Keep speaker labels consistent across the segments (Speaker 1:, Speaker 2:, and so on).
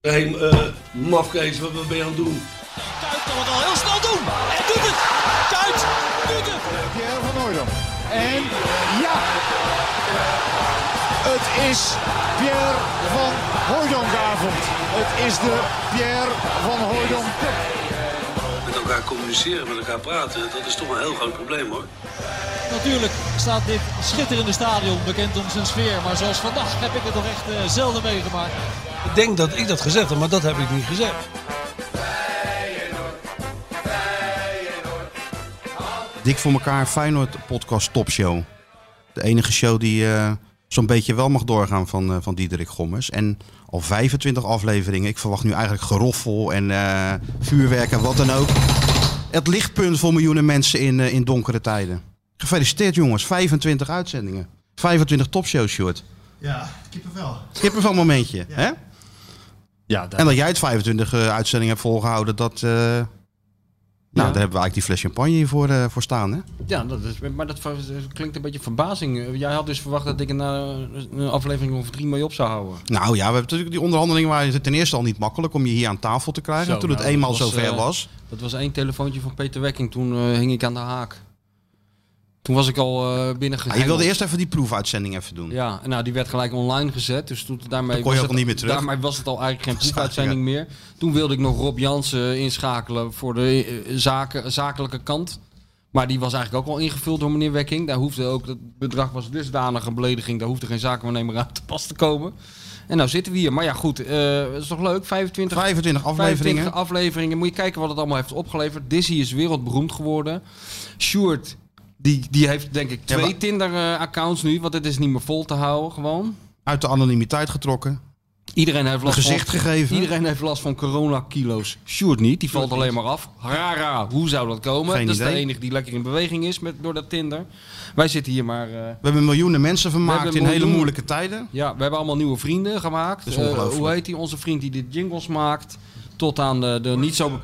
Speaker 1: Hé, hey, eh, mafkees, wat, wat ben je aan het doen?
Speaker 2: Kuit kan het al heel snel doen. En doet het. Kuit doet het.
Speaker 3: Pierre van Hooydonk. En ja, het is Pierre van Hooijdonkavond. Het is de Pierre van Hooijdonk Cup.
Speaker 1: Met elkaar communiceren, met elkaar praten, dat is toch een heel groot probleem hoor.
Speaker 2: Natuurlijk staat dit schitterende stadion bekend om zijn sfeer. Maar zoals vandaag heb ik het nog echt eh, zelden meegemaakt.
Speaker 1: Ik denk dat ik dat gezegd heb, maar dat heb ik niet gezegd.
Speaker 4: Dik voor elkaar Feyenoord podcast topshow. De enige show die eh, zo'n beetje wel mag doorgaan van, eh, van Diederik Gommers. En al 25 afleveringen. Ik verwacht nu eigenlijk geroffel en eh, vuurwerk en wat dan ook. Het lichtpunt voor miljoenen mensen in, eh, in donkere tijden. Gefeliciteerd jongens, 25 uitzendingen. 25 topshows, Short.
Speaker 5: Ja, kippenvel.
Speaker 4: Kippenvel momentje, hè?
Speaker 5: Ja,
Speaker 4: En dat jij het 25 eh, uitzendingen hebt volgehouden, dat... eh, Nou, daar hebben we eigenlijk die fles champagne hier voor, eh, voor staan, hè?
Speaker 6: Ja, dat is, maar dat ver- klinkt een beetje verbazing. Jij had dus verwacht dat ik een, eh, een aflevering of drie mee op zou houden.
Speaker 4: Nou ja, we hebben natuurlijk die onderhandelingen waren ten eerste al niet makkelijk om je hier aan tafel te krijgen.
Speaker 6: Zo,
Speaker 4: toen het
Speaker 6: nou, dat
Speaker 4: eenmaal
Speaker 6: was,
Speaker 4: zover
Speaker 6: eh,
Speaker 4: was.
Speaker 6: Dat was één telefoontje van Peter Wekking, toen eh, hing ik aan de haak. Toen was ik al eh
Speaker 4: Ah,
Speaker 6: binnengegaan.
Speaker 4: je wilde eerst even die proefuitzending even doen.
Speaker 6: Ja, en nou, die werd gelijk online gezet, dus toen, daarmee,
Speaker 4: Dan kon je
Speaker 6: was
Speaker 4: ook
Speaker 6: het,
Speaker 4: niet meer terug.
Speaker 6: daarmee was het al eigenlijk geen proefuitzending meer. Toen wilde ik nog Rob Jansen inschakelen voor de eh, zaken, zakelijke kant. Maar die was eigenlijk ook al ingevuld door meneer Wekking. Daar hoefde ook, het bedrag was dusdanig een belediging, daar hoefde geen zakenwaarnemer aan te pas te komen. En nou zitten we hier. Maar ja, goed, eh dat is toch leuk? 25
Speaker 4: 25 afleveringen.
Speaker 6: 25 afleveringen. Moet je kijken wat het allemaal heeft opgeleverd. Dizzy is wereldberoemd geworden. Sjoerd, die, die heeft denk ik
Speaker 4: Ja,
Speaker 6: twee
Speaker 4: maar-
Speaker 6: Tinder-accounts nu. Want het is niet meer vol te houden gewoon.
Speaker 4: Uit de anonimiteit getrokken.
Speaker 6: Iedereen heeft
Speaker 4: Een
Speaker 6: last
Speaker 4: gezicht
Speaker 6: van...
Speaker 4: gegeven.
Speaker 6: Iedereen heeft last van corona-kilo's. Sjoerd niet, die valt alleen maar af. Rara, hoe zou dat komen?
Speaker 4: Geen
Speaker 6: dat is de
Speaker 4: idee.
Speaker 6: enige die lekker in beweging is met, door dat Tinder. Wij zitten hier maar... eh,
Speaker 4: We hebben miljoenen mensen vermaakt in
Speaker 6: hebben miljoenen-
Speaker 4: hele moeilijke tijden.
Speaker 6: Ja, we hebben allemaal nieuwe vrienden gemaakt.
Speaker 4: Dat is
Speaker 6: Eh,
Speaker 4: ongelooflijk.
Speaker 6: hoe heet die? Onze vriend die de jingles maakt. Tot aan de, de niet zo...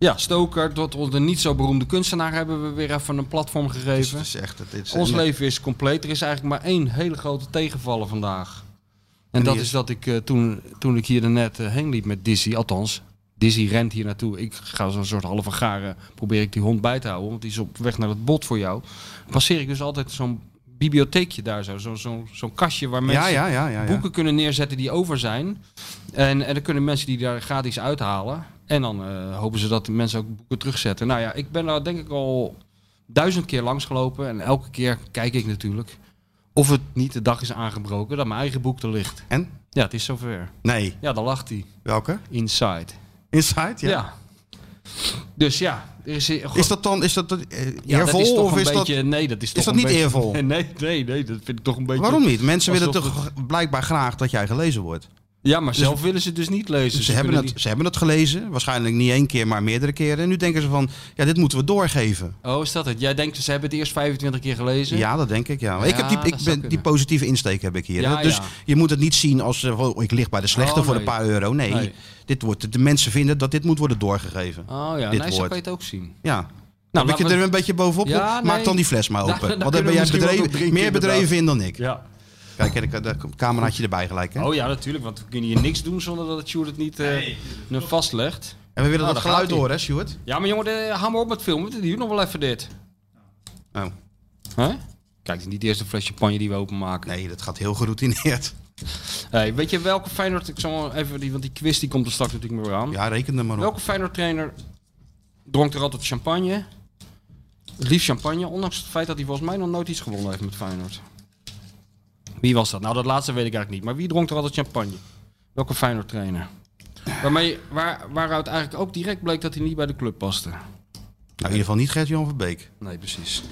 Speaker 6: Ja, Stoker. Tot onze de niet zo beroemde kunstenaar hebben we weer even een platform
Speaker 4: Dus
Speaker 6: gegeven.
Speaker 4: het is echt, het is-
Speaker 6: Ons
Speaker 4: en-
Speaker 6: leven is compleet. Er is eigenlijk maar één hele grote tegenvaller vandaag. En
Speaker 4: En
Speaker 6: dat
Speaker 4: die
Speaker 6: is
Speaker 4: is-
Speaker 6: dat ik eh, toen, toen ik hier net eh, heen liep met Dizzy, althans, Dizzy rent hier naartoe. Ik ga zo'n soort halve garen, probeer ik die hond bij te houden, want die is op weg naar het bot voor jou. Passeer ik dus altijd zo'n bibliotheekje daar zo, zo'n zo'n zo'n kastje waar mensen
Speaker 4: Ja, ja, ja, ja. ja.
Speaker 6: boeken kunnen neerzetten die over zijn. En, en dan kunnen mensen die daar gratis uithalen. En dan eh, hopen ze dat de mensen ook boeken terugzetten. Nou ja, ik ben daar denk ik al duizend keer langsgelopen. En elke keer kijk ik natuurlijk of het niet de dag is aangebroken dat mijn eigen boek er ligt.
Speaker 4: En?
Speaker 6: Ja, het is zover.
Speaker 4: Nee.
Speaker 6: Ja, daar lacht hij.
Speaker 4: Welke?
Speaker 6: Inside.
Speaker 4: Inside? Ja.
Speaker 6: Ja. Dus ja, er is...
Speaker 4: Is dat dan, is dat eh, eervol
Speaker 6: ja, dat is toch
Speaker 4: of
Speaker 6: een
Speaker 4: is
Speaker 6: beetje,
Speaker 4: dat...
Speaker 6: Nee, dat is, toch
Speaker 4: dat
Speaker 6: een
Speaker 4: niet
Speaker 6: beetje-
Speaker 4: eervol?
Speaker 6: Nee, nee, nee, dat vind ik toch een beetje...
Speaker 4: Waarom niet? Mensen willen
Speaker 6: Alsof
Speaker 4: toch blijkbaar graag dat jij gelezen wordt.
Speaker 6: Ja, maar zelf willen ze dus niet lezen.
Speaker 4: Ze hebben,
Speaker 6: kunnen
Speaker 4: het, ze hebben het gelezen, waarschijnlijk niet één keer, maar meerdere keren. En nu denken ze van, ja, dit moeten we doorgeven.
Speaker 6: Oh, is dat het? Jij denkt, ze hebben het eerst 25 keer gelezen?
Speaker 4: Ja, dat denk ik, ja. Maar ik heb die,
Speaker 6: Ja, dat
Speaker 4: ik
Speaker 6: zou
Speaker 4: ben, die
Speaker 6: kunnen.
Speaker 4: positieve insteek heb ik hier.
Speaker 6: Ja,
Speaker 4: dus
Speaker 6: ja.
Speaker 4: je moet het niet zien als, eh, oh, ik lig bij de slechte
Speaker 6: Oh,
Speaker 4: voor een
Speaker 6: nee.
Speaker 4: paar euro. Nee,
Speaker 6: Nee.
Speaker 4: Dit wordt, de mensen vinden dat dit moet worden doorgegeven.
Speaker 6: Oh ja,
Speaker 4: Dit
Speaker 6: nee, zo
Speaker 4: woord.
Speaker 6: kan je het ook zien.
Speaker 4: Ja.
Speaker 6: Nou,
Speaker 4: heb ik je
Speaker 6: laten
Speaker 4: er
Speaker 6: we-
Speaker 4: een beetje bovenop?
Speaker 6: Ja,
Speaker 4: Maak
Speaker 6: nee.
Speaker 4: dan die fles maar
Speaker 6: Daar-
Speaker 4: open.
Speaker 6: daar
Speaker 4: Want dan
Speaker 6: kunnen
Speaker 4: ben
Speaker 6: we
Speaker 4: jij
Speaker 6: misschien wel
Speaker 4: bedreven,
Speaker 6: nog drie
Speaker 4: meer
Speaker 6: keer
Speaker 4: bedreven in dan ik.
Speaker 6: Ja.
Speaker 4: Kijk, en ik had een cameraatje erbij gelijk. Hè?
Speaker 6: Oh ja, natuurlijk, want we kunnen hier niks doen zonder dat het Sjoerd het niet eh, nu vastlegt.
Speaker 4: En we willen dat
Speaker 6: Oh, daar
Speaker 4: geluid
Speaker 6: gaat-ie.
Speaker 4: horen, hè, Stuart?
Speaker 6: Ja, maar jongen, de, hou maar op met filmen. Het duurt nog wel even dit.
Speaker 4: Oh.
Speaker 6: Hè? Kijk, het is niet eerst een fles champagne die we openmaken.
Speaker 4: Nee, dat gaat heel geroutineerd.
Speaker 6: Hey, weet je welke Feyenoord... Ik zal wel even... Die, want die quiz die komt er straks natuurlijk maar weer aan.
Speaker 4: Ja, reken er maar op.
Speaker 6: Welke Feyenoord trainer dronk er altijd champagne? Het liefst champagne, ondanks het feit dat hij volgens mij nog nooit iets gewonnen heeft met Feyenoord. Wie was dat? Nou, dat laatste weet ik eigenlijk niet. Maar wie dronk er altijd champagne? Welke Feyenoord trainer? Waarmee, waar, waaruit eigenlijk ook direct bleek dat hij niet bij de club paste.
Speaker 4: Nou, in ieder geval niet Gert-Jan van Beek.
Speaker 6: Nee, precies.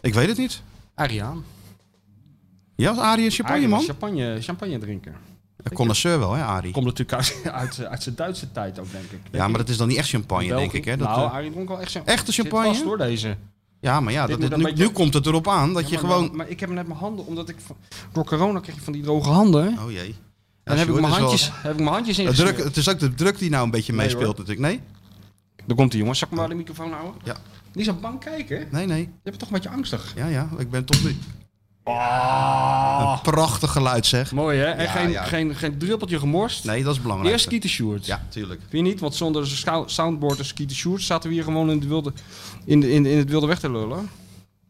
Speaker 4: Ik weet het niet.
Speaker 6: Ariaan.
Speaker 4: Ja, was Arie een champagne,
Speaker 6: Arie was
Speaker 4: man?
Speaker 6: Champagne, champagne drinker.
Speaker 4: Een connoisseur wel, hè, Arie?
Speaker 6: Komt natuurlijk uit, uit, uit zijn Duitse tijd ook, denk ik.
Speaker 4: Ja, maar dat is dan niet echt champagne, denk
Speaker 6: België.
Speaker 4: ik. Hè? Dat,
Speaker 6: nou,
Speaker 4: eh,
Speaker 6: Arie dronk wel echt champagne.
Speaker 4: echte
Speaker 6: Zit
Speaker 4: champagne?
Speaker 6: vast, hoor, deze.
Speaker 4: Ja, maar ja,
Speaker 6: Dit
Speaker 4: dat,
Speaker 6: moet
Speaker 4: dit-
Speaker 6: een
Speaker 4: nu,
Speaker 6: beetje-
Speaker 4: nu komt het erop aan dat
Speaker 6: Ja,
Speaker 4: je
Speaker 6: maar-
Speaker 4: gewoon...
Speaker 6: Maar ik heb net mijn handen, omdat ik van- door corona kreeg je van die droge handen. En
Speaker 4: Oh jee.
Speaker 6: dan heb ik, mijn handjes, heb ik mijn handjes in.
Speaker 4: Het, druk, het is ook de druk die nou een beetje
Speaker 6: Nee,
Speaker 4: meespeelt
Speaker 6: hoor.
Speaker 4: natuurlijk. Nee?
Speaker 6: Daar komt die jongens. Zal ik maar de microfoon houden?
Speaker 4: Ja.
Speaker 6: Niet zo bang kijken. hè?
Speaker 4: Nee, nee.
Speaker 6: Je bent toch een beetje angstig.
Speaker 4: Ja, ja. Ik ben toch... niet-
Speaker 6: Ah.
Speaker 4: Een prachtig geluid zeg.
Speaker 6: Mooi hè? En
Speaker 4: Ja,
Speaker 6: geen,
Speaker 4: ja.
Speaker 6: Geen, geen druppeltje gemorst.
Speaker 4: Nee, dat is belangrijk.
Speaker 6: Eerst Kieter Sjoerd.
Speaker 4: Ja, tuurlijk.
Speaker 6: Vind je niet? Want zonder zo'n schou- soundboard en Kieter Sjoerd zaten we hier gewoon in, de wilde, in, de- in, in het wilde weg te lullen.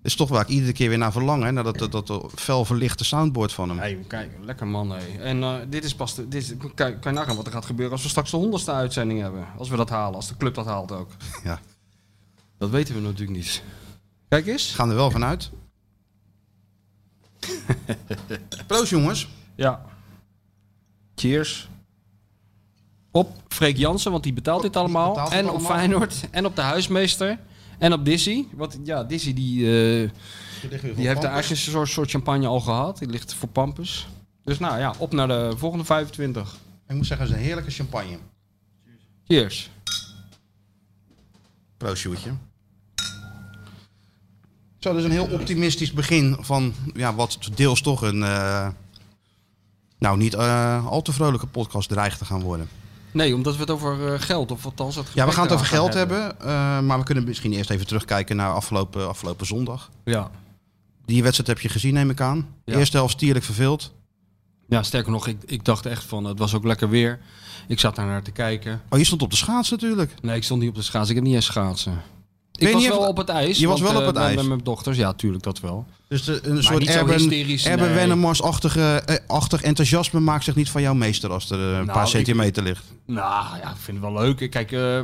Speaker 4: Is toch waar ik iedere keer weer naar verlang, hè? Naar dat, dat, dat fel verlichte soundboard van hem.
Speaker 6: Hé, kijk, lekker man hé. En eh, dit is pas, de, dit is, kan, kan je nagaan wat er gaat gebeuren als we straks de honderdste uitzending hebben. Als we dat halen, als de club dat haalt ook.
Speaker 4: Ja.
Speaker 6: Dat weten we natuurlijk niet. Kijk eens.
Speaker 4: Gaan er wel vanuit. Proost jongens.
Speaker 6: Ja. Cheers. Op Freek Jansen, want die betaalt dit allemaal.
Speaker 4: betaalt dit
Speaker 6: en op
Speaker 4: allemaal.
Speaker 6: Feyenoord. En op de huismeester. En op Dizzy. Want ja, Dizzy die, eh, die heeft eigenlijk een soort, soort champagne al gehad. Die ligt voor Pampus. Dus nou ja, op naar de volgende 25.
Speaker 4: Ik moet zeggen, het is een heerlijke champagne.
Speaker 6: Cheers.
Speaker 4: Proost Sjoerdje. Zo, dus een heel optimistisch begin van ja, wat deels toch een... eh, nou, niet eh, al te vrolijke podcast dreigt te gaan worden.
Speaker 6: Nee, omdat we het over eh, geld, of althans het
Speaker 4: Ja, we
Speaker 6: gebrek
Speaker 4: gaan het over
Speaker 6: eraan
Speaker 4: geld hebben. eh, maar we kunnen misschien eerst even terugkijken naar afgelopen, afgelopen zondag.
Speaker 6: Ja.
Speaker 4: Die wedstrijd heb je gezien, neem ik aan.
Speaker 6: Ja.
Speaker 4: Eerste helft stierlijk verveeld.
Speaker 6: ja, sterker nog, ik, ik dacht echt van, het was ook lekker weer. Ik zat daar naar te kijken.
Speaker 4: Oh, je stond op de schaats natuurlijk.
Speaker 6: Nee, ik stond niet op de schaatsen. Ik heb niet eens schaatsen.
Speaker 4: Ben
Speaker 6: Ik
Speaker 4: je
Speaker 6: was
Speaker 4: niet
Speaker 6: wel
Speaker 4: even-
Speaker 6: op het ijs.
Speaker 4: Je was
Speaker 6: want,
Speaker 4: wel op
Speaker 6: eh,
Speaker 4: het
Speaker 6: bij-
Speaker 4: ijs.
Speaker 6: Bij mijn dochters, ja, tuurlijk, dat wel.
Speaker 4: Dus de- een soort
Speaker 6: niet zo
Speaker 4: Erben,
Speaker 6: hysterisch,
Speaker 4: Erben
Speaker 6: nee.
Speaker 4: Wennemars-achtig eh, achtig enthousiasme maakt zich niet van jouw meester als er eh, een
Speaker 6: Nou,
Speaker 4: paar
Speaker 6: ik-
Speaker 4: centimeter ligt.
Speaker 6: Nou ja, ik vind het wel leuk. Kijk, eh,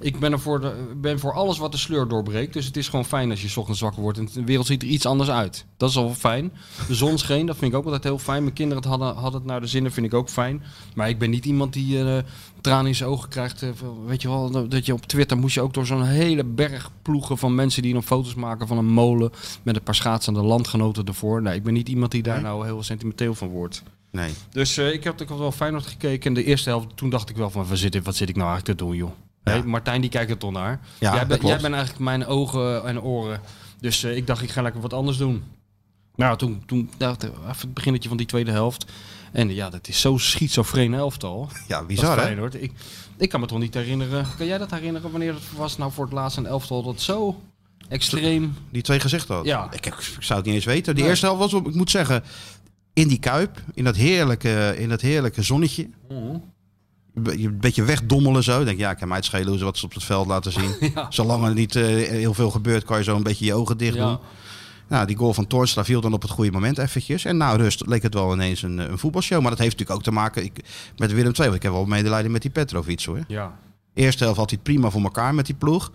Speaker 6: ik ben, er voor de, ben voor alles wat de sleur doorbreekt. Dus het is gewoon fijn als je 's ochtends wakker wordt. En de wereld ziet er iets anders uit. Dat is al wel fijn. De zon scheen, dat vind ik ook altijd heel fijn. Mijn kinderen het hadden, hadden het naar de zin, dat vind ik ook fijn. Maar ik ben niet iemand die eh tranen in zijn ogen krijgt. eh, van- weet je wel, dat je op Twitter moest je ook door zo'n hele berg ploegen van mensen die dan foto's maken van een molen. Met een paar schaatsende landgenoten ervoor. Nee, ik ben niet iemand die daar nou heel sentimenteel van wordt.
Speaker 4: Nee.
Speaker 6: Dus eh, ik heb ook wel Feyenoord gekeken. En de eerste helft, toen dacht ik wel van, waar zit ik- wat zit ik nou eigenlijk te doen, joh? Hé, Martijn, die kijkt er toch naar.
Speaker 4: Ja,
Speaker 6: jij,
Speaker 4: dat
Speaker 6: bent-
Speaker 4: klopt.
Speaker 6: jij bent eigenlijk mijn ogen en oren. Dus eh, ik dacht, ik ga lekker wat anders doen. Nou, toen, toen dacht ik, even het beginnetje van die tweede helft. En eh, ja, dat is zo'n schizofreen helftal.
Speaker 4: Ja,
Speaker 6: Dat
Speaker 4: bizar hè?
Speaker 6: Feyenoord. Ik, ik kan me toch niet herinneren. Kan jij dat herinneren wanneer het was nou voor het laatst een elftal dat zo extreem...
Speaker 4: Die twee gezichten had.
Speaker 6: Ja.
Speaker 4: Ik, heb- ik zou het niet eens weten. Die
Speaker 6: Nee.
Speaker 4: eerste helft was, op- ik moet zeggen, in die kuip. In dat heerlijke, in dat heerlijke zonnetje.
Speaker 6: Mhm.
Speaker 4: Be- je- Een beetje wegdommelen zo. Ik Denk, ja, ik kan mij het schelen hoe ze wat ze op het veld laten zien.
Speaker 6: Ja.
Speaker 4: Zolang er niet eh, heel veel gebeurt, kan je zo een beetje je ogen dicht doen.
Speaker 6: Ja.
Speaker 4: Nou, die goal van Toornstra viel dan op het goede moment eventjes. En na rust leek het wel ineens een, eh, een voetbalshow. Maar dat heeft natuurlijk ook te maken ik, met Willem II. Want ik heb wel medelijden met die Petrovic hoor.
Speaker 6: Ja.
Speaker 4: Eerste helft had hij het prima voor elkaar met die ploeg.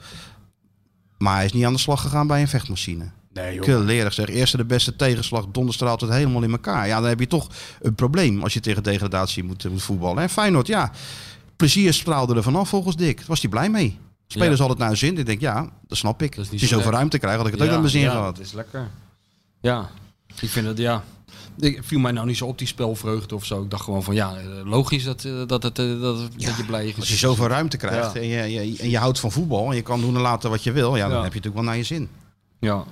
Speaker 4: Maar hij is niet aan de slag gegaan bij een vechtmachine.
Speaker 6: Nee, joh.
Speaker 4: Kleurig zeg. Eerste de beste tegenslag, donderstraalt het helemaal in elkaar. Ja, dan heb je toch een probleem als je tegen degradatie moet, eh, moet voetballen. En Feyenoord, ja, plezier straalde er vanaf volgens Dick. Daar was hij blij mee. Spelers
Speaker 6: Ja.
Speaker 4: hadden het naar hun zin. Ik denk, ja, dat snap ik.
Speaker 6: Dat is
Speaker 4: Als
Speaker 6: niet
Speaker 4: je
Speaker 6: zo
Speaker 4: zoveel
Speaker 6: gek.
Speaker 4: ruimte krijgt, had ik het ook naar mijn zin
Speaker 6: ja,
Speaker 4: gehad.
Speaker 6: Het is lekker. Ja, ik vind het ja. Ik viel mij nou niet zo op die spelvreugde of zo. Ik dacht gewoon van ja, eh, logisch dat, eh, dat, het, eh, dat, het- dat je blij is.
Speaker 4: Als je zoveel ruimte krijgt
Speaker 6: Ja.
Speaker 4: en, je, je- en je houdt van voetbal en je kan doen en laten wat je wil, ja, dan
Speaker 6: Ja.
Speaker 4: heb je het natuurlijk wel naar je zin.
Speaker 6: Ja,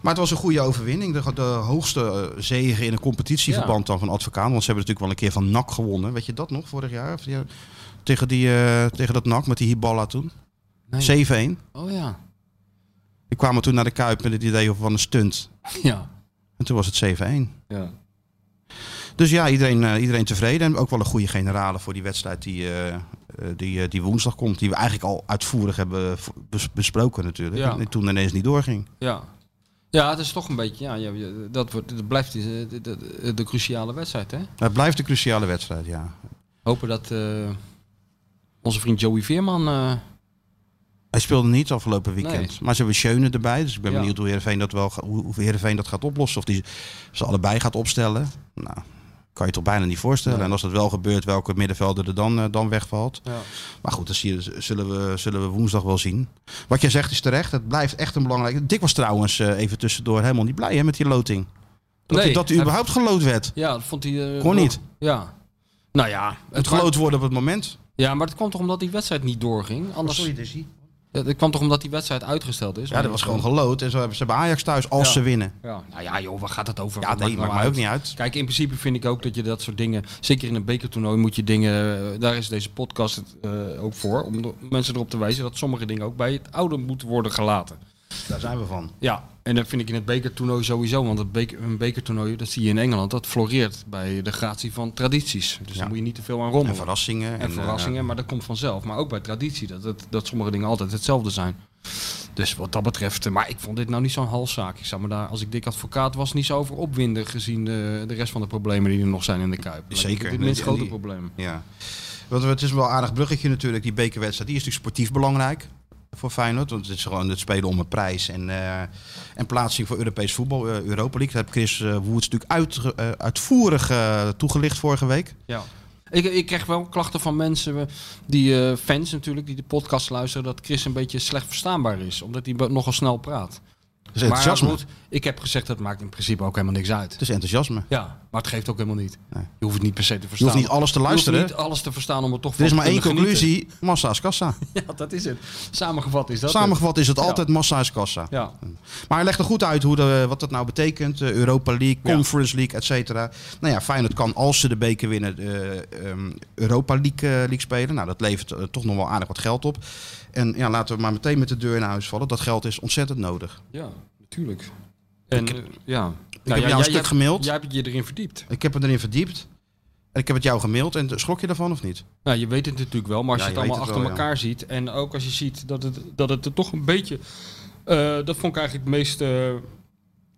Speaker 4: Maar het was een goede overwinning. De, de hoogste eh, zege in een competitieverband dan van Advocaan. Want ze hebben natuurlijk wel een keer van NAC gewonnen. Weet je dat nog, vorig jaar? Of die- eh, tegen, die, eh, tegen dat NAC met die Hiballa toen.
Speaker 6: Nee.
Speaker 4: 7-1.
Speaker 6: oh ja.
Speaker 4: Die kwamen toen naar de Kuip met het idee van een stunt.
Speaker 6: Ja,
Speaker 4: En toen was het 7-1.
Speaker 6: ja.
Speaker 4: Dus ja, iedereen, eh, iedereen tevreden. En ook wel een goede generale voor die wedstrijd die, eh, eh, die, eh, die woensdag komt. Die we eigenlijk al uitvoerig hebben v- bes- besproken natuurlijk.
Speaker 6: Ja.
Speaker 4: En toen ineens niet doorging.
Speaker 6: ja. Ja, het is toch een beetje, ja, ja, ja, dat, wordt, dat blijft eh, de, de, de cruciale wedstrijd, hè?
Speaker 4: Het blijft een cruciale wedstrijd, ja.
Speaker 6: Hopen dat eh, onze vriend Joey Veerman... eh,
Speaker 4: Hij speelde niet afgelopen weekend.
Speaker 6: Nee.
Speaker 4: Maar ze hebben Schöne erbij. Dus ik ben
Speaker 6: Ja.
Speaker 4: benieuwd hoe Heerenveen, dat wel, ga- hoe, hoe Heerenveen dat gaat oplossen. Of die ze allebei gaat opstellen. Nou, kan je toch bijna niet voorstellen.
Speaker 6: Nee.
Speaker 4: En als dat wel gebeurt, welke middenvelder er dan, eh, dan wegvalt.
Speaker 6: ja.
Speaker 4: Maar goed, dat zie je- zullen we, zullen we woensdag wel zien. Wat jij zegt is terecht. Het blijft echt een belangrijke... Dick was trouwens eh, even tussendoor helemaal niet blij hè, met die loting. Dat,
Speaker 6: Nee,
Speaker 4: hij, dat hij
Speaker 6: hij-
Speaker 4: überhaupt gelood werd.
Speaker 6: ja, dat vond hij... eh,
Speaker 4: Kon
Speaker 6: nog-
Speaker 4: niet.
Speaker 6: Ja. Nou ja.
Speaker 4: Het
Speaker 6: kwam-
Speaker 4: gelood worden op het moment.
Speaker 6: Ja, maar het kwam toch omdat die wedstrijd niet doorging? Anders... Ja, dat kwam toch omdat die wedstrijd uitgesteld is?
Speaker 4: Oh, Ja, dat was gewoon gelood. En zo hebben ze bij Ajax thuis als
Speaker 6: Ja.
Speaker 4: ze winnen.
Speaker 6: Ja, nou ja, joh, waar gaat het over?
Speaker 4: Ja,
Speaker 6: Wat
Speaker 4: nee,
Speaker 6: nou
Speaker 4: maakt mij ook niet uit.
Speaker 6: Kijk, in principe vind ik ook dat je dat soort dingen, zeker in een bekertoernooi, moet je dingen. eh, Daar is deze podcast eh, ook voor, om de- mensen erop te wijzen dat sommige dingen ook bij het oude moeten worden gelaten.
Speaker 4: Daar zijn we van.
Speaker 6: Ja, en dat vind ik in het bekertoernooi sowieso. Want het beker, een bekertoernooi, dat zie je in Engeland, dat floreert bij de gratie van tradities. Dus daar moet je niet te veel aan rommelen.
Speaker 4: En eh, verrassingen.
Speaker 6: En verrassingen, maar dat komt vanzelf. Maar ook bij traditie, dat, dat, dat sommige dingen altijd hetzelfde zijn. Dus wat dat betreft, eh, maar ik vond dit nou niet zo'n halszaak. Ik zou me daar, als ik dik advocaat was, niet zo over opwinden gezien de, de rest van de problemen die er nog zijn in de Kuip. Lijkt me
Speaker 4: Zeker.
Speaker 6: Dit minst
Speaker 4: En
Speaker 6: grote
Speaker 4: die-
Speaker 6: probleem.
Speaker 4: eh, ja. Want het is wel een aardig bruggetje natuurlijk, die bekerwedstrijd. Die is natuurlijk sportief belangrijk voor Feyenoord. Want het is gewoon het spelen om een prijs en, eh, en plaatsing voor Europees voetbal, eh, Europa League. Daar heb Chris eh, Woerts natuurlijk uit, eh, uitvoerig eh, toegelicht vorige week.
Speaker 6: Ja. Ik, ik kreeg wel klachten van mensen, eh, die eh, fans natuurlijk, die de podcast luisteren, dat Chris een beetje slecht verstaanbaar is. Omdat hij be- nogal snel praat.
Speaker 4: Het is
Speaker 6: Maar
Speaker 4: enthousiasme.
Speaker 6: goed, ik heb gezegd, dat maakt in principe ook helemaal niks uit.
Speaker 4: Het is enthousiasme.
Speaker 6: Ja, maar het geeft ook helemaal niet.
Speaker 4: Nee.
Speaker 6: Je hoeft het niet per se te
Speaker 4: Je
Speaker 6: verstaan.
Speaker 4: hoeft niet alles te luisteren.
Speaker 6: Je hoeft niet alles te verstaan om er toch
Speaker 4: Er
Speaker 6: van
Speaker 4: is
Speaker 6: te
Speaker 4: maar één
Speaker 6: kunnen genieten.
Speaker 4: conclusie. Massa is kassa.
Speaker 6: Ja, dat is het. Samengevat is dat
Speaker 4: Samengevat is het
Speaker 6: Ja.
Speaker 4: altijd massa is kassa.
Speaker 6: het. Ja.
Speaker 4: Maar hij legt er goed uit hoe de, wat dat nou betekent. Eh, Europa League, Conference League, et cetera. Nou ja, Feyenoord kan als ze de beker winnen eh, ehm, Europa League, eh, League spelen. Nou, dat levert eh, toch nog wel aardig wat geld op. En ja, laten we maar meteen met de deur in huis vallen. Dat geld is ontzettend nodig.
Speaker 6: ja, natuurlijk. En eh, ja. Nou,
Speaker 4: jou een stuk
Speaker 6: hebt-
Speaker 4: gemaild.
Speaker 6: Jij hebt je erin verdiept.
Speaker 4: Ik heb me erin verdiept. En ik heb het jou gemaild. En schrok je daarvan of niet?
Speaker 6: Nou, je weet het natuurlijk wel, maar als
Speaker 4: Ja,
Speaker 6: je het
Speaker 4: je weet
Speaker 6: allemaal
Speaker 4: het
Speaker 6: achter
Speaker 4: wel,
Speaker 6: elkaar ziet en ook als je ziet dat het, dat het er toch een beetje, eh, dat vond ik eigenlijk het meest eh,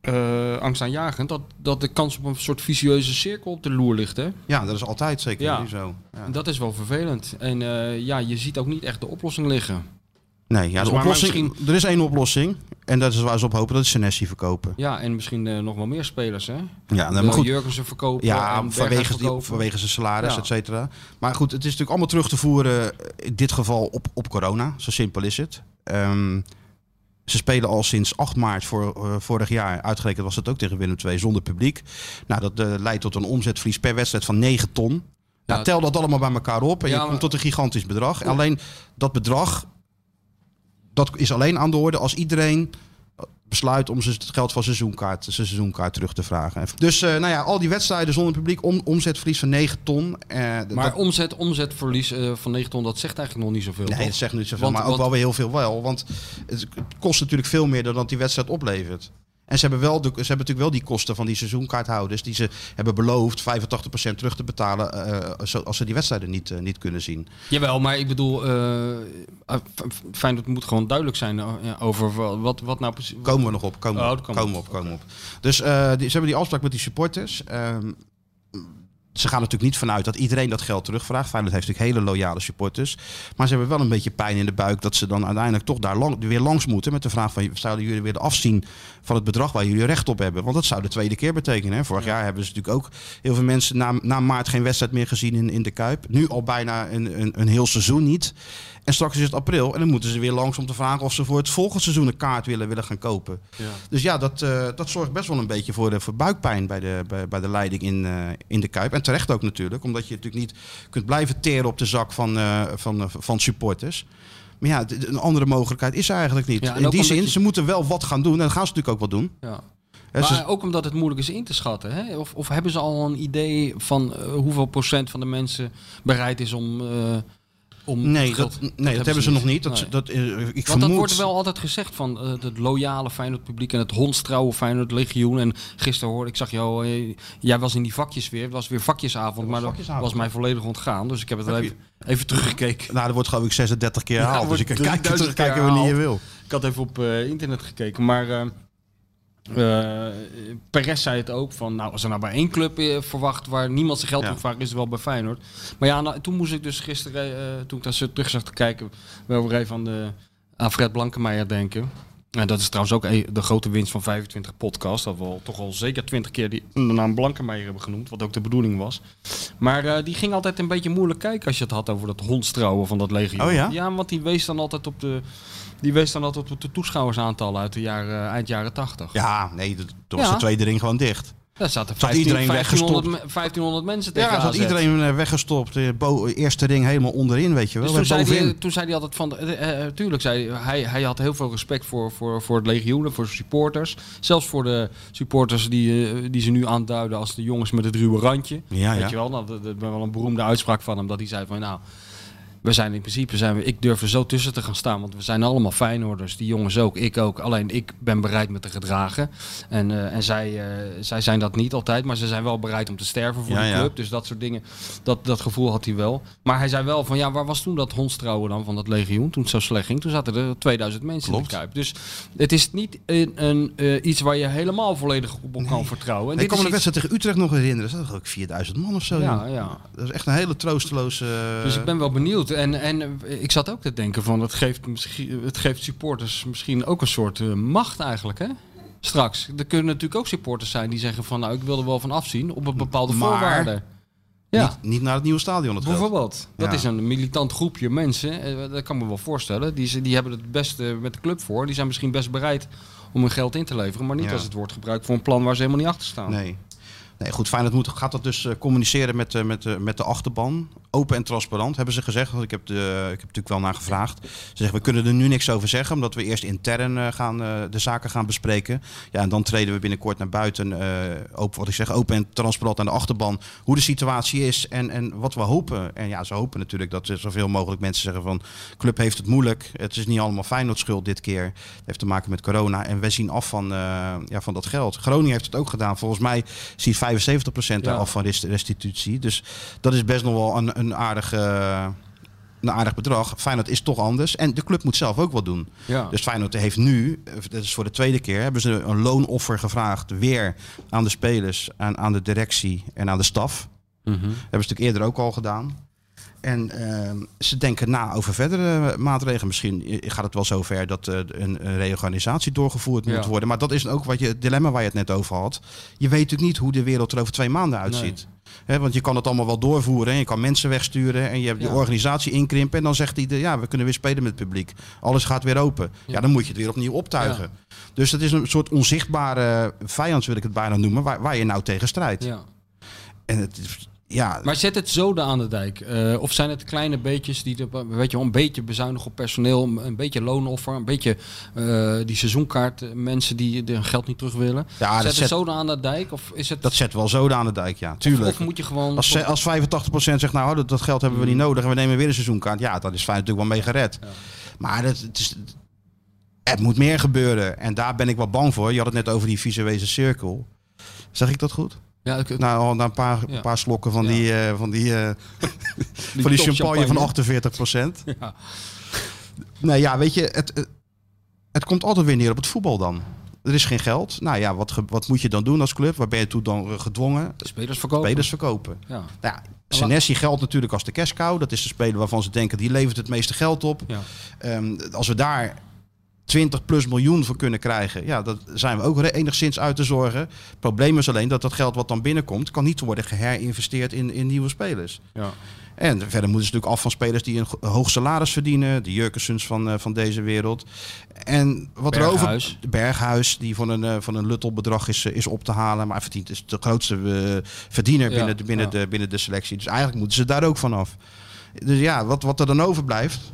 Speaker 6: eh, angstaanjagend, dat, dat de kans op een soort vicieuze cirkel op de loer ligt. Hè?
Speaker 4: Ja, dat is altijd zeker
Speaker 6: Ja.
Speaker 4: niet zo. Ja.
Speaker 6: Dat is wel vervelend. En eh, ja, je ziet ook niet echt de oplossing liggen.
Speaker 4: Nee, ja, de
Speaker 6: maar- maar
Speaker 4: oplossing, er is één oplossing. En dat is waar ze op hopen. Dat is Senesi verkopen.
Speaker 6: Ja, en misschien eh, nog wel meer spelers, hè?
Speaker 4: Ja, nee,
Speaker 6: Wil
Speaker 4: maar goed.
Speaker 6: Eh, Jurgensen verkopen.
Speaker 4: Ja,
Speaker 6: en Berghuis
Speaker 4: vanwege, die,
Speaker 6: verkopen.
Speaker 4: vanwege zijn salaris,
Speaker 6: Ja.
Speaker 4: et cetera. Maar goed, het is natuurlijk allemaal terug te voeren, eh, in dit geval op, op corona. Zo simpel is het. Ehm, ze spelen al sinds 8 maart voor, eh, vorig jaar, uitgerekend was het ook tegen Willem II, zonder publiek. Nou, dat eh, leidt tot een omzetverlies per wedstrijd van 9 ton. Nou,
Speaker 6: Ja.
Speaker 4: tel dat allemaal bij elkaar op en
Speaker 6: Ja,
Speaker 4: je
Speaker 6: maar-
Speaker 4: komt tot een gigantisch bedrag. En Alleen dat bedrag, dat is alleen aan de orde als iedereen besluit om ze- het geld van seizoenkaart, zijn seizoenkaart terug te vragen. Dus eh, nou ja, al die wedstrijden zonder publiek, om, omzetverlies van 9 ton. eh, d-
Speaker 6: Maar
Speaker 4: dat,
Speaker 6: omzet, omzetverlies eh, van 9 ton, dat zegt eigenlijk nog niet zoveel.
Speaker 4: nee,
Speaker 6: toch?
Speaker 4: dat zegt niet zoveel,
Speaker 6: Want-
Speaker 4: maar ook
Speaker 6: want-
Speaker 4: wel weer heel veel wel. Want het, het kost natuurlijk veel meer dan dat die wedstrijd oplevert. En ze hebben, wel de, ze hebben natuurlijk wel die kosten van die seizoenkaarthouders... die ze hebben beloofd 85% terug te betalen... eh, zo- als ze die wedstrijden niet, eh, niet kunnen zien.
Speaker 6: Jawel, maar ik bedoel, eh, eh, f- f- fijn dat het moet gewoon duidelijk zijn eh, ja, over wa- wat, wat nou precies...
Speaker 4: Komen we nog op, komen we
Speaker 6: Oh,
Speaker 4: op,
Speaker 6: dat komt
Speaker 4: komen we op, komen we op. Dus eh, die, ze hebben die afspraak met die supporters. Ehm, ze gaan natuurlijk niet vanuit dat iedereen dat geld terugvraagt. Feyenoord heeft natuurlijk hele loyale supporters. Maar ze hebben wel een beetje pijn in de buik dat ze dan uiteindelijk toch daar lang, weer langs moeten. Met de vraag van, zouden jullie willen afzien van het bedrag waar jullie recht op hebben? Want dat zou de tweede keer betekenen. Hè? Vorig jaar hebben ze natuurlijk ook heel veel mensen na, na maart geen wedstrijd meer gezien in, in de Kuip. Nu al bijna een, een, een heel seizoen niet. En straks is het april en dan moeten ze weer langs om te vragen of ze voor het volgende seizoen een kaart willen, willen gaan kopen. Dus ja, dat, eh, dat zorgt best wel een beetje voor, de, voor buikpijn bij de, bij, bij de leiding in, eh, in de Kuip. En terecht ook natuurlijk, omdat je natuurlijk niet kunt blijven teren op de zak van, eh, van, eh, van supporters. Maar ja, d- d- een andere mogelijkheid is er eigenlijk niet.
Speaker 6: Ja, en
Speaker 4: in
Speaker 6: ook
Speaker 4: die
Speaker 6: omdat
Speaker 4: zin,
Speaker 6: je-
Speaker 4: ze moeten wel wat gaan doen. En dat gaan ze natuurlijk ook wel doen.
Speaker 6: Ja.
Speaker 4: Hè,
Speaker 6: maar
Speaker 4: ze-
Speaker 6: ook omdat het moeilijk is in te schatten. Hè? Of, of hebben ze al een idee van eh, hoeveel procent van de mensen bereid is om... eh, om
Speaker 4: nee,
Speaker 6: geld-
Speaker 4: dat, nee, dat hebben ze nog niet. Dat,
Speaker 6: Nee.
Speaker 4: dat, eh, ik
Speaker 6: Want
Speaker 4: vermoed...
Speaker 6: dat wordt wel altijd gezegd van eh, het loyale Feyenoord publiek en het hondstrouwe Feyenoord legioen. En gisteren hoorde ik, zag jou, eh, jij was in die vakjes weer. Het was weer vakjesavond,
Speaker 4: was
Speaker 6: maar dat
Speaker 4: vakjesavond.
Speaker 6: was mij volledig ontgaan. Dus ik heb het
Speaker 4: Heb
Speaker 6: even, even teruggekeken.
Speaker 4: Nou, dat wordt geloof ik 36 keer
Speaker 6: Ja,
Speaker 4: herhaald. Dus
Speaker 6: wordt
Speaker 4: je kan kijken,
Speaker 6: 3000 keer
Speaker 4: terugkijken wanneer je wil.
Speaker 6: Ik had even op eh, internet gekeken, maar eh eh, Perez zei het ook van, nou als er nou bij één club eh, verwacht waar niemand zijn geld
Speaker 4: Ja.
Speaker 6: op vraagt, is het wel bij Feyenoord. Maar ja, nou, toen moest ik dus gisteren, eh, toen ik daar zo terug zag te kijken, wel weer even aan, de, aan Fred Blankenmeijer denken. En dat is trouwens ook eh, de grote winst van 25 podcast. Dat we al, toch al zeker 20 keer die, de naam Blankenmeijer hebben genoemd. Wat ook de bedoeling was. Maar eh, die ging altijd een beetje moeilijk kijken als je het had over dat hondstrouwen van dat legio.
Speaker 4: Oh ja?
Speaker 6: Ja, want die wees dan altijd op de, die wees dan altijd op de toeschouwersaantallen uit de jaren, eh, eind jaren 80.
Speaker 4: Ja, nee, dat- toen was
Speaker 6: Ja.
Speaker 4: de tweede ring gewoon dicht.
Speaker 6: Daar zaten
Speaker 4: Zat
Speaker 6: 15,
Speaker 4: iedereen
Speaker 6: 1500,
Speaker 4: weggestopt?
Speaker 6: me- 1500 mensen tegen
Speaker 4: Ja, dat
Speaker 6: AZ.
Speaker 4: iedereen eh, weggestopt. eh, bo- Eerste ring helemaal onderin, weet je wel.
Speaker 6: Dus toen
Speaker 4: Eh,
Speaker 6: zei,
Speaker 4: bovenin.
Speaker 6: hij, toen zei hij altijd van, eh, eh, tuurlijk, zei hij, hij, hij had heel veel respect voor, voor, voor het legioen en voor zijn supporters. Zelfs voor de supporters die, eh, die ze nu aanduiden als de jongens met het ruwe randje.
Speaker 4: Ja,
Speaker 6: Weet
Speaker 4: ja.
Speaker 6: je wel, nou, dat, dat was wel een beroemde uitspraak van hem, dat hij zei van, nou, We zijn in principe, zijn we, ik durf er zo tussen te gaan staan, want we zijn allemaal Feyenoorders, die jongens ook, ik ook. Alleen ik ben bereid me te gedragen. En, eh, en zij, eh, zij zijn dat niet altijd, maar ze zijn wel bereid om te sterven voor
Speaker 4: Ja,
Speaker 6: de
Speaker 4: ja.
Speaker 6: club. Dus dat soort dingen, dat, dat gevoel had hij wel. Maar hij zei wel van, ja, waar was toen dat hondstrouwen dan van dat legioen, toen het zo slecht ging? Toen zaten er 2000 mensen in
Speaker 4: Klopt.
Speaker 6: de Kuip. Dus het is niet een, een, eh, iets waar je helemaal volledig op kan vertrouwen. En
Speaker 4: ik kan
Speaker 6: is
Speaker 4: me de
Speaker 6: iets-
Speaker 4: wedstrijd tegen Utrecht nog herinneren. Dat was ook 4000 man of zo.
Speaker 6: Ja,
Speaker 4: joh.
Speaker 6: ja.
Speaker 4: Dat is echt een hele troosteloze... eh,
Speaker 6: Dus ik ben wel benieuwd. En, en eh, ik zat ook te denken van het geeft, misschien, het geeft supporters misschien ook een soort eh, macht eigenlijk hè? Straks. Er kunnen natuurlijk ook supporters zijn die zeggen van nou ik wil er wel van afzien op een bepaalde
Speaker 4: Maar-
Speaker 6: voorwaarde. Ja.
Speaker 4: niet, niet naar het nieuwe stadion het geld.
Speaker 6: Bijvoorbeeld, dat
Speaker 4: Ja.
Speaker 6: is een militant groepje mensen, eh, dat kan me wel voorstellen. Die, ze- die hebben het best eh, met de club voor. Die zijn misschien best bereid om hun geld in te leveren, maar niet
Speaker 4: Ja.
Speaker 6: als het wordt gebruikt voor een plan waar ze helemaal niet achter staan.
Speaker 4: Nee. Nee, goed, Feyenoord moet, gaat dat dus eh, communiceren met, eh, met, eh, met de achterban. Open en transparant, hebben ze gezegd. Want ik heb, de, ik heb natuurlijk wel naar gevraagd. Ze zeggen, we kunnen er nu niks over zeggen... omdat we eerst intern eh, gaan, eh, de zaken gaan bespreken. Ja, en dan treden we binnenkort naar buiten. eh, open, wat ik zeg, open en transparant aan de achterban. Hoe de situatie is en, en wat we hopen. En ja, ze hopen natuurlijk dat er zoveel mogelijk mensen zeggen van... club heeft het moeilijk, het is niet allemaal Feyenoord schuld dit keer. Het heeft te maken met corona en wij zien af van, eh, ja, van dat geld. Groningen heeft het ook gedaan. Volgens mij ziet 75% daar
Speaker 6: Ja.
Speaker 4: af van rest- restitutie. Dus dat is best nog wel een, een, aardig, eh, een aardig bedrag. Feyenoord is toch anders. En de club moet zelf ook wat doen.
Speaker 6: Ja.
Speaker 4: Dus Feyenoord heeft nu, eh, dat is voor de tweede keer, hebben ze een loonoffer gevraagd. Weer aan de spelers, aan, aan de directie en aan de staf.
Speaker 6: Mhm.
Speaker 4: Hebben ze natuurlijk eerder ook al gedaan. En ehm, ze denken na over verdere eh, maatregelen. Misschien eh, gaat het wel zover dat eh, een, een reorganisatie doorgevoerd moet
Speaker 6: Ja.
Speaker 4: worden. Maar dat is ook wat je, het dilemma waar je het net over had. Je weet natuurlijk niet hoe de wereld er over twee maanden uitziet. Hè, want je kan het allemaal wel doorvoeren. En je kan mensen wegsturen. En je hebt
Speaker 6: Ja.
Speaker 4: je organisatie inkrimpen. En dan zegt ieder, ja, we kunnen weer spelen met het publiek. Alles gaat weer open. Ja, dan moet je het weer opnieuw optuigen. Dus dat is een soort onzichtbare vijand, wil ik het bijna noemen. Waar, waar je nou tegen strijdt.
Speaker 6: Ja.
Speaker 4: En het is, ja,
Speaker 6: Maar zet het zoden aan de dijk? Eh, of zijn het kleine beetjes die er, weet je, wel, een beetje bezuinigen op personeel, een beetje loonoffer, een beetje eh, die seizoenkaart, eh, mensen die hun geld niet terug willen?
Speaker 4: Ja,
Speaker 6: zet
Speaker 4: dat
Speaker 6: het
Speaker 4: zet-
Speaker 6: zoden aan de dijk? Of is het.
Speaker 4: Dat zet wel zoden aan de dijk, ja. Tuurlijk.
Speaker 6: Of moet je gewoon.
Speaker 4: als, ze- als 85% zegt, nou dat, dat geld hebben we niet
Speaker 6: Hmm.
Speaker 4: nodig en we nemen weer een seizoenkaart. Ja, dat is fijn natuurlijk wel mee gered. Maar dat, het, is, het moet meer gebeuren. En daar ben ik wel bang voor. Je had het net over die visuele cirkel. Zeg ik dat goed?
Speaker 6: ja, ik-
Speaker 4: Nou, al na een paar,
Speaker 6: Ja.
Speaker 4: paar slokken van
Speaker 6: Ja.
Speaker 4: die, eh, van die, eh,
Speaker 6: die
Speaker 4: van die
Speaker 6: top
Speaker 4: champagne, van 48
Speaker 6: Ja.
Speaker 4: Nee, ja, weet je, het, het, het komt altijd weer neer op het voetbal dan. Er is geen geld. Nou ja, wat, ge- wat moet je dan doen als club? Waar ben je toe dan eh, gedwongen?
Speaker 6: Spelers verkopen.
Speaker 4: Spelers verkopen.
Speaker 6: Ja.
Speaker 4: Nou ja, Senesi geldt natuurlijk als de cash cow. Dat is de speler waarvan ze denken die levert het meeste geld op.
Speaker 6: Ja.
Speaker 4: Ehm, als we daar 20 plus miljoen voor kunnen krijgen, ja, dat zijn we ook re- enigszins uit te zorgen. Het probleem is alleen dat dat geld wat dan binnenkomt, kan niet worden geherinvesteerd in, in nieuwe spelers.
Speaker 6: Ja.
Speaker 4: En verder moeten ze natuurlijk af van spelers die een go- hoog salaris verdienen. De Jurkensens van, eh, van deze wereld. En wat er
Speaker 6: Berghuis.
Speaker 4: over... de Berghuis, die van een, eh, van een luttel bedrag is, eh, is op te halen. Maar hij verdient, is de grootste eh, verdiener
Speaker 6: Ja,
Speaker 4: binnen, de, binnen,
Speaker 6: ja.
Speaker 4: de, binnen de selectie. Dus eigenlijk moeten ze daar ook vanaf. Dus ja, wat, wat er dan overblijft,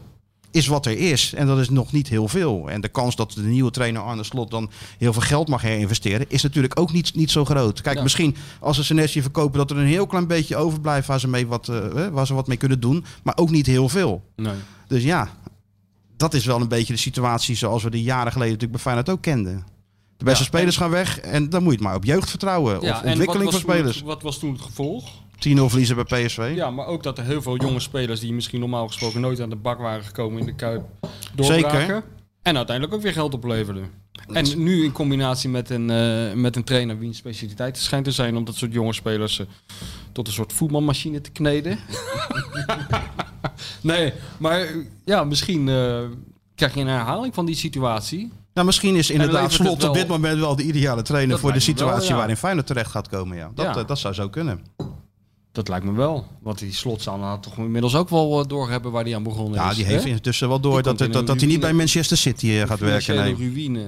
Speaker 4: is wat er is. En dat is nog niet heel veel. En de kans dat de nieuwe trainer Arne Slot dan heel veel geld mag herinvesteren, is natuurlijk ook niet, niet zo groot. Kijk,
Speaker 6: Ja.
Speaker 4: misschien als ze Senesi verkopen, dat er een heel klein beetje overblijft waar ze, mee wat, eh, eh, waar ze wat mee kunnen doen. Maar ook niet heel veel.
Speaker 6: Nee.
Speaker 4: Dus ja, dat is wel een beetje de situatie zoals we die jaren geleden natuurlijk bij Feyenoord ook kenden. De beste
Speaker 6: Ja,
Speaker 4: spelers gaan weg en dan moet je het maar op jeugd vertrouwen.
Speaker 6: Ja,
Speaker 4: of
Speaker 6: en
Speaker 4: ontwikkeling
Speaker 6: wat
Speaker 4: van
Speaker 6: was toen het-
Speaker 4: spelers.
Speaker 6: wat was toen het gevolg?
Speaker 4: 10-0 verliezen bij PSV.
Speaker 6: Ja, maar ook dat er heel veel jonge spelers die misschien normaal gesproken nooit aan de bak waren gekomen in de Kuip doorbraken.
Speaker 4: Zeker.
Speaker 6: En uiteindelijk ook weer geld opleverden. En nu in combinatie met een, eh, met een trainer wiens specialiteit het schijnt te zijn om dat soort jonge spelers eh, tot een soort voetbalmachine te kneden. nee, maar eh, ja, misschien eh, krijg je een herhaling van die situatie.
Speaker 4: Nou, misschien is inderdaad
Speaker 6: levert het
Speaker 4: Slot op
Speaker 6: wel-
Speaker 4: dit moment wel de ideale trainer
Speaker 6: Dat
Speaker 4: voor de
Speaker 6: lijkt me wel,
Speaker 4: situatie
Speaker 6: ja.
Speaker 4: waarin Feyenoord terecht gaat komen. Ja. Dat,
Speaker 6: Ja.
Speaker 4: eh, dat zou zo kunnen.
Speaker 6: Dat lijkt me wel. Want die slot zal nou toch inmiddels ook wel door doorhebben waar die aan begonnen
Speaker 4: Ja,
Speaker 6: is.
Speaker 4: die heeft
Speaker 6: dus, hè?
Speaker 4: intussen wel door
Speaker 6: Die
Speaker 4: dat,
Speaker 6: komt in
Speaker 4: dat,
Speaker 6: een
Speaker 4: dat hij niet bij
Speaker 6: ruïne.
Speaker 4: Manchester City eh, gaat werken.
Speaker 6: Financiële
Speaker 4: Nee.
Speaker 6: ruïne.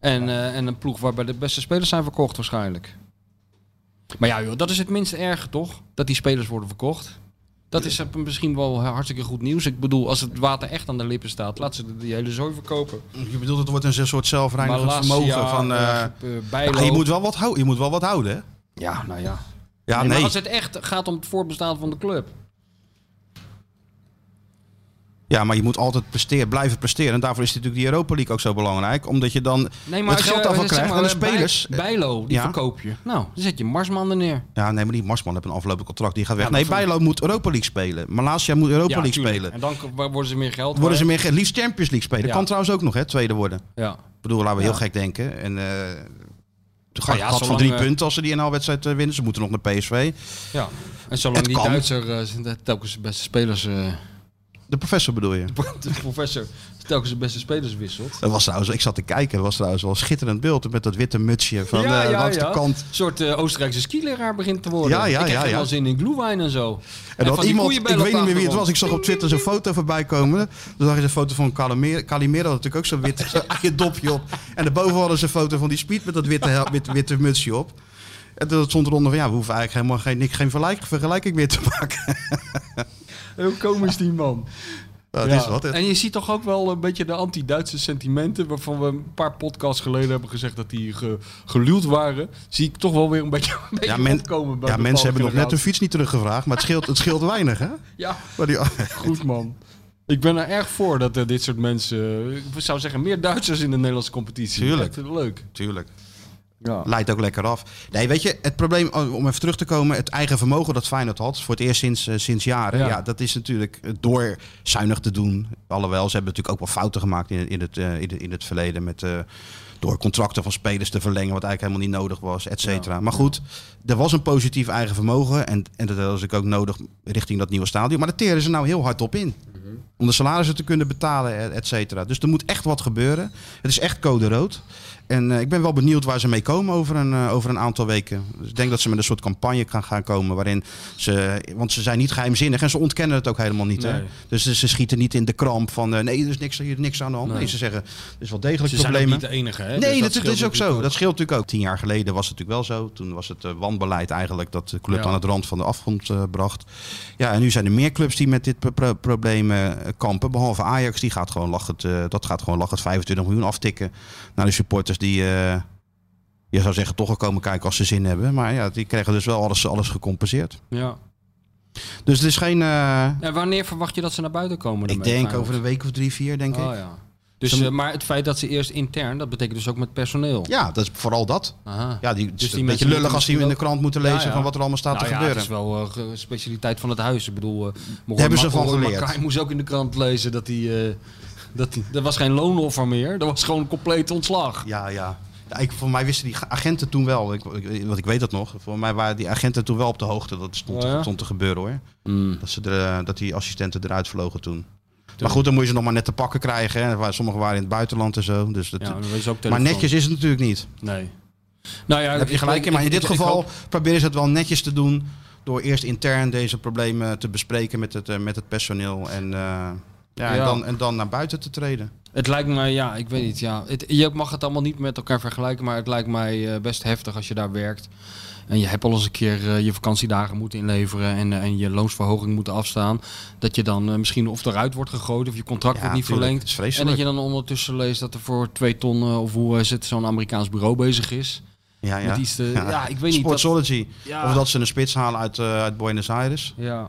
Speaker 6: En, eh, en een ploeg waarbij de beste spelers zijn verkocht waarschijnlijk. Maar ja, joh, dat is het minst erge toch? Dat die spelers worden verkocht. Dat is eh, misschien wel hartstikke goed nieuws. Ik bedoel, als het water echt aan de lippen staat, laat ze die hele zooi verkopen.
Speaker 4: Je bedoelt, het wordt een soort zelfreinigend
Speaker 6: Malacia,
Speaker 4: vermogen van... eh,
Speaker 6: eh, Bijlo.
Speaker 4: ja, je, moet wel wat hou- je moet wel wat houden, hè?
Speaker 6: Ja, nou ja.
Speaker 4: Ja,
Speaker 6: Nee, Maar
Speaker 4: nee.
Speaker 6: als het echt gaat om het voortbestaan van de club.
Speaker 4: Ja, maar je moet altijd presteren, blijven presteren. En daarvoor is natuurlijk die Europa League ook zo belangrijk. Omdat je dan het
Speaker 6: als je,
Speaker 4: geld daarvan
Speaker 6: eh, zeg
Speaker 4: krijgt
Speaker 6: maar,
Speaker 4: aan de
Speaker 6: eh, Bij-
Speaker 4: spelers.
Speaker 6: Bijlo, die
Speaker 4: Ja.
Speaker 6: verkoop je. Nou, dan zet je Marsman er neer.
Speaker 4: Ja, nee, maar die Marsman heeft een aflopend contract. Die gaat weg.
Speaker 6: Ja,
Speaker 4: nee,
Speaker 6: dat vind
Speaker 4: Bijlo moet Europa League spelen. Malasia moet Europa
Speaker 6: Ja,
Speaker 4: League
Speaker 6: tuurlijk.
Speaker 4: spelen.
Speaker 6: En dan k- worden ze meer geld.
Speaker 4: Worden ze
Speaker 6: waard.
Speaker 4: meer ge- liefst Champions League spelen.
Speaker 6: Ja.
Speaker 4: Kan trouwens ook nog, hè, tweede worden.
Speaker 6: Ja.
Speaker 4: Ik bedoel, laten we
Speaker 6: Ja.
Speaker 4: heel gek denken. En eh het
Speaker 6: Nou
Speaker 4: gaat
Speaker 6: ja,
Speaker 4: gaat van
Speaker 6: zolang,
Speaker 4: drie
Speaker 6: eh,
Speaker 4: punten als ze die NL-wedstrijd eh, winnen. Ze moeten nog naar PSV.
Speaker 6: ja. En zolang
Speaker 4: Het
Speaker 6: die
Speaker 4: kan.
Speaker 6: Duitser eh, de- telkens de beste spelers, eh,
Speaker 4: De professor bedoel je?
Speaker 6: de professor, telkens de beste spelers wisselt.
Speaker 4: Dat was trouwens, ik zat te kijken, dat was trouwens wel een schitterend beeld. Met dat witte mutsje van eh, langs de kant.
Speaker 6: Een soort eh, Oostenrijkse skileraar begint te worden.
Speaker 4: Ja, ja,
Speaker 6: ik heb
Speaker 4: ja,
Speaker 6: wel
Speaker 4: ja.
Speaker 6: zin in gloewijn en zo.
Speaker 4: En
Speaker 6: van
Speaker 4: dat
Speaker 6: die
Speaker 4: iemand, ik
Speaker 6: koeienbellen
Speaker 4: weet niet
Speaker 6: op
Speaker 4: meer wie het
Speaker 6: achtergrond.
Speaker 4: was, ik zag op Twitter zo'n foto voorbij komen. Toen zag je een foto van Calimera, Calimera had natuurlijk ook zo'n wit zo'n eigen dopje op. En daarboven hadden ze een foto van die Speed met dat witte, hel- wit- witte mutsje op. En toen stond eronder van, ja, we hoeven eigenlijk helemaal geen, niks- geen vergelijk- vergelijking meer te maken.
Speaker 6: Heel komisch die man.
Speaker 4: Dat
Speaker 6: Ja.
Speaker 4: is wat. hè.
Speaker 6: En je ziet toch ook wel een beetje de anti-Duitse sentimenten... waarvan we een paar podcasts geleden hebben gezegd dat die ge, geluwd waren. Zie ik toch wel weer een beetje, een beetje
Speaker 4: Ja, men-
Speaker 6: opkomen. Bij
Speaker 4: ja,
Speaker 6: bepaalde
Speaker 4: mensen hebben nog net hun
Speaker 6: generaties.
Speaker 4: fiets niet teruggevraagd, maar het scheelt, het scheelt weinig, hè?
Speaker 6: Ja,
Speaker 4: Maar die,
Speaker 6: goed man. Ik ben er erg voor dat eh, dit soort mensen... ik zou zeggen, meer Duitsers in de Nederlandse competitie.
Speaker 4: Tuurlijk.
Speaker 6: Ik vind het leuk.
Speaker 4: Tuurlijk.
Speaker 6: Ja.
Speaker 4: Leidt ook lekker af. Nee, weet je, het probleem, oh, om even terug te komen, het eigen vermogen dat Feyenoord had, voor het eerst sinds, eh, sinds jaren, ja.
Speaker 6: Ja.
Speaker 4: dat is natuurlijk eh, door zuinig te doen. Alhoewel, ze hebben natuurlijk ook wel fouten gemaakt in, in, het, eh, in, het- in het verleden met... eh, door contracten van spelers te verlengen, wat eigenlijk helemaal niet nodig was, et cetera. Maar goed, er was een positief eigen vermogen. En, en dat was ik ook nodig richting dat nieuwe stadion. Maar daar teren ze nou heel hard op in.
Speaker 6: Mhm.
Speaker 4: Om de salarissen te kunnen betalen, et- et cetera. Dus er moet echt wat gebeuren. Het is echt code rood. En eh, ik ben wel benieuwd waar ze mee komen over een, eh, over een aantal weken. Dus ik denk dat ze met een soort campagne gaan, gaan komen. Waarin ze, want ze zijn niet geheimzinnig en ze ontkennen het ook helemaal niet. Hè?
Speaker 6: Nee.
Speaker 4: Dus ze, ze schieten niet in de kramp van eh, nee, er is niks, hier is niks aan de hand. Nee, ze zeggen er is wel degelijk
Speaker 6: Ze zijn ook
Speaker 4: problemen.
Speaker 6: niet de enige, hè?
Speaker 4: Nee,
Speaker 6: Dus
Speaker 4: dat, dat
Speaker 6: scheelt
Speaker 4: is ook zo.
Speaker 6: natuurlijk
Speaker 4: Dat scheelt natuurlijk ook. Tien jaar geleden was het natuurlijk wel zo. Toen was het eh, wanbeleid eigenlijk dat de club
Speaker 6: Ja.
Speaker 4: aan het rand van de afgrond eh, bracht. Ja, en nu zijn er meer clubs die met dit pro- pro- probleem eh, kampen. Behalve Ajax, die gaat gewoon lachend, eh, dat gaat gewoon lachend 25 miljoen aftikken naar de supporters die... eh, je zou zeggen, toch wel komen kijken als ze zin hebben. Maar ja, die krijgen dus wel alles, alles gecompenseerd.
Speaker 6: Ja.
Speaker 4: Dus het is geen... eh,
Speaker 6: En wanneer verwacht je dat ze naar buiten komen?
Speaker 4: ik
Speaker 6: ermee,
Speaker 4: denk
Speaker 6: Feyenoord?
Speaker 4: over een week of drie, vier, denk ik.
Speaker 6: Oh, ja. Dus,
Speaker 4: Ze mo-
Speaker 6: eh, maar het feit dat ze eerst intern, dat betekent dus ook met personeel.
Speaker 4: Ja, dat is vooral dat.
Speaker 6: Aha.
Speaker 4: Ja, die, het
Speaker 6: Dus
Speaker 4: is
Speaker 6: die
Speaker 4: een beetje
Speaker 6: mensen
Speaker 4: lullig
Speaker 6: moeten
Speaker 4: als die in de
Speaker 6: misschien
Speaker 4: krant moeten lezen
Speaker 6: Ja, ja.
Speaker 4: van wat er allemaal staat
Speaker 6: nou
Speaker 4: te
Speaker 6: ja,
Speaker 4: gebeuren.
Speaker 6: het is wel eh, ge- specialiteit van het huis. Ik bedoel, eh Moran-
Speaker 4: hebben ze van
Speaker 6: Moran
Speaker 4: geleerd.
Speaker 6: Makai moest ook in de krant lezen dat hij... eh, dat, die, dat was geen loonoffer meer, dat was gewoon compleet ontslag.
Speaker 4: Ja, ja. ja ik, voor mij wisten die agenten toen wel, ik, ik- want ik weet dat nog. Voor mij waren die agenten toen wel op de hoogte dat het stond,
Speaker 6: Oh ja?
Speaker 4: stond te gebeuren hoor. Dat, ze er, eh, dat die assistenten eruit vlogen toen. Maar goed, dan moet je ze nog maar net te pakken krijgen. Hè. Waar- Sommigen waren in het buitenland en zo. Dus dat,
Speaker 6: Ja, dan wees ook
Speaker 4: maar
Speaker 6: telefoon.
Speaker 4: netjes is het natuurlijk niet.
Speaker 6: Nee. Nou ja,
Speaker 4: Daar heb je
Speaker 6: ik-
Speaker 4: gelijk in.
Speaker 6: ik-
Speaker 4: Maar in
Speaker 6: ik-
Speaker 4: dit
Speaker 6: ik-
Speaker 4: geval
Speaker 6: ik hoop-
Speaker 4: proberen ze het wel netjes te doen. Door eerst intern deze problemen te bespreken met het, eh, met het personeel. En, eh, ja, en,
Speaker 6: Ja.
Speaker 4: dan, en dan naar buiten te treden.
Speaker 6: het lijkt mij, ja, ik weet niet. Ja, het, je mag het allemaal niet met elkaar vergelijken, maar het lijkt mij eh, best heftig als je daar werkt. En je hebt al eens een keer eh, je vakantiedagen moeten inleveren en, eh, en je loonsverhoging moeten afstaan. Dat je dan eh, misschien of eruit wordt gegooid of je contract
Speaker 4: Ja,
Speaker 6: wordt niet
Speaker 4: tuurlijk.
Speaker 6: verlengd.
Speaker 4: Het is
Speaker 6: En
Speaker 4: vreselijk.
Speaker 6: dat je dan ondertussen leest dat er voor twee ton eh, of hoe eh, zit zo'n Amerikaans bureau bezig is.
Speaker 4: Ja, ja.
Speaker 6: Met iets te- ja, ik weet niet, dat-
Speaker 4: Sportsology.
Speaker 6: Ja.
Speaker 4: Of dat ze een spits halen uit, eh, uit Buenos Aires.
Speaker 6: Ja,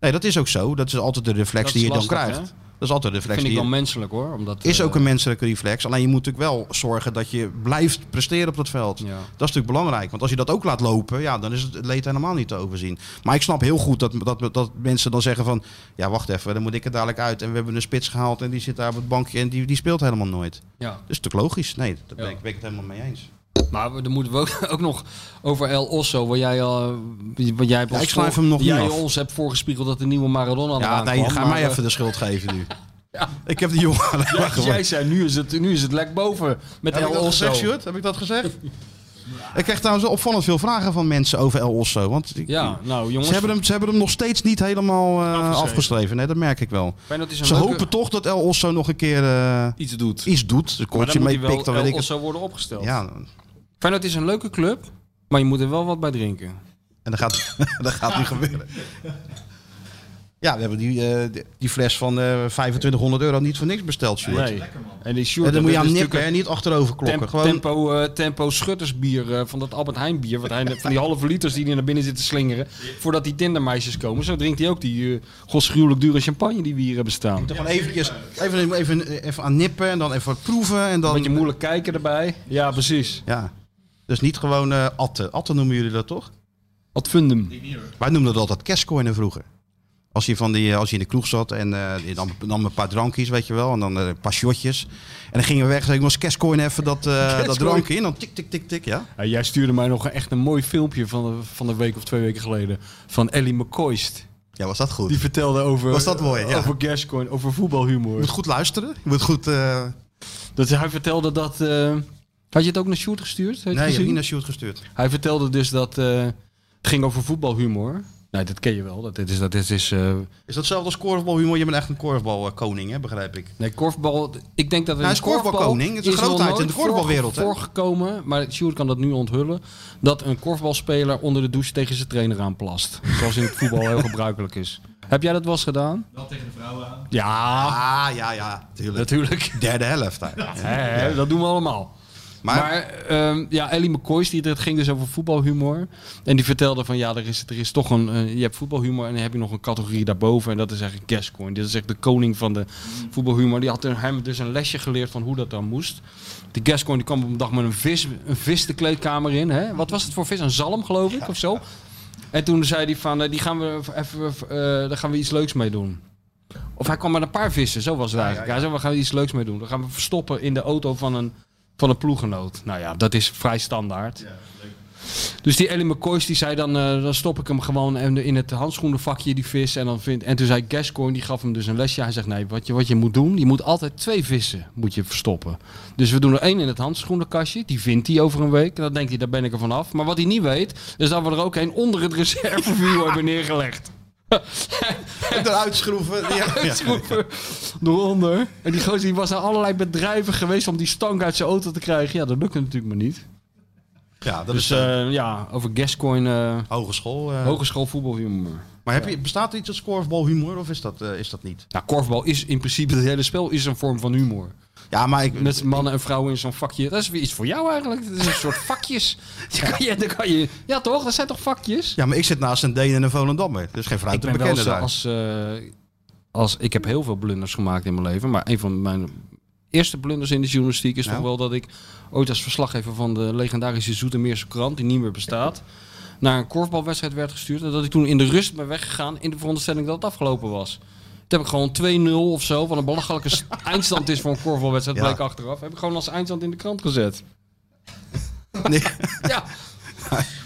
Speaker 4: Nee, dat is ook zo. Dat is altijd de reflex
Speaker 6: Dat
Speaker 4: die
Speaker 6: is
Speaker 4: je dan
Speaker 6: lastig,
Speaker 4: krijgt.
Speaker 6: hè?
Speaker 4: Dat is altijd de reflex
Speaker 6: vind ik
Speaker 4: die je...
Speaker 6: wel menselijk hoor. Omdat,
Speaker 4: Is
Speaker 6: eh,
Speaker 4: ook een menselijke reflex. Alleen je moet natuurlijk wel zorgen dat je blijft presteren op dat veld.
Speaker 6: Ja.
Speaker 4: Dat is natuurlijk belangrijk. Want als je dat ook laat lopen, ja, dan is het leed helemaal niet te overzien. Maar ik snap heel goed dat, dat, dat mensen dan zeggen van... Ja, wacht even, dan moet ik er dadelijk uit. En we hebben een spits gehaald en die zit daar op het bankje en die, die speelt helemaal nooit.
Speaker 6: Ja.
Speaker 4: Dat is natuurlijk logisch. Nee, daar ben,
Speaker 6: Ja.
Speaker 4: ik, ben ik het helemaal mee eens.
Speaker 6: Maar we- dan moeten we ook, ook nog over El Osso, waar jij al. Wat jij hebt
Speaker 4: Ja,
Speaker 6: ons
Speaker 4: ik schrijf
Speaker 6: voor-
Speaker 4: hem nog niet
Speaker 6: jij
Speaker 4: af.
Speaker 6: ons hebt voorgespiegeld dat de nieuwe Maradona.
Speaker 4: Ja,
Speaker 6: eraan
Speaker 4: nee,
Speaker 6: kwam,
Speaker 4: ga
Speaker 6: maar,
Speaker 4: mij
Speaker 6: eh,
Speaker 4: even de schuld geven nu. Ik heb die jongen alleen maar
Speaker 6: Jij,
Speaker 4: gewoon-
Speaker 6: zei, nu is, het, nu is het lek boven met
Speaker 4: Heb ik
Speaker 6: El
Speaker 4: dat
Speaker 6: Osso.
Speaker 4: gezegd, Sjoerd? Heb ik dat gezegd? Ik krijg trouwens opvallend veel vragen van mensen over El Osso. Want ik-
Speaker 6: ja, nou jongens.
Speaker 4: ze, hebben hem, ze hebben hem nog steeds niet helemaal eh, afgeschreven. Nee, dat merk ik wel.
Speaker 6: Feyenoord is een
Speaker 4: Ze
Speaker 6: leuke-
Speaker 4: hopen toch dat El Osso nog een keer eh,
Speaker 6: iets doet.
Speaker 4: iets doet. De
Speaker 6: Maar
Speaker 4: kortje
Speaker 6: dan moet
Speaker 4: mee
Speaker 6: hij
Speaker 4: pikt, dan
Speaker 6: wel El
Speaker 4: weet ik het.
Speaker 6: Osso worden opgesteld.
Speaker 4: Ja,
Speaker 6: Feyenoord is een leuke club, maar je moet er wel wat bij drinken.
Speaker 4: en dat gaat, dat gaat niet gebeuren. Ja, we hebben die, eh, die- die fles van eh 2500 euro niet voor niks besteld, Sjoerd.
Speaker 6: Nee. En die Sjoerd,
Speaker 4: En dan moet je
Speaker 6: dat
Speaker 4: aan
Speaker 6: is
Speaker 4: nippen, dus hè,
Speaker 6: natuurlijk
Speaker 4: niet achterover
Speaker 6: een
Speaker 4: klokken.
Speaker 6: temp-
Speaker 4: Gewoon,
Speaker 6: tempo, eh, tempo schuttersbier eh, van dat Albert Heijn bier. Wat hij, net- van die halve liters die hij naar binnen zit te slingeren. Voordat die tindermeisjes komen. Zo drinkt hij ook die eh godsgruwelijk dure champagne die we hier hebben staan.
Speaker 4: gewoon eventjes, even, even, even aan nippen en dan even proeven. En dan,
Speaker 6: Beetje moeilijk kijken erbij. Ja, precies.
Speaker 4: Ja. Dus niet gewoon eh atten. Atten noemen jullie dat toch?
Speaker 6: Wat fundum.
Speaker 4: Wij noemden dat altijd kerstcoinen vroeger. Als je, van die, als je in de kroeg zat en eh, je nam, nam een paar drankjes, weet je wel. En dan eh een paar shotjes. En dan gingen we weg. Zeg ik, moest kerstcoin even dat, eh dat drankje in. Dan tik, tik, tik, tik, ja.
Speaker 6: Ja, jij stuurde mij nog een- echt een mooi filmpje van de, van de week of twee weken geleden. Van Ellie McCoist.
Speaker 4: Ja, was dat goed.
Speaker 6: Die
Speaker 4: Je
Speaker 6: vertelde over,
Speaker 4: Was dat mooi, ja.
Speaker 6: over Gascoin, over voetbalhumor.
Speaker 4: moet goed luisteren. Je moet goed... eh
Speaker 6: Dat, hij vertelde dat... eh, had je het ook naar Sjoerd gestuurd? Had je het
Speaker 4: Nee, je hebt
Speaker 6: gezien?
Speaker 4: niet naar Sjoerd gestuurd.
Speaker 6: Hij vertelde dus dat... eh, het ging over voetbalhumor. Nee, dat ken je wel. Dat, dit is, dat, dit is, eh,
Speaker 4: Is dat hetzelfde als korfbalhumor? Je bent echt een korfbalkoning, hè, begrijp ik.
Speaker 6: nee, korfbal... Ik denk dat we
Speaker 4: Hij Nou, is
Speaker 6: in korfbal
Speaker 4: korfbalkoning. Het is een
Speaker 6: nog
Speaker 4: grootheid
Speaker 6: nooit
Speaker 4: in de korfbalwereld,
Speaker 6: voor-
Speaker 4: hè?
Speaker 6: voorgekomen, maar Sjoerd kan dat nu onthullen... dat een korfbalspeler onder de douche tegen zijn trainer aanplast. Zoals in het voetbal heel gebruikelijk is. Heb jij dat wel eens gedaan?
Speaker 5: Wel tegen de vrouwen aan.
Speaker 6: Ja,
Speaker 4: Ah, ja, ja. Tuurlijk.
Speaker 6: natuurlijk.
Speaker 4: Derde helft. eigenlijk.
Speaker 6: Hè, hè, Dat doen we allemaal. Maar,
Speaker 4: Maar,
Speaker 6: ehm, ja, Ellie McCoy, die, het ging dus over voetbalhumor. En die vertelde van ja, er is, er is toch een. eh, je hebt voetbalhumor en dan heb je nog een categorie daarboven. En dat is eigenlijk Gascoigne. Dit is echt de koning van de voetbalhumor. Die had er- hem dus een lesje geleerd van hoe dat dan moest. Die Gascoigne die kwam op een dag met een vis, een vis de kleedkamer in. Hè? Wat was het voor vis? Een zalm, geloof ik, of zo. En toen zei hij van, eh, die gaan we even, eh, daar gaan we iets leuks mee doen. Of hij kwam met een paar vissen, zo was het eigenlijk. Hij zei, we gaan er iets leuks mee doen. Dan gaan we verstoppen in de auto van een, van een ploegenoot. Nou ja, dat is vrij standaard.
Speaker 5: Ja, leuk.
Speaker 6: Dus die Ellie McCoy's die zei dan, eh, dan stop ik hem gewoon en in het handschoenenvakje die vis. En, dan vind, en toen zei Gascoigne, die gaf hem dus een lesje. Hij zegt, nee, wat je, wat je moet doen, je moet altijd twee vissen moet je verstoppen. Dus we doen er één in het handschoenenkastje, die vindt hij over een week. En dan denkt hij, daar ben ik er vanaf. Maar wat hij niet weet, is dat we er ook één onder het reservevuur hebben neergelegd.
Speaker 4: eruit schroeven. Ja.
Speaker 6: Schroeven eronder. En die gozer die was naar allerlei bedrijven geweest om die stang uit zijn auto te krijgen. Ja, dat lukte natuurlijk maar niet.
Speaker 4: Ja, dat
Speaker 6: Dus
Speaker 4: is eh,
Speaker 6: eh, ja, over Gascoin,
Speaker 4: hogeschool. eh.
Speaker 6: hogeschool voetbalhumor.
Speaker 4: Maar heb je, bestaat er iets als korfbalhumor of is dat, eh, is dat niet?
Speaker 6: Nou, korfbal is in principe het hele spel is een vorm van humor.
Speaker 4: Ja, maar ik,
Speaker 6: Met mannen en vrouwen in zo'n vakje. Dat is weer iets voor jou eigenlijk. Dat is een soort vakjes. Dan kan je, dan kan je, ja toch? Dat zijn toch vakjes?
Speaker 4: ja, maar ik zit naast een Deen en een Volendammer. Dus geen fruit
Speaker 6: ik
Speaker 4: te
Speaker 6: ben wel
Speaker 4: bekennen
Speaker 6: eens, eh,
Speaker 4: daar.
Speaker 6: als, eh, als ik heb heel veel blunders gemaakt in mijn leven, maar een van mijn eerste blunders in de journalistiek is
Speaker 4: Nou?
Speaker 6: toch wel dat ik ooit als verslaggever van de legendarische Zoetermeerse krant die niet meer bestaat naar een korfbalwedstrijd werd gestuurd en dat ik toen in de rust ben weggegaan in de veronderstelling dat het afgelopen was. Toen heb ik gewoon 2-0 of zo, wat een belachelijke s- eindstand is voor een korfbalwedstrijd,
Speaker 4: Ja.
Speaker 6: bleek achteraf. Heb ik gewoon als eindstand in de krant gezet.
Speaker 4: Nee.
Speaker 6: Ja.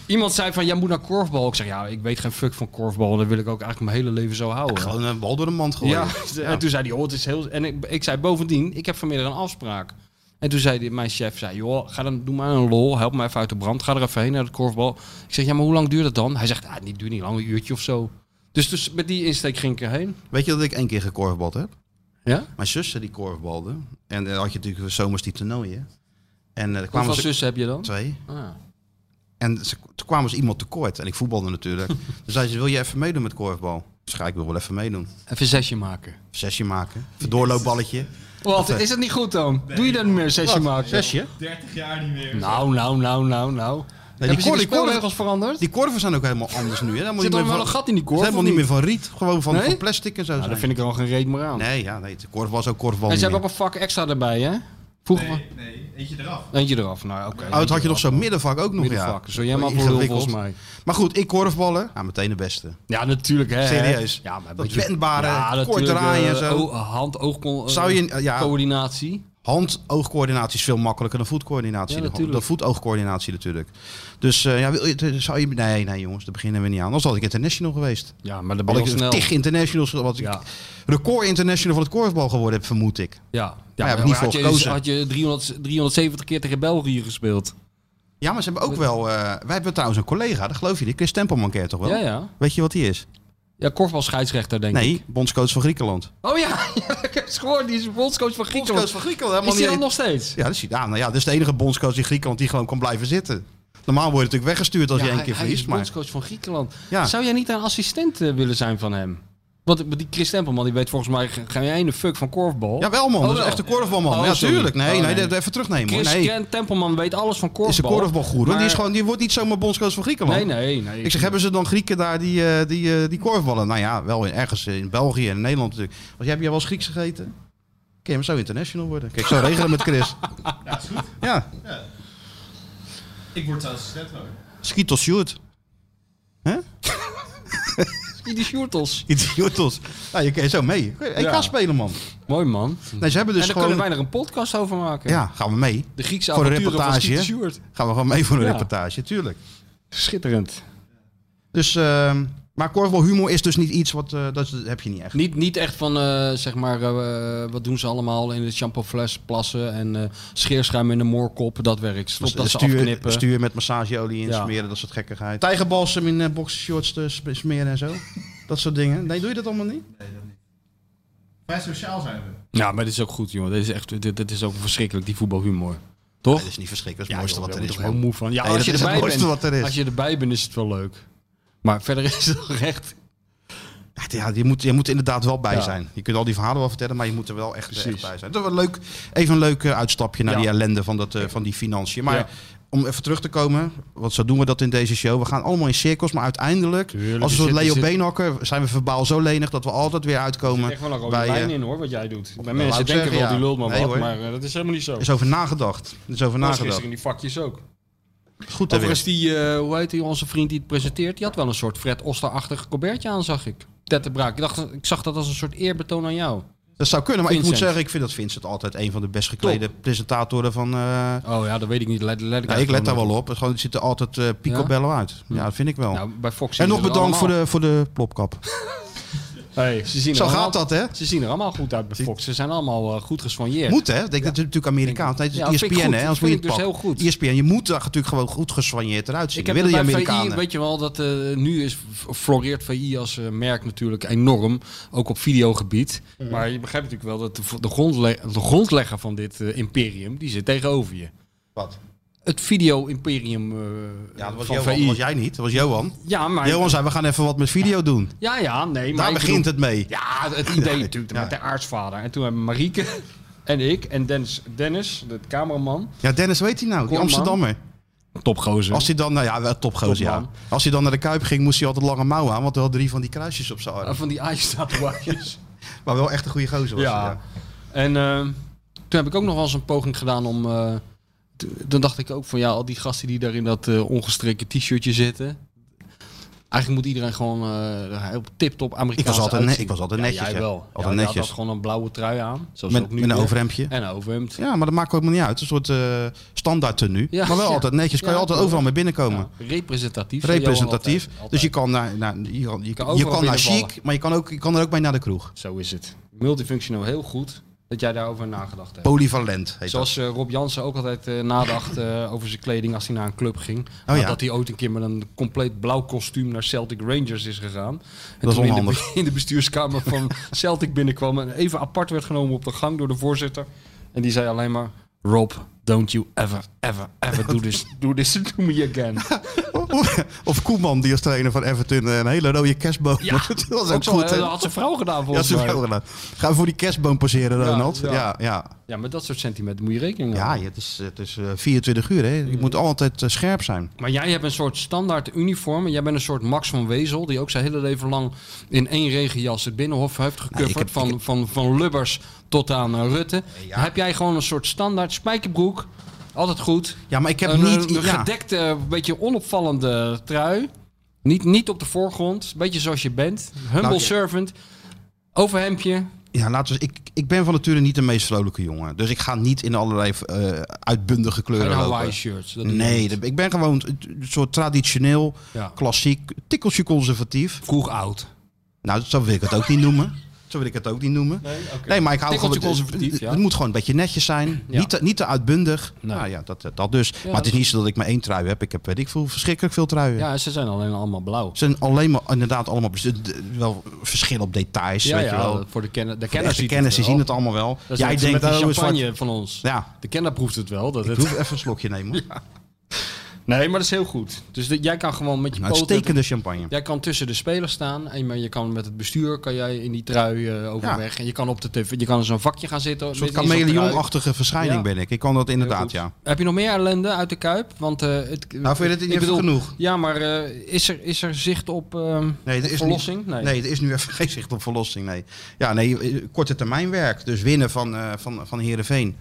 Speaker 6: Iemand zei van, jij moet naar korfbal. Ik zeg, ja, ik weet geen fuck van korfbal. en Dat wil ik ook eigenlijk mijn hele leven zo houden.
Speaker 4: Gewoon een bal door een mand gooien.
Speaker 6: Ja, en toen zei hij, joh, het is heel... En ik, ik zei bovendien, ik heb vanmiddag een afspraak. En toen zei die, mijn chef, zei, joh, ga dan, doe maar een lol, help me even uit de brand. Ga er even heen naar het korfbal. Ik zeg, ja, maar hoe lang duurt dat dan? Hij zegt, ah, het duurt niet lang, een uurtje of zo. Dus, dus met die insteek ging ik erheen.
Speaker 4: Weet je dat ik één keer gekorfbald heb?
Speaker 6: Ja?
Speaker 4: Mijn zussen die korfbalde. En dan had je natuurlijk zomers die toernooien. En eh, er kwamen
Speaker 6: Hoeveel
Speaker 4: ze
Speaker 6: zussen heb je dan?
Speaker 4: twee.
Speaker 6: Ah.
Speaker 4: En ze, toen kwamen ze iemand tekort. En ik voetbalde natuurlijk. Toen zei ze, wil je even meedoen met korfbal? Dus ga ik wil wel even meedoen.
Speaker 6: Even zesje maken.
Speaker 4: Zesje maken. Even doorloopballetje.
Speaker 6: Wat, is dat niet goed dan? Doe je dan niet meer zesje maken?
Speaker 4: Zesje?
Speaker 5: 30 jaar niet meer.
Speaker 6: Nou, nou, nou, nou, nou.
Speaker 4: Nee, die,
Speaker 6: Hebben ze
Speaker 4: kor-
Speaker 6: de
Speaker 4: die, korven,
Speaker 6: spelregels veranderd?
Speaker 4: die korven zijn ook helemaal anders nu. Hè? Dan moet
Speaker 6: Zit
Speaker 4: je
Speaker 6: er
Speaker 4: meer
Speaker 6: wel
Speaker 4: van-
Speaker 6: een gat in die korf?
Speaker 4: Het is helemaal
Speaker 6: of
Speaker 4: niet meer van riet, gewoon van,
Speaker 6: Nee?
Speaker 4: van plastic en zo.
Speaker 6: Nou,
Speaker 4: zijn.
Speaker 6: daar vind ik er al geen reet meer aan.
Speaker 4: Nee, ja, nee, de korf was ook korfbal.
Speaker 6: En
Speaker 4: niet
Speaker 6: ze hebben
Speaker 4: meer.
Speaker 6: ook een vak extra erbij, hè? Vroeger
Speaker 5: Nee, nee, eentje eraf.
Speaker 6: Eentje eraf, nou oké.
Speaker 4: Oh, dat had je nog zo'n middenvak ook nog,
Speaker 6: Middenvak,
Speaker 4: ja. Oh,
Speaker 6: zo jij maar voor lul,
Speaker 4: Ingewikkeld.
Speaker 6: volgens mij.
Speaker 4: Maar goed, ik korfballen, nou, meteen de beste.
Speaker 6: Ja, natuurlijk hè.
Speaker 4: Serieus.
Speaker 6: Ja, maar een
Speaker 4: Dat
Speaker 6: beetje-
Speaker 4: wendbare, kort
Speaker 6: natuurlijk,
Speaker 4: draaien en
Speaker 6: eh,
Speaker 4: zo.
Speaker 6: o- Hand-oogcoördinatie.
Speaker 4: Zou je- ja.
Speaker 6: Coördinatie.
Speaker 4: Hand-oogcoördinatie is veel makkelijker dan voetcoördinatie.
Speaker 6: Ja,
Speaker 4: De-
Speaker 6: natuurlijk.
Speaker 4: de voet-oogcoördinatie natuurlijk. Dus eh, ja, wil je, eh, zou je... Nee, nee jongens, daar beginnen we niet aan. Anders had ik international geweest.
Speaker 6: Ja, maar dat ben
Speaker 4: Had
Speaker 6: je al
Speaker 4: ik
Speaker 6: snel.
Speaker 4: een tig internationals, ge- wat
Speaker 6: Ja.
Speaker 4: ik record international van het korfbal geworden heb, vermoed ik.
Speaker 6: Ja,
Speaker 4: ja, heb ik
Speaker 6: maar
Speaker 4: niet
Speaker 6: had
Speaker 4: voor
Speaker 6: je-
Speaker 4: gekozen.
Speaker 6: Had je 300, 370 keer tegen België gespeeld.
Speaker 4: Ja, maar ze hebben ook wel... eh, wij hebben trouwens een collega, dat geloof je niet. Chris Tempelman kent toch wel?
Speaker 6: Ja, ja.
Speaker 4: Weet je wat die is?
Speaker 6: Ja, korfbal scheidsrechter denk ik.
Speaker 4: Nee, bondscoach van Griekenland.
Speaker 6: Oh ja, ja, ik heb het gehoord. Die is bondscoach van Griekenland.
Speaker 4: van Griekenland,
Speaker 6: Is die dan nog steeds?
Speaker 4: Ja, dat is, hij. ja, nou ja, dat is de enige bondscoach in Griekenland die gewoon kan blijven zitten. Normaal word je natuurlijk weggestuurd als
Speaker 6: Ja,
Speaker 4: je één
Speaker 6: hij-
Speaker 4: keer
Speaker 6: hij is
Speaker 4: verliest. Maar
Speaker 6: bondscoach van Griekenland.
Speaker 4: Ja.
Speaker 6: Zou jij niet een assistent eh, willen zijn van hem? Want die Chris Tempelman die weet volgens mij ge- geen ene fuck van korfbal.
Speaker 4: Jawel man, dat is
Speaker 6: wel.
Speaker 4: echt een korfbalman.
Speaker 6: Oh,
Speaker 4: ja,
Speaker 6: sorry.
Speaker 4: tuurlijk. Nee,
Speaker 6: Oh,
Speaker 4: nee,
Speaker 6: nee.
Speaker 4: dat even terugnemen hoor.
Speaker 6: Chris
Speaker 4: Nee,
Speaker 6: Ken- Tempelman weet alles van korfbal.
Speaker 4: is een korfbalgoer. hoor. Die,
Speaker 6: maar-
Speaker 4: is gewoon, die wordt niet zomaar bondscoach van Griekenland.
Speaker 6: Nee, nee, nee.
Speaker 4: Ik zeg, hebben ze dan Grieken daar die, eh, die, eh, die korfballen? Nou ja, wel in, ergens in België en Nederland natuurlijk. Want jij, heb jij wel eens Grieks gegeten? Kun je hem zo international worden? Kijk, zo regelen met Chris.
Speaker 5: Ja, is goed.
Speaker 4: Ja,
Speaker 5: Ja. Ik word zelfs gestemd hoor.
Speaker 4: schiet of shoot.
Speaker 6: die shortels.
Speaker 4: Idiotos. Nou, je kan zo mee. Ik
Speaker 6: Ja.
Speaker 4: kan spelen, man.
Speaker 6: Mooi man.
Speaker 4: Nee, ze hebben dus
Speaker 6: en
Speaker 4: gewoon...
Speaker 6: daar kunnen wij er een podcast over maken.
Speaker 4: Ja, gaan we mee.
Speaker 6: De Griekse
Speaker 4: Voor een
Speaker 6: avonturen van
Speaker 4: reportage,
Speaker 6: Skeeter
Speaker 4: hè?
Speaker 6: Stewart.
Speaker 4: Gaan we gewoon mee voor een
Speaker 6: Ja.
Speaker 4: reportage, tuurlijk.
Speaker 6: Schitterend.
Speaker 4: Dus, ehm maar korfbalhumor is dus niet iets wat... eh, dat heb je niet echt.
Speaker 6: Niet, niet echt van, eh, zeg maar, eh, wat doen ze allemaal in de shampoofles plassen en eh, scheerschuim in de moorkop. Dat werkt. Stop dat ze
Speaker 4: Dus, eh, stuur,
Speaker 6: afknippen.
Speaker 4: stuur met massageolie in
Speaker 6: Ja.
Speaker 4: smeren, dat soort gekkigheid. Tijgerbalsem in eh, boxershorts eh, sp- smeren en zo. dat soort dingen. Nee, doe je dat allemaal niet?
Speaker 5: Nee, dat niet. Wij sociaal zijn we.
Speaker 6: Ja, maar dit is ook goed, jongen. Dit is echt, dit, dit is ook verschrikkelijk, die voetbalhumor. Toch?
Speaker 4: dat is niet verschrikkelijk.
Speaker 6: Ja,
Speaker 4: Dat is het mooiste
Speaker 6: joh,
Speaker 4: wat
Speaker 6: daar
Speaker 4: er
Speaker 6: word
Speaker 4: is.
Speaker 6: ik gewoon
Speaker 4: man.
Speaker 6: moe van. Ja,
Speaker 4: Nee,
Speaker 6: als
Speaker 4: dat
Speaker 6: je
Speaker 4: is het
Speaker 6: erbij
Speaker 4: mooiste
Speaker 6: bent,
Speaker 4: wat er is.
Speaker 6: Als je erbij bent, is het wel leuk. Maar verder is het toch echt...
Speaker 4: Ja, je moet, je moet er inderdaad wel bij
Speaker 6: Ja.
Speaker 4: zijn. Je kunt al die verhalen wel vertellen, maar je moet er wel echt, echt bij zijn. Dat was leuk, even een leuk eh, uitstapje naar
Speaker 6: Ja.
Speaker 4: die ellende van, dat, eh, van die financiën. Maar
Speaker 6: Ja.
Speaker 4: om even terug te komen, want zo doen we dat in deze show. We gaan allemaal in cirkels, maar uiteindelijk, als een
Speaker 6: Tuurlijk, er
Speaker 4: soort
Speaker 6: zit- er
Speaker 4: Leo
Speaker 6: zit-
Speaker 4: Beenhakker, zijn we verbaal zo lenig dat we altijd weer uitkomen.
Speaker 6: Echt wel een rode
Speaker 4: bij, eh,
Speaker 6: lijn in, hoor, wat jij doet. Bij
Speaker 4: wou
Speaker 6: mensen
Speaker 4: ik
Speaker 6: denken
Speaker 4: zeggen,
Speaker 6: wel,
Speaker 4: ja.
Speaker 6: die lult maar
Speaker 4: Nee,
Speaker 6: wat,
Speaker 4: hoor.
Speaker 6: maar eh, dat is helemaal niet zo.
Speaker 4: Er is over nagedacht. Er is over
Speaker 6: Dat was
Speaker 4: nagedacht.
Speaker 6: gisteren in die vakjes ook.
Speaker 4: Goed te
Speaker 6: Overigens, die, eh, hoe heet die, onze vriend die het presenteert, die had wel een soort Fred Oster-achtig colbertje aan, zag ik. Tettenbraak. Ik, dacht, ik zag dat als een soort eerbetoon aan jou.
Speaker 4: Dat zou kunnen, maar ik moet
Speaker 6: Vincent.
Speaker 4: zeggen, ik vind dat Vincent altijd een van de best geklede presentatoren van... eh,
Speaker 6: Oh ja, dat weet ik niet. Let, let ik,
Speaker 4: ja, ik let
Speaker 6: eigenlijk
Speaker 4: daar
Speaker 6: nooit
Speaker 4: wel op. Het gewoon- het ziet er altijd eh, picobello uit. Ja, dat vind ik wel.
Speaker 6: Nou, bij Fox
Speaker 4: en
Speaker 6: zien
Speaker 4: nog
Speaker 6: ze het
Speaker 4: bedankt voor
Speaker 6: allemaal.
Speaker 4: de, voor de plopkap.
Speaker 6: Hey, ze zien er
Speaker 4: Zo
Speaker 6: allemaal-
Speaker 4: gaat dat, hè?
Speaker 6: Ze zien er allemaal goed uit bij Fox. Ze zijn allemaal eh, goed gessoigneerd.
Speaker 4: Moet, hè? Ik Denk, Dat is natuurlijk Amerikaans. Nee, het is E
Speaker 6: Ja, vind ik
Speaker 4: ESPN,
Speaker 6: goed.
Speaker 4: hè?
Speaker 6: Dat
Speaker 4: Als E
Speaker 6: vind
Speaker 4: je
Speaker 6: ik dus heel goed.
Speaker 4: ESPN, je moet daar natuurlijk gewoon goed gesoigneerd eruit zien.
Speaker 6: Ik heb
Speaker 4: Willen
Speaker 6: het
Speaker 4: die
Speaker 6: bij
Speaker 4: Amerikanen.
Speaker 6: VI, weet je wel, dat eh, nu is floreert VI als eh, merk natuurlijk enorm, ook op videogebied.
Speaker 4: Mm.
Speaker 6: Maar je begrijpt natuurlijk wel dat de, v- de, grondle- de grondlegger van dit eh, imperium, die zit tegenover je.
Speaker 4: Wat?
Speaker 6: Het video-imperium eh,
Speaker 4: Ja, dat was,
Speaker 6: van
Speaker 4: Johan,
Speaker 6: VI.
Speaker 4: dat was jij niet. Dat was Johan.
Speaker 6: Ja, maar...
Speaker 4: Johan zei, we gaan even wat met video doen.
Speaker 6: ja, ja, nee, maar
Speaker 4: Daar
Speaker 6: ik
Speaker 4: begint
Speaker 6: bedoel-
Speaker 4: het mee.
Speaker 6: Ja, het idee natuurlijk, met de aartsvader. En toen hebben Marieke en ik en Dennis, Dennis de cameraman,
Speaker 4: Ja, Dennis, weet hij nou? Die
Speaker 6: Kom,
Speaker 4: Amsterdammer.
Speaker 6: topgozer.
Speaker 4: Als hij dan, nou ja, wel topgozer, ja.
Speaker 6: Topman.
Speaker 4: Als hij dan naar de Kuip ging, moest hij altijd lange mouwen aan. Want hij had drie van die kruisjes op zijn arm.
Speaker 6: Van die ijstatoeages.
Speaker 4: Maar wel echt een goede gozer was hij,
Speaker 6: Ja.
Speaker 4: ja.
Speaker 6: En ehm, toen heb ik ook nog wel eens een poging gedaan om. eh, t- toen dacht ik ook van ja, al die gasten die daar in dat eh, ongestreken t-shirtje zitten. Eigenlijk moet iedereen gewoon eh heel tip-top
Speaker 4: Ik
Speaker 6: Amerikaans
Speaker 4: was altijd, ne-
Speaker 6: uitzien.
Speaker 4: ik was altijd
Speaker 6: Ja,
Speaker 4: netjes.
Speaker 6: jij
Speaker 4: hè.
Speaker 6: wel. Ja,
Speaker 4: Altijd
Speaker 6: jij had
Speaker 4: netjes.
Speaker 6: gewoon een blauwe trui aan. Zoals
Speaker 4: Met,
Speaker 6: ook nu
Speaker 4: met een
Speaker 6: weer.
Speaker 4: overhemdje.
Speaker 6: En een overhemd.
Speaker 4: Ja, maar dat maakt ook helemaal niet uit. Een soort eh standaard tenue.
Speaker 6: Ja,
Speaker 4: maar wel
Speaker 6: ja.
Speaker 4: altijd netjes. Kan je
Speaker 6: Ja,
Speaker 4: altijd
Speaker 6: klopt.
Speaker 4: overal mee binnenkomen.
Speaker 6: Ja, representatief. zei Johan
Speaker 4: Representatief.
Speaker 6: altijd,
Speaker 4: Dus je
Speaker 6: altijd.
Speaker 4: kan naar, naar, je kan, je,
Speaker 6: kan
Speaker 4: kan, je
Speaker 6: overal
Speaker 4: kan naar
Speaker 6: binnenvallen.
Speaker 4: chic, maar je kan, ook, je kan er ook mee naar de kroeg.
Speaker 6: Zo is het. Multifunctioneel heel goed dat jij daarover nagedacht hebt.
Speaker 4: Polyvalent heet
Speaker 6: Zoals eh, Rob Jansen ook altijd eh, nadacht eh, over zijn kleding als hij naar een club ging.
Speaker 4: Oh ja.
Speaker 6: Nadat hij ooit een keer met een compleet blauw kostuum naar Celtic Rangers is gegaan. En
Speaker 4: Dat is
Speaker 6: toen in de- In
Speaker 4: onhandig.
Speaker 6: de, bestuurskamer van Celtic binnenkwam en even apart werd genomen op de gang door de voorzitter. En die zei alleen maar, Rob, don't you ever, ever, ever do this, do this to me again.
Speaker 4: dat. Oh, of Koeman, die als trainer van Everton eh, een hele rode kerstboom.
Speaker 6: Ja,
Speaker 4: dat was ook
Speaker 6: ook zo,
Speaker 4: goed. hè?
Speaker 6: dat had zijn vrouw gedaan
Speaker 4: Ja,
Speaker 6: volgens
Speaker 4: ze
Speaker 6: mij.
Speaker 4: wel gedaan. Gaan we voor die kerstboom passeren,
Speaker 6: Ja,
Speaker 4: Ronald? Ja,
Speaker 6: ja.
Speaker 4: ja. ja.
Speaker 6: Ja, met dat soort sentimenten moet je rekening houden.
Speaker 4: het is, het is eh, 24 uur. Hè. Je moet altijd eh, scherp zijn.
Speaker 6: Maar jij hebt een soort standaard uniform. En jij bent een soort Max van Wezel. Die ook zijn hele leven lang in één regenjas het Binnenhof heeft gecoverd.
Speaker 4: Nou, ik heb- ik
Speaker 6: van,
Speaker 4: heb-
Speaker 6: van, van Lubbers tot aan eh, Rutte.
Speaker 4: Ja.
Speaker 6: Dan Heb jij gewoon een soort standaard spijkerbroek. Altijd goed.
Speaker 4: Ja, maar ik heb
Speaker 6: een, eh,
Speaker 4: niet...
Speaker 6: een
Speaker 4: ja.
Speaker 6: gedekte, een beetje onopvallende trui. Niet, niet op de voorgrond. Een beetje zoals je bent. Humble
Speaker 4: Nou, ja.
Speaker 6: servant. Overhemdje.
Speaker 4: Ja, laten we, ik, ik ben van nature niet de meest vrolijke jongen. Dus ik ga niet in allerlei eh, uitbundige
Speaker 6: En
Speaker 4: kleuren
Speaker 6: Hawaii
Speaker 4: lopen.
Speaker 6: shirts. Dat doe je
Speaker 4: Nee,
Speaker 6: niet.
Speaker 4: dat- ik ben gewoon t- t- een soort traditioneel,
Speaker 6: Ja.
Speaker 4: klassiek, tikkeltje conservatief.
Speaker 6: Vroeg oud.
Speaker 4: Nou, zo wil ik het ook niet noemen. Zo wil ik het ook niet noemen. Nee, maar ik hou
Speaker 6: Tikkeltje
Speaker 4: gewoon...
Speaker 6: conservatief, ja.
Speaker 4: Het moet gewoon een beetje netjes zijn.
Speaker 6: Ja.
Speaker 4: Niet, te, niet te uitbundig.
Speaker 6: Nee.
Speaker 4: Nou ja, dat, dat- dat dus. maar het
Speaker 6: dat
Speaker 4: is
Speaker 6: is-
Speaker 4: niet zo dat ik maar één trui heb. Ik heb, weet ik veel, verschrikkelijk veel truien.
Speaker 6: Ja, ze zijn alleen allemaal blauw.
Speaker 4: Het zijn alleen maar, inderdaad, allemaal... Wel verschil op details,
Speaker 6: Ja,
Speaker 4: weet je
Speaker 6: ja,
Speaker 4: wel.
Speaker 6: voor de, kennen, de
Speaker 4: De
Speaker 6: kenners
Speaker 4: echte
Speaker 6: ziet
Speaker 4: kennis, die
Speaker 6: wel.
Speaker 4: zien het allemaal wel.
Speaker 6: Dat is
Speaker 4: Jij
Speaker 6: net zo
Speaker 4: denkt,
Speaker 6: met
Speaker 4: oh,
Speaker 6: die
Speaker 4: een zwart...
Speaker 6: champagne van ons.
Speaker 4: Ja,
Speaker 6: De kenner proeft het wel. Dat
Speaker 4: ik
Speaker 6: het...
Speaker 4: Nou, proef even een slokje nemen. hoor.
Speaker 6: Nee, maar dat is heel goed. Dus dat- jij kan gewoon met je
Speaker 4: Een
Speaker 6: poten...
Speaker 4: uitstekende champagne.
Speaker 6: Jij kan tussen de spelers staan en maar je kan met het bestuur kan jij in die trui eh, overweg. En je kan op de tv, je kan in zo'n vakje gaan zitten.
Speaker 4: Een soort
Speaker 6: midden in zo'n trui.
Speaker 4: chameleon-achtige verschijning
Speaker 6: Ja.
Speaker 4: ben ik. Ik kan dat inderdaad,
Speaker 6: Heel
Speaker 4: ja.
Speaker 6: Heb je nog meer ellende uit de Kuip? Want, eh, het,
Speaker 4: Nou, vind je dit
Speaker 6: ik
Speaker 4: even
Speaker 6: bedoel-
Speaker 4: genoeg?
Speaker 6: Ja, maar eh, is, er, is er zicht op ehm,
Speaker 4: Nee, er is
Speaker 6: verlossing?
Speaker 4: Nu, nee. er is nu even geen zicht op verlossing, nee. Ja, nee, eh, korte termijn werk. Dus winnen van, eh van, van Heerenveen.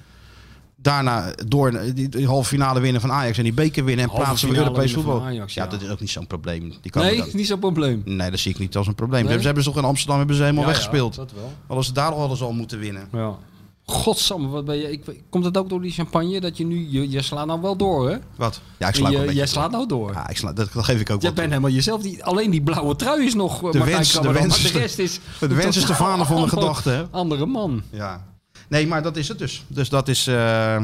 Speaker 4: Daarna door eh, die, die halve finale winnen van Ajax en die beker winnen en
Speaker 6: Halve
Speaker 4: plaatsen voor
Speaker 6: finale
Speaker 4: Europees
Speaker 6: winnen van
Speaker 4: voetbal.
Speaker 6: Ajax,
Speaker 4: ja.
Speaker 6: ja.
Speaker 4: dat is ook niet zo'n probleem. Die kan
Speaker 6: Nee,
Speaker 4: dan-
Speaker 6: niet zo'n probleem.
Speaker 4: nee, dat zie ik niet als een probleem.
Speaker 6: Nee?
Speaker 4: Ze hebben ze toch in Amsterdam hebben ze helemaal
Speaker 6: Ja,
Speaker 4: weggespeeld.
Speaker 6: Ja, dat wel.
Speaker 4: Hadden ze daar al alles al moeten winnen.
Speaker 6: Ja. Godsamme, wat ben je? Ik, komt dat ook door die champagne dat je nu je, je slaat nou wel door, hè?
Speaker 4: Wat? Ja, ik sla ook
Speaker 6: je,
Speaker 4: een beetje
Speaker 6: jij
Speaker 4: toe.
Speaker 6: slaat nou door.
Speaker 4: Ja, ik sla, dat, dat geef ik ook wel
Speaker 6: Jij
Speaker 4: toe.
Speaker 6: bent helemaal jezelf. Die, alleen die blauwe trui is nog. De
Speaker 4: wens- de wens
Speaker 6: maar
Speaker 4: is
Speaker 6: de
Speaker 4: de-
Speaker 6: rest is.
Speaker 4: Het wens is de vader van de
Speaker 6: Andere-
Speaker 4: gedachte, hè?
Speaker 6: Andere man.
Speaker 4: Ja. Nee, maar dat is het dus. Dus dat is eh,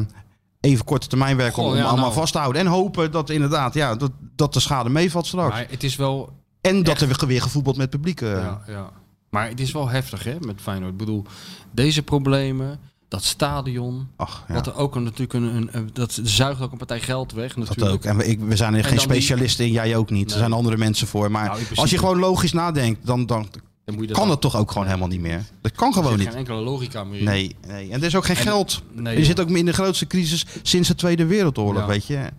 Speaker 4: even korte termijn werken om
Speaker 6: Goh, ja,
Speaker 4: allemaal
Speaker 6: nou.
Speaker 4: vast te houden. En hopen dat inderdaad, ja, dat, dat de schade meevalt straks.
Speaker 6: Maar het is wel.
Speaker 4: en dat er weer- weer gevoetbald met publiek. eh.
Speaker 6: Ja, ja. Maar het is wel heftig, hè? Met Feyenoord. Ik bedoel, deze problemen, dat stadion.
Speaker 4: Ach, ja.
Speaker 6: Wat er ook een, natuurlijk een, een- een- Dat zuigt ook een partij geld weg.
Speaker 4: dat
Speaker 6: Natuurlijk.
Speaker 4: ook. En we, ik, we zijn er geen
Speaker 6: dan die-
Speaker 4: specialisten in, jij ook niet. Er zijn andere mensen voor. Maar
Speaker 6: Nou, in principe-
Speaker 4: als je gewoon logisch nadenkt, dan, dan
Speaker 6: Dan moet je dat
Speaker 4: kan
Speaker 6: ook-
Speaker 4: het toch ook gewoon helemaal niet meer. Dat kan
Speaker 6: Er
Speaker 4: gewoon
Speaker 6: zit
Speaker 4: niet.
Speaker 6: geen enkele logica meer in.
Speaker 4: Nee, nee. En er is ook geen
Speaker 6: Mm. En-
Speaker 4: geld.
Speaker 6: nee,
Speaker 4: je
Speaker 6: joh.
Speaker 4: zit ook in de grootste crisis sinds de Tweede Wereldoorlog,
Speaker 6: Ja.
Speaker 4: weet je.
Speaker 6: En je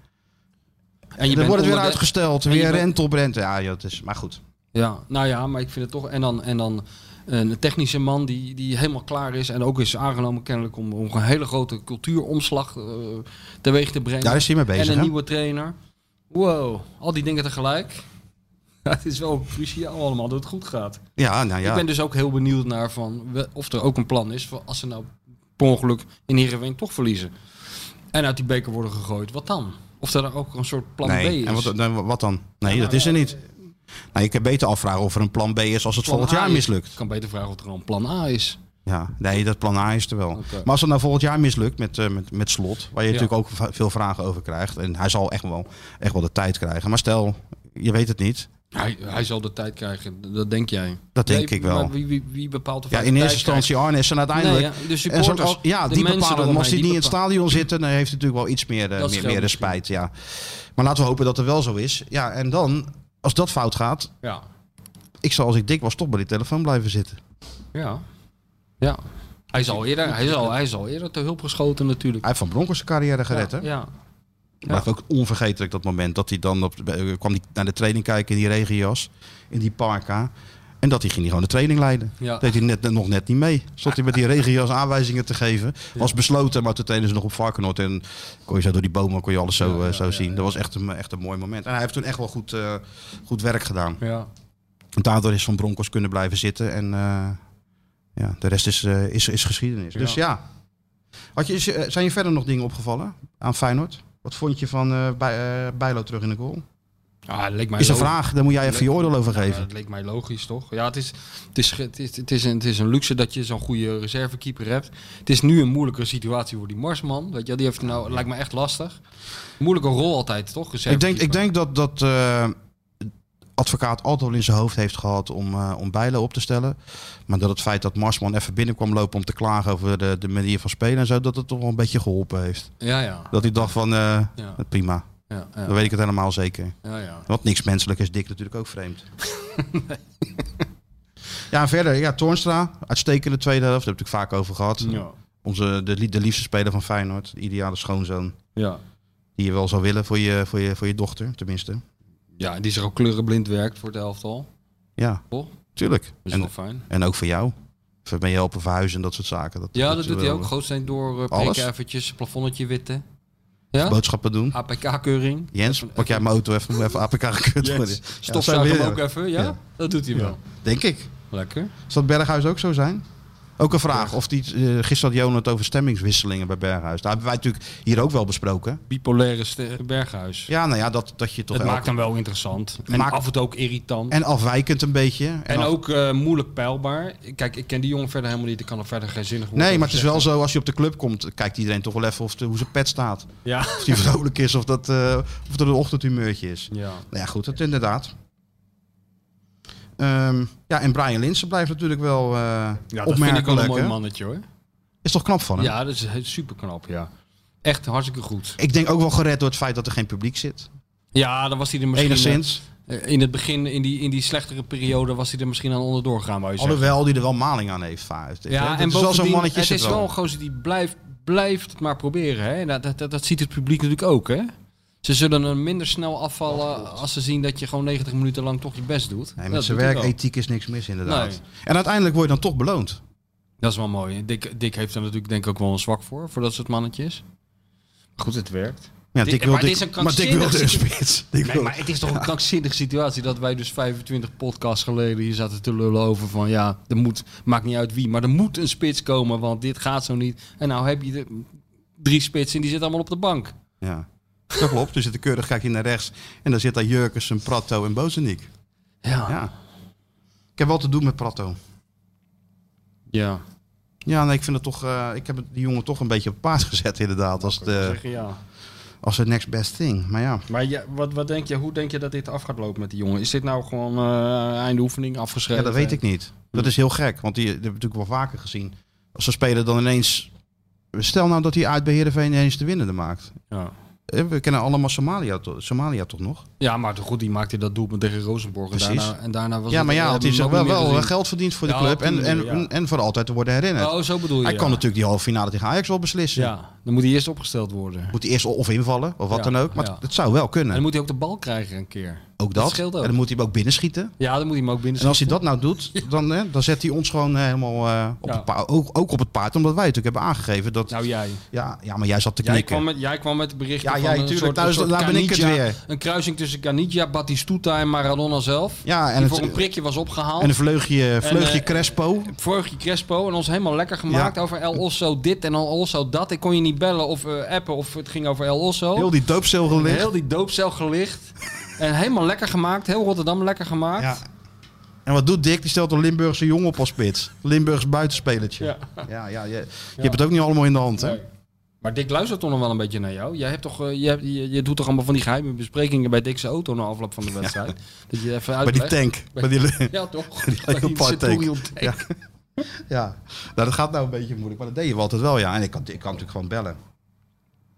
Speaker 4: dan wordt
Speaker 6: bent
Speaker 4: het weer
Speaker 6: onder de-
Speaker 4: uitgesteld.
Speaker 6: en je
Speaker 4: Weer
Speaker 6: bent-
Speaker 4: rente op rente. Ja, joh, het is, maar goed.
Speaker 6: Ja, nou ja, maar ik vind het toch. En dan, en dan eh, een technische man die, die helemaal klaar is. En ook is aangenomen kennelijk om, om een hele grote cultuuromslag eh, teweeg te brengen.
Speaker 4: Daar is hij mee bezig.
Speaker 6: en een
Speaker 4: hè?
Speaker 6: nieuwe trainer. Wow, al die dingen tegelijk. Het is wel cruciaal allemaal dat het goed gaat.
Speaker 4: Ja, nou ja.
Speaker 6: Ik ben dus ook heel benieuwd naar van, we- of er ook een plan is voor als ze nou per ongeluk in Heerenveen toch verliezen. En uit die beker worden gegooid. Wat dan? Of er dan ook een soort plan B
Speaker 4: nee.
Speaker 6: is.
Speaker 4: En wat, dan- wat dan? Nee, dat is er niet. Nou, je kan beter afvragen of er een plan B is als het
Speaker 6: Plan
Speaker 4: volgend
Speaker 6: A
Speaker 4: jaar
Speaker 6: is-
Speaker 4: mislukt.
Speaker 6: Ik kan beter vragen of er gewoon plan A is.
Speaker 4: Ja, nee, dat plan A is er wel.
Speaker 6: Oké.
Speaker 4: Maar als het nou volgend jaar mislukt met, eh, met, met slot, waar je
Speaker 6: Ja.
Speaker 4: natuurlijk ook va- veel vragen over krijgt. En hij zal echt wel, echt wel de tijd krijgen. Maar stel, je weet het niet.
Speaker 6: Hij, hij zal de tijd krijgen, dat denk jij.
Speaker 4: Dat denk
Speaker 6: Nee,
Speaker 4: ik wel.
Speaker 6: Maar wie, wie, wie bepaalt of
Speaker 4: Ja,
Speaker 6: hij
Speaker 4: in
Speaker 6: de
Speaker 4: eerste
Speaker 6: tijd
Speaker 4: instantie Arnes en
Speaker 6: krijgt?
Speaker 4: uiteindelijk.
Speaker 6: Nee, ja, de
Speaker 4: En
Speaker 6: supporters,
Speaker 4: zoals, als, ja,
Speaker 6: de
Speaker 4: die
Speaker 6: mensen
Speaker 4: bepalen. dat. Maar als
Speaker 6: eromheen,
Speaker 4: die, niet in het
Speaker 6: bepalen.
Speaker 4: stadion zitten, dan heeft het natuurlijk wel iets meer, eh,
Speaker 6: Dat
Speaker 4: meer,
Speaker 6: scheelt
Speaker 4: meer
Speaker 6: misschien.
Speaker 4: spijt. Ja. Maar laten we hopen dat het wel zo is. Ja, en dan, als dat fout gaat, ik zou als ik dik was toch bij die telefoon blijven zitten.
Speaker 6: Ja, ja. ja. Hij, is al eerder, hij, is al, hij is al eerder te hulp geschoten natuurlijk.
Speaker 4: Hij heeft Van Bronckhorst zijn carrière gered, hè?
Speaker 6: Ja.
Speaker 4: Blijft ook onvergetelijk dat moment dat hij dan op, eh, kwam die naar de training kijken in die regenjas, in die parka. En dat hij ging die gewoon de training leiden.
Speaker 6: Ja.
Speaker 4: Dat deed hij net, nog net niet mee. Stond hij met die regenjas aanwijzingen te geven. Was besloten, maar toen trainen ze nog op Varkenoord. En kon je zo door die bomen kon je alles zo, eh, zo zien. Dat was echt een, echt een mooi moment. En hij heeft toen echt wel goed, eh, goed werk gedaan.
Speaker 6: ja. ja.
Speaker 4: En daardoor is Van Broncos kunnen blijven zitten. En eh, ja, de rest is, eh, is, is geschiedenis. Dus ja. Had je, is- eh, zijn je verder nog dingen opgevallen aan Feyenoord? Wat vond je van eh bij, eh, Bijlo terug in de goal?
Speaker 6: Ah, het leek mij
Speaker 4: Is een
Speaker 6: logisch.
Speaker 4: vraag, daar moet jij even je oordeel over
Speaker 6: Ja,
Speaker 4: geven.
Speaker 6: dat leek mij logisch, toch? Ja, het is, het is, ge- het is, het is, een, het is een luxe dat je zo'n goede reservekeeper hebt. Het is nu een moeilijkere situatie voor die Marsman. Weet je, wel, die heeft nou, lijkt me echt lastig. Moeilijke rol altijd,
Speaker 4: Ik
Speaker 6: toch?
Speaker 4: denk,
Speaker 6: Reservekeeper.
Speaker 4: ik denk dat, dat eh, advocaat altijd wel in zijn hoofd heeft gehad om, eh, om Bijlo op te stellen. Maar dat het feit dat Marsman even binnenkwam lopen om te klagen over de, de manier van spelen en zo, dat het toch wel een beetje geholpen heeft.
Speaker 6: Ja, ja.
Speaker 4: Dat hij dacht van, eh,
Speaker 6: Ja.
Speaker 4: prima,
Speaker 6: ja,
Speaker 4: dan
Speaker 6: ja,
Speaker 4: weet ik het helemaal zeker.
Speaker 6: ja, ja.
Speaker 4: Want niks menselijk is dik natuurlijk ook vreemd. ja, en verder, ja, Toornstra, uitstekende tweede helft. Daar heb ik het natuurlijk vaak over gehad.
Speaker 6: Ja.
Speaker 4: Onze, de, lie- de liefste speler van Feyenoord, de ideale schoonzoon.
Speaker 6: ja.
Speaker 4: Die je wel zou willen voor je, voor je, voor je dochter, tenminste.
Speaker 6: Ja, en die zich ook kleurenblind werkt voor het elftal.
Speaker 4: Ja,
Speaker 6: Toch?
Speaker 4: tuurlijk.
Speaker 6: Dat is wel
Speaker 4: En,
Speaker 6: fijn.
Speaker 4: en ook voor jou. Even mee helpen verhuizen en dat soort zaken. Dat,
Speaker 6: Ja,
Speaker 4: dat
Speaker 6: dat
Speaker 4: is
Speaker 6: doet hij
Speaker 4: wel-
Speaker 6: ook. Gootsteen door, eh
Speaker 4: Alles?
Speaker 6: prikken eventjes, plafonnetje witten. Ja?
Speaker 4: Boodschappen doen.
Speaker 6: APK-keuring.
Speaker 4: Jens, pak jij mijn auto even, moet even APK gekut worden. Ja,
Speaker 6: Stofzuigen
Speaker 4: zo
Speaker 6: hem
Speaker 4: weer,
Speaker 6: ook even, ja?
Speaker 4: Ja.
Speaker 6: Dat doet hij
Speaker 4: Ja.
Speaker 6: wel.
Speaker 4: Denk ik.
Speaker 6: Lekker.
Speaker 4: Zal het Berghuis ook zo zijn? Ook een vraag. Of die, eh, gisteren had Johan het over stemmingswisselingen bij Berghuis. Daar hebben wij natuurlijk hier ook wel besproken.
Speaker 6: Bipolaire ste- Berghuis.
Speaker 4: Ja, nou ja, dat, dat je toch...
Speaker 6: het
Speaker 4: elke-
Speaker 6: maakt hem wel interessant. En
Speaker 4: Maakt-
Speaker 6: af en toe ook irritant. En,
Speaker 4: En afwijkend een beetje. En, af-
Speaker 6: ook eh, moeilijk peilbaar. Kijk, ik ken die jongen verder helemaal niet. Ik kan er verder geen zinnig woord
Speaker 4: Nee,
Speaker 6: over
Speaker 4: maar het is wel
Speaker 6: zeggen.
Speaker 4: zo, als je op de club komt, kijkt iedereen toch wel even of de, hoe zijn pet staat.
Speaker 6: Ja.
Speaker 4: Of die vrolijk is, of, dat, eh, of er een ochtendhumeurtje is.
Speaker 6: ja.
Speaker 4: Nou ja, goed, dat inderdaad. Ehm, ja, en Brian Linsen blijft natuurlijk wel eh
Speaker 6: Ja, dat vind ik
Speaker 4: opmerkelijk.
Speaker 6: wel een mooi
Speaker 4: hè?
Speaker 6: mannetje hoor.
Speaker 4: Is toch knap van hem?
Speaker 6: Ja, dat is super knap, ja. Echt hartstikke goed.
Speaker 4: Ik denk ook wel gered door het feit dat er geen publiek zit.
Speaker 6: Ja, dan was hij er misschien...
Speaker 4: Enigszins.
Speaker 6: eh, In het begin, in die, in die slechtere periode, was hij er misschien aan onderdoor gegaan. wou je zeggen.
Speaker 4: Alhoewel die er wel maling aan heeft. va- heeft hè.
Speaker 6: Ja,
Speaker 4: Dat
Speaker 6: en
Speaker 4: is wel zo'n
Speaker 6: bovendien,
Speaker 4: mannetje
Speaker 6: het
Speaker 4: zit
Speaker 6: is
Speaker 4: wel.
Speaker 6: wel een gozer die blijft, blijft het maar proberen. Hè? Dat, dat, dat, dat ziet het publiek natuurlijk ook. Hè? Ze zullen er minder snel afvallen als ze zien dat je gewoon 90 minuten lang toch je best doet.
Speaker 4: Oh, Nee,
Speaker 6: dat
Speaker 4: met zijn
Speaker 6: doet hij wel.
Speaker 4: werkethiek is niks mis inderdaad.
Speaker 6: Nee.
Speaker 4: En uiteindelijk word je dan toch beloond.
Speaker 6: Dat is wel mooi. hè. Dick, Dick heeft er natuurlijk denk ik ook wel een zwak voor, voor dat soort mannetjes. Maar Goed, het werkt.
Speaker 4: Ja,
Speaker 6: Dit-
Speaker 4: Dick
Speaker 6: maar
Speaker 4: wil
Speaker 6: dit
Speaker 4: Dick-
Speaker 6: is een
Speaker 4: maar Dick wilde een
Speaker 6: krankzinnig-
Speaker 4: spits. Dick
Speaker 6: Nee,
Speaker 4: wilde-
Speaker 6: maar het is toch een krankzinnige situatie dat wij dus 25 podcasts geleden hier zaten te lullen over van ja, er moet, maakt niet uit wie, maar er moet een spits komen, want dit gaat zo niet. En nou heb je de, drie spitsen en die zitten allemaal op de bank.
Speaker 4: Ja. Dat klopt. Dus zit keurig kijk je naar rechts. En dan zit daar Jurkensen, Pratto en Bozeniek.
Speaker 6: ja.
Speaker 4: Ja. Ik heb wel te doen met Pratto.
Speaker 6: ja.
Speaker 4: Ja, nee, ik vind het toch. eh, ik heb die jongen toch een beetje op het paard gezet, inderdaad. Als de,
Speaker 6: zeggen, ja.
Speaker 4: als de next best thing. Maar ja.
Speaker 6: Maar ja, wat, wat denk je, hoe denk je dat dit af gaat lopen met die jongen? Is dit nou gewoon eh einde oefening
Speaker 4: ja,
Speaker 6: afgeschreven?
Speaker 4: dat weet ik niet. Dat is heel gek. Want die, die hebben we natuurlijk wel vaker gezien. Als ze spelen dan ineens. Stel nou dat hij uit bij Heerenveen ineens de winnende maakt.
Speaker 6: Ja,
Speaker 4: Eh, We kennen allemaal Somalia, to- Somalia toch nog?
Speaker 6: ja maar goed, die maakte dat doelpunt tegen Rosenborg. En
Speaker 4: Precies.
Speaker 6: daarna, en daarna was
Speaker 4: ja,
Speaker 6: het-
Speaker 4: maar ja,
Speaker 6: we
Speaker 4: had
Speaker 6: hebben
Speaker 4: hij
Speaker 6: hem
Speaker 4: zich
Speaker 6: ook
Speaker 4: wel,
Speaker 6: niet meer
Speaker 4: wel eh,
Speaker 6: gezien.
Speaker 4: geld verdiend voor de
Speaker 6: Ja,
Speaker 4: club.
Speaker 6: op die
Speaker 4: En, en,
Speaker 6: manier, ja.
Speaker 4: en voor altijd te worden herinnerd.
Speaker 6: Oh, zo bedoel je.
Speaker 4: hij
Speaker 6: ja.
Speaker 4: kan natuurlijk die halve finale tegen Ajax wel beslissen.
Speaker 6: Ja, dan moet hij eerst opgesteld worden. En
Speaker 4: Moet hij eerst of invallen of wat
Speaker 6: Ja,
Speaker 4: dan ook. Maar
Speaker 6: ja.
Speaker 4: het- het zou wel kunnen.
Speaker 6: dan moet hij ook de bal krijgen een keer.
Speaker 4: ook
Speaker 6: dat
Speaker 4: dat.
Speaker 6: scheelt ook. Dus-
Speaker 4: En dan moet hij hem ook binnenschieten.
Speaker 6: Ja, dan moet hij hem ook binnen
Speaker 4: En als hij dat nou doet, dan, hè, dan zet hij ons gewoon eh, helemaal eh, op
Speaker 6: Ja.
Speaker 4: het paard, ook, ook op het paard. Omdat wij natuurlijk hebben aangegeven dat...
Speaker 6: Nou, jij.
Speaker 4: ja, ja, maar jij zat te
Speaker 6: Jij
Speaker 4: knikken.
Speaker 6: kwam, met, jij kwam met berichten
Speaker 4: Ja,
Speaker 6: van
Speaker 4: jij
Speaker 6: een
Speaker 4: tuurlijk.
Speaker 6: soort,
Speaker 4: Nou,
Speaker 6: een
Speaker 4: dus
Speaker 6: soort
Speaker 4: nou ben ik het
Speaker 6: Caniggia-
Speaker 4: weer.
Speaker 6: Een kruising tussen Caniggia, Batistuta en Maradona zelf.
Speaker 4: ja, en,
Speaker 6: die
Speaker 4: het,
Speaker 6: voor een prikje was opgehaald.
Speaker 4: en een vleugje, vleugje
Speaker 6: eh,
Speaker 4: Crespo.
Speaker 6: Vorig jaar Crespo en ons helemaal lekker gemaakt
Speaker 4: Ja.
Speaker 6: over El Osso dit en El Osso dat. Ik kon je niet bellen of eh, appen of het ging over El Osso.
Speaker 4: Heel die doopcel gelicht.
Speaker 6: Oh. Heel die doopcel gelicht. en helemaal lekker gemaakt. Heel Rotterdam lekker gemaakt.
Speaker 4: Ja. En wat doet Dick? Die stelt een Limburgse jongen op als spits. Limburgs buitenspelertje.
Speaker 6: Ja.
Speaker 4: Ja. Ja, je, je hebt het ook niet allemaal in de hand, hè?
Speaker 6: Nee. Maar Dick luistert toch nog wel een beetje naar jou. Jij hebt toch, eh, je, hebt- je, je doet toch allemaal van die geheime besprekingen bij Dick's auto na afloop van de wedstrijd. Dat je even
Speaker 4: Bij die
Speaker 6: uitlegt.
Speaker 4: tank. Bij die,
Speaker 6: Ja, toch?
Speaker 4: Leopard tank.
Speaker 6: Centurion-tank.
Speaker 4: Ja. ja. Nou, dat gaat nou een beetje moeilijk. Maar dat deed je wel altijd wel, ja. En ik kan, ik kan natuurlijk gewoon bellen.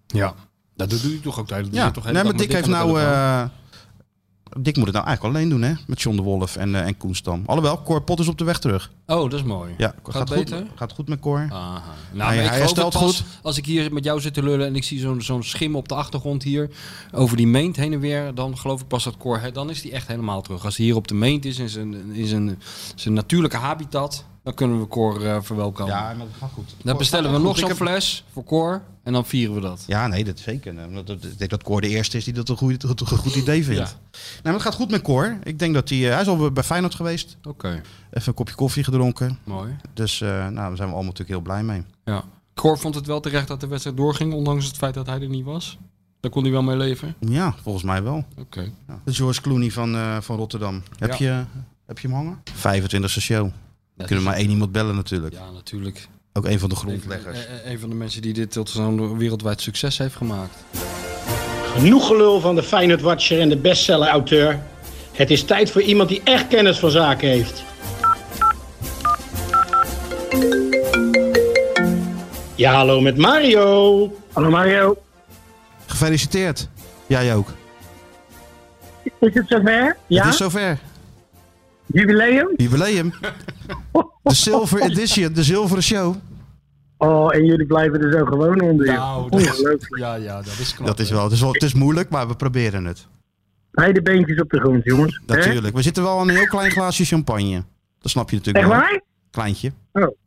Speaker 6: Ja, dat doet u toch ook tijdens
Speaker 4: Ja, nee, maar Dick heeft nou... eh, Dick moet het nou eigenlijk alleen doen, hè? Met John de Wolf en, eh en Koen Stam. Alhoewel, Cor Pot is op de weg terug.
Speaker 6: Oh, dat is mooi.
Speaker 4: Ja,
Speaker 6: Gaat
Speaker 4: gaat,
Speaker 6: beter?
Speaker 4: goed, gaat goed met Cor.
Speaker 6: Aha. Nou,
Speaker 4: Hij-
Speaker 6: maar
Speaker 4: hij
Speaker 6: ik geloof het
Speaker 4: herstelt
Speaker 6: pas
Speaker 4: goed.
Speaker 6: Als ik hier met jou zit te lullen en ik zie zo'n zo'n schim op de achtergrond hier over die meent heen en weer, dan geloof ik pas dat Cor, hè, dan is die echt helemaal terug. Als hij hier op de meent is in zijn, in zijn, zijn natuurlijke habitat, dan kunnen we Cor eh, verwelkomen.
Speaker 4: Ja, maar dat gaat goed.
Speaker 6: dan bestellen we
Speaker 4: Goed,
Speaker 6: nog
Speaker 4: ik
Speaker 6: zo'n
Speaker 4: heb-
Speaker 6: fles voor Cor en dan vieren we dat.
Speaker 4: Ja, nee, dat zeker. Eh, omdat het- Ik denk dat Cor de eerste is die dat een, goede, een goed idee vindt.
Speaker 6: Ja.
Speaker 4: Nee, maar het gaat goed met Cor. Ik denk dat hij... eh, hij is al bij Feyenoord geweest.
Speaker 6: Oké,
Speaker 4: Even een kopje koffie gedronken.
Speaker 6: mooi.
Speaker 4: Dus eh, nou, daar zijn we allemaal natuurlijk heel blij mee.
Speaker 6: Ja. Cor vond het wel terecht dat de wedstrijd doorging, ondanks het feit dat hij er niet was. Daar kon hij wel mee leven.
Speaker 4: Ja, volgens mij wel.
Speaker 6: Oké.
Speaker 4: Ja. De George Clooney van, eh, van Rotterdam. Heb, je, heb je hem hangen? 25e show. We kunnen maar één iemand bellen natuurlijk.
Speaker 6: dus- Ja, natuurlijk.
Speaker 4: Ook een van de
Speaker 6: Een,
Speaker 4: grondleggers.
Speaker 6: een- een van de mensen die dit tot zo'n wereldwijd succes heeft gemaakt.
Speaker 7: Genoeg gelul van de Feyenoord Watcher en de bestseller-auteur. Het is tijd voor iemand die echt kennis van zaken heeft. Ja, hallo met Mario.
Speaker 8: Hallo Mario,
Speaker 4: Gefeliciteerd. Jij ook.
Speaker 8: is het zover? Ja?
Speaker 4: Het is zover.
Speaker 8: Jubileum?
Speaker 4: Jubileum. De Silver Edition. De zilveren show.
Speaker 8: Oh, en jullie blijven er zo gewoon onder. joh.
Speaker 4: Nou.
Speaker 8: Ongelooflijk.
Speaker 6: ja, ja, dat is knap.
Speaker 4: Dat is wel. Het is, wel, het is moeilijk, maar we proberen het.
Speaker 8: Beide beentjes op de grond, jongens. Hè?
Speaker 4: Natuurlijk. We zitten wel aan een heel klein glaasje champagne. Dat snap je natuurlijk
Speaker 8: Echt
Speaker 4: wel.
Speaker 8: waar?
Speaker 4: Kleintje.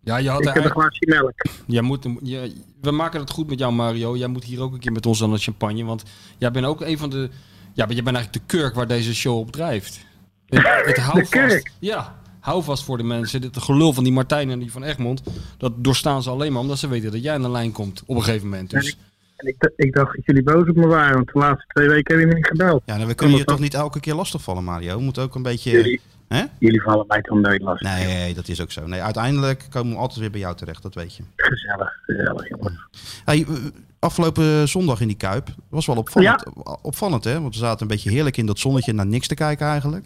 Speaker 6: Ja, je had
Speaker 8: Ik heb een
Speaker 6: eigenlijk...
Speaker 8: glaasje melk.
Speaker 6: Jij moet, je- we maken het goed met jou, Mario. Jij moet hier ook een keer met ons aan het champagne. Want jij bent ook een van de... Ja, maar jij bent eigenlijk de kurk waar deze show op drijft. Het, het hou
Speaker 8: De kurk?
Speaker 6: Vast, ja, hou vast voor de mensen. Dit gelul van die Martijn en die van Egmond. Dat doorstaan ze alleen maar omdat ze weten dat jij aan de lijn komt op een gegeven moment. Dus
Speaker 8: En ik, d- ik dacht dat jullie boos op me waren, want de laatste twee weken hebben jullie me niet gebeld.
Speaker 4: Ja, nou, we kunnen je toch niet elke keer lastigvallen, Mario. We moeten ook een beetje...
Speaker 8: Jullie,
Speaker 4: Hè?
Speaker 8: jullie vallen mij toch nooit lastig.
Speaker 4: Nee, dat is ook zo. Nee, uiteindelijk komen we altijd weer bij jou terecht, dat weet je.
Speaker 8: Gezellig, gezellig, jongens.
Speaker 4: Hey, eh, afgelopen zondag in die Kuip was wel opvallend, opvallend, hè? Want we zaten een beetje heerlijk in dat zonnetje naar niks te kijken eigenlijk.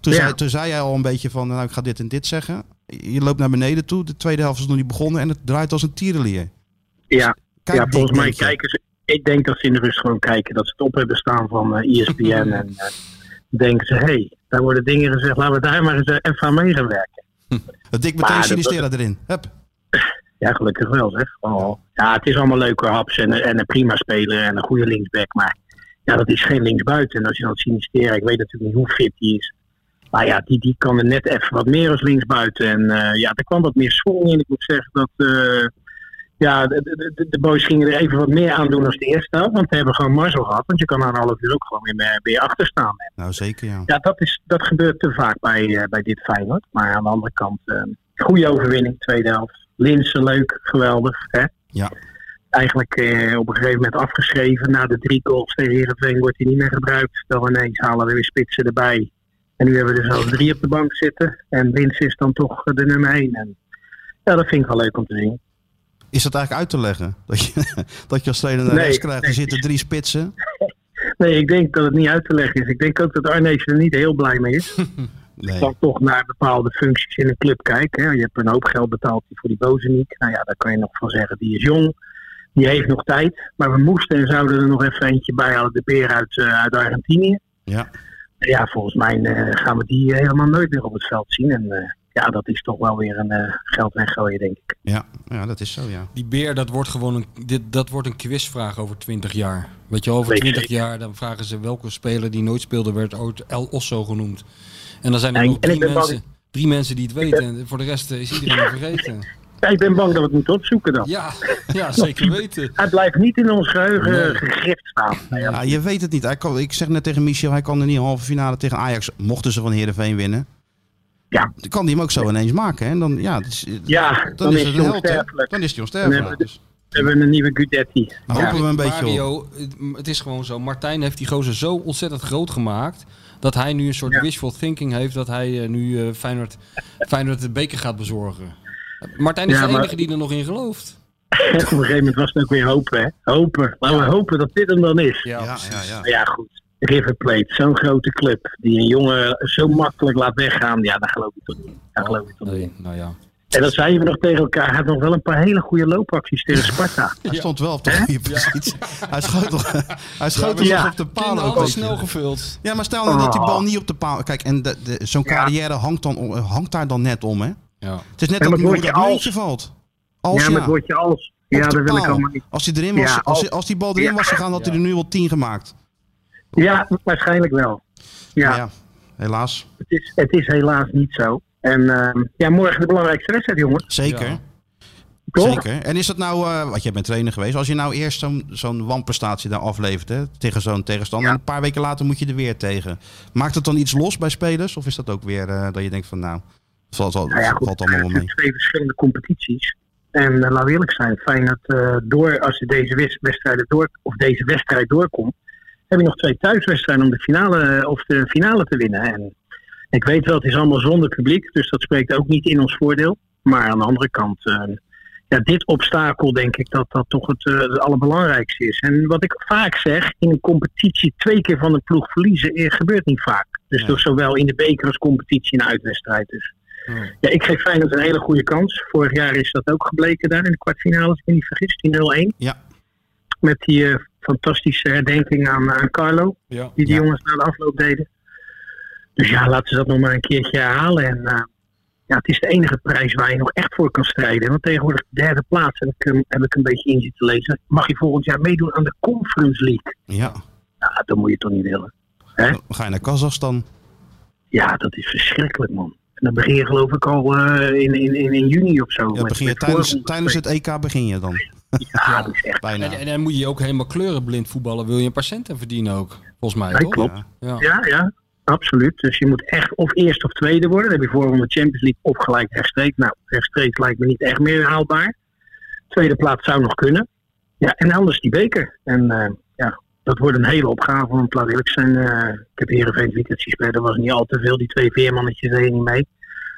Speaker 4: Toen,
Speaker 8: Ja.
Speaker 4: zei, toen zei jij al een beetje van, nou ik ga dit en dit zeggen. Je loopt naar beneden toe, de tweede helft is nog niet begonnen en het draait als een tierenlier.
Speaker 8: Ja,
Speaker 4: Kijk,
Speaker 8: ja volgens
Speaker 4: die
Speaker 8: mij
Speaker 4: denk je.
Speaker 8: kijken ze, Ik denk dat ze in de rust gewoon kijken. Dat ze het op hebben staan van ISPN ESPN. en eh, denken ze, hé, hey, daar worden dingen gezegd. Laten we daar maar eens eh, even aan mee gaan werken.
Speaker 4: Dik
Speaker 8: Maar
Speaker 4: meteen
Speaker 8: dat-
Speaker 4: sinisteren erin. Hup.
Speaker 8: Ja, gelukkig wel zeg. Oh. Ja, het is allemaal leuke haps en, en een prima speler en een goede linksback. Maar ja, dat is geen linksbuiten. En als je dan sinisteren, ik weet natuurlijk niet hoe fit die is. Maar ja, die, die kan er net even wat meer als linksbuiten. En eh, ja, er kwam wat meer swing in. Ik moet zeggen dat eh, ja, de, de, de- de boys gingen er even wat meer aan doen als de eerste. helft, Want we hebben gewoon mazzel gehad. Want je kan aan een half uur ook gewoon weer, meer- weer achter staan.
Speaker 4: Nou, zeker ja.
Speaker 8: Ja, dat, is, dat gebeurt te vaak bij, eh, bij dit Feyenoord. Maar aan de andere kant, eh, goede overwinning, tweede helft. Linsen leuk, geweldig. Hè?
Speaker 4: Ja.
Speaker 8: Eigenlijk eh, op een gegeven moment afgeschreven. Na de drie goals tegen Heerenveen wordt hij niet meer gebruikt. Dan ineens halen we weer spitsen erbij. En nu hebben we er zelfs drie op de bank zitten. En Linsen is dan toch eh, de nummer één. En, ja, dat vind ik wel leuk om te zien.
Speaker 4: Is dat eigenlijk uit te leggen? Dat je, dat je als trainer naar
Speaker 8: Nee,
Speaker 4: rechts krijgt, er
Speaker 8: nee.
Speaker 4: zitten drie spitsen.
Speaker 8: Nee, ik denk dat het niet uit te leggen is. Ik denk ook dat Arnees er niet heel blij mee is.
Speaker 4: Nee.
Speaker 8: dan toch naar bepaalde functies in een club kijken. Hè. Je hebt een hoop geld betaald voor die boze niet. Nou ja, daar kan je nog van zeggen, die is jong. Die heeft nog tijd. Maar we moesten en zouden er nog even eentje bij halen. De beer uit, eh, uit Argentinië.
Speaker 4: Ja.
Speaker 8: Ja, volgens mij eh, gaan we die eh, helemaal nooit meer op het veld zien. En eh, ja, dat is toch wel weer een eh, geld weggooien, denk ik.
Speaker 4: Ja. ja, dat is zo ja.
Speaker 6: Die beer, dat wordt gewoon een, dit, dat wordt een quizvraag over 20 jaar. Weet je, over
Speaker 8: Weet
Speaker 6: 20 jaar dan vragen ze welke speler die nooit speelde werd ooit El Osso genoemd. En dan zijn er
Speaker 8: En-
Speaker 6: nog
Speaker 8: en
Speaker 6: drie
Speaker 8: ik ben bang-
Speaker 6: mensen, drie mensen die het weten. En voor de rest eh, is iedereen het vergeten.
Speaker 8: Ja, ik ben bang dat we het moeten opzoeken dan.
Speaker 6: Ja, ja zeker weten.
Speaker 8: Hij blijft niet in ons geheugen
Speaker 6: Nee.
Speaker 8: eh, gegrift staan. Nou ja,
Speaker 4: Ja, je weet het niet. Hij kan, ik zeg net tegen Michel, hij kan er niet halve finale tegen Ajax. Mochten ze van Heerenveen winnen.
Speaker 8: Ja.
Speaker 4: Dan kan hij hem ook zo ineens maken. Hè? En dan, ja, dat is-
Speaker 8: Ja, dan is
Speaker 4: het
Speaker 8: hij
Speaker 4: een held, hè?
Speaker 8: onsterfelijk.
Speaker 4: Dan is hij
Speaker 8: Nee,
Speaker 4: onsterfelijk.
Speaker 8: maar-
Speaker 4: Dus
Speaker 8: we hebben een nieuwe Gudetti.
Speaker 6: Oh.
Speaker 4: nou, hopen we een beetje op.
Speaker 6: Mario, het- het is gewoon zo. Martijn heeft die gozer zo ontzettend groot gemaakt. Dat hij nu een soort
Speaker 8: Ja.
Speaker 6: wishful thinking heeft. Dat hij eh, nu eh, Feyenoord, Feyenoord de beker gaat bezorgen. Martijn is
Speaker 8: Ja,
Speaker 6: de
Speaker 8: maar-
Speaker 6: enige die er nog in gelooft.
Speaker 8: Op een gegeven moment was het ook weer hopen, hè? Hopen. Laten we hopen dat dit hem dan is.
Speaker 6: Ja,
Speaker 4: Ja,
Speaker 6: precies.
Speaker 4: ja, ja.
Speaker 8: Maar ja, goed. River Plate, zo'n grote club. Die een jongen zo makkelijk laat weggaan. Ja, daar geloof ik toch niet. in. Daar geloof ik toch niet. in.
Speaker 6: Nee, nou ja.
Speaker 8: En dat zeiden we nog tegen elkaar. Hij had nog wel een paar hele goede loopacties tegen Sparta.
Speaker 4: Hij stond wel op de goede positie. Hij schoot toch, hij schoot toch
Speaker 8: Ja.
Speaker 4: nog op de paal ook.
Speaker 6: Kinderhanden
Speaker 4: weet je.
Speaker 6: snel gevuld.
Speaker 4: Ja, maar stel nou dat die bal niet op de paal... Kijk, en de- de- zo'n
Speaker 8: Ah. Ja.
Speaker 4: carrière hangt, dan, eh, hangt daar dan net om, hè?
Speaker 6: Ja.
Speaker 4: Het is net dat
Speaker 8: Ja, maar
Speaker 4: hoe
Speaker 8: word je
Speaker 4: dat
Speaker 8: als-
Speaker 4: muurtje valt. Als
Speaker 8: ja,
Speaker 4: ja,
Speaker 8: maar het woordje als. Ja,
Speaker 4: op de
Speaker 8: dat wil ik
Speaker 4: paal.
Speaker 8: allemaal niet.
Speaker 4: Als, hij erin was,
Speaker 8: Ja,
Speaker 4: als,
Speaker 8: als-
Speaker 4: als die bal erin
Speaker 8: Ja.
Speaker 4: was gegaan, had hij er nu al tien gemaakt.
Speaker 8: Ja, waarschijnlijk wel. Ja,
Speaker 4: Maar ja helaas.
Speaker 8: Het, is, het is helaas niet zo. En ehm, ja, morgen de belangrijkste wedstrijd, jongens.
Speaker 4: Zeker.
Speaker 6: Ja.
Speaker 8: Toch?
Speaker 4: Zeker. En is dat nou, eh want jij bent trainer geweest, als je nou eerst zo'n zo'n wanprestatie daar aflevert hè, tegen zo'n tegenstander,
Speaker 8: Ja.
Speaker 4: en een paar weken later moet je er weer tegen. Maakt het dan iets los bij spelers? Of is dat ook weer eh, dat je denkt van nou, het valt, al,
Speaker 8: Nou ja,
Speaker 4: het
Speaker 8: goed,
Speaker 4: dus valt allemaal wel
Speaker 8: het
Speaker 4: mee?
Speaker 8: zijn twee verschillende competities. En eh, laten we eerlijk zijn, Feyenoord eh, door, als je deze wis- wedstrijden door, of deze wedstrijd doorkomt, heb je nog twee thuiswedstrijden om de finale, eh, of de finale te winnen. En ik weet wel, het is allemaal zonder publiek, dus dat spreekt ook niet in ons voordeel. Maar aan de andere kant, eh, ja, dit obstakel denk ik dat dat toch het, eh, het allerbelangrijkste is. En wat ik vaak zeg, in een competitie twee keer van een ploeg verliezen eh, gebeurt niet vaak. Dus
Speaker 4: Nee.
Speaker 8: toch zowel in de beker als competitie en uitwedstrijd. Dus ja, ik geef Feyenoord een hele goede kans. Vorig jaar is dat ook gebleken daar in de kwartfinale, als ik me niet vergis, die 0-1.
Speaker 4: Ja.
Speaker 8: Met die eh, fantastische herdenking aan, eh, aan Carlo,
Speaker 6: Ja.
Speaker 8: die die
Speaker 4: Ja.
Speaker 8: jongens na de afloop deden. Dus ja, laten ze dat nog maar een keertje herhalen. En eh, ja, het is de enige prijs waar je nog echt voor kan strijden. Want tegenwoordig de derde plaats, heb ik, hem- heb ik een beetje in zitten lezen, mag je volgend jaar meedoen aan de Conference League.
Speaker 4: Ja,
Speaker 8: Nou, dat moet je toch niet willen.
Speaker 4: dan ga je naar Kazachstan.
Speaker 8: Ja, dat is verschrikkelijk, man. En dan begin je geloof ik al eh, in, in, in, in juni of zo.
Speaker 4: Ja,
Speaker 8: met-
Speaker 4: begin je
Speaker 8: met
Speaker 4: tijdens,
Speaker 8: voorrondes.
Speaker 4: tijdens het EK begin je dan,
Speaker 8: Ja, dat is echt.
Speaker 4: bijna.
Speaker 6: En, en dan moet je ook helemaal kleurenblind voetballen. Wil je een paar centen verdienen ook? Volgens mij,
Speaker 8: Nee,
Speaker 6: toch?
Speaker 8: klopt.
Speaker 6: Ja.
Speaker 8: Ja, ja, absoluut. Dus je moet echt of eerst of tweede worden. Dan heb je voorronde Champions League of gelijk rechtstreeks. Nou, rechtstreeks lijkt me niet echt meer haalbaar. Tweede plaats zou nog kunnen. Ja, en anders die beker. En eh, ja, dat wordt een hele opgave. Want laat eerlijk zijn, eh, ik heb hier een weekend gespeeld. Er was niet al te veel. Die twee veermannetjes deden niet mee.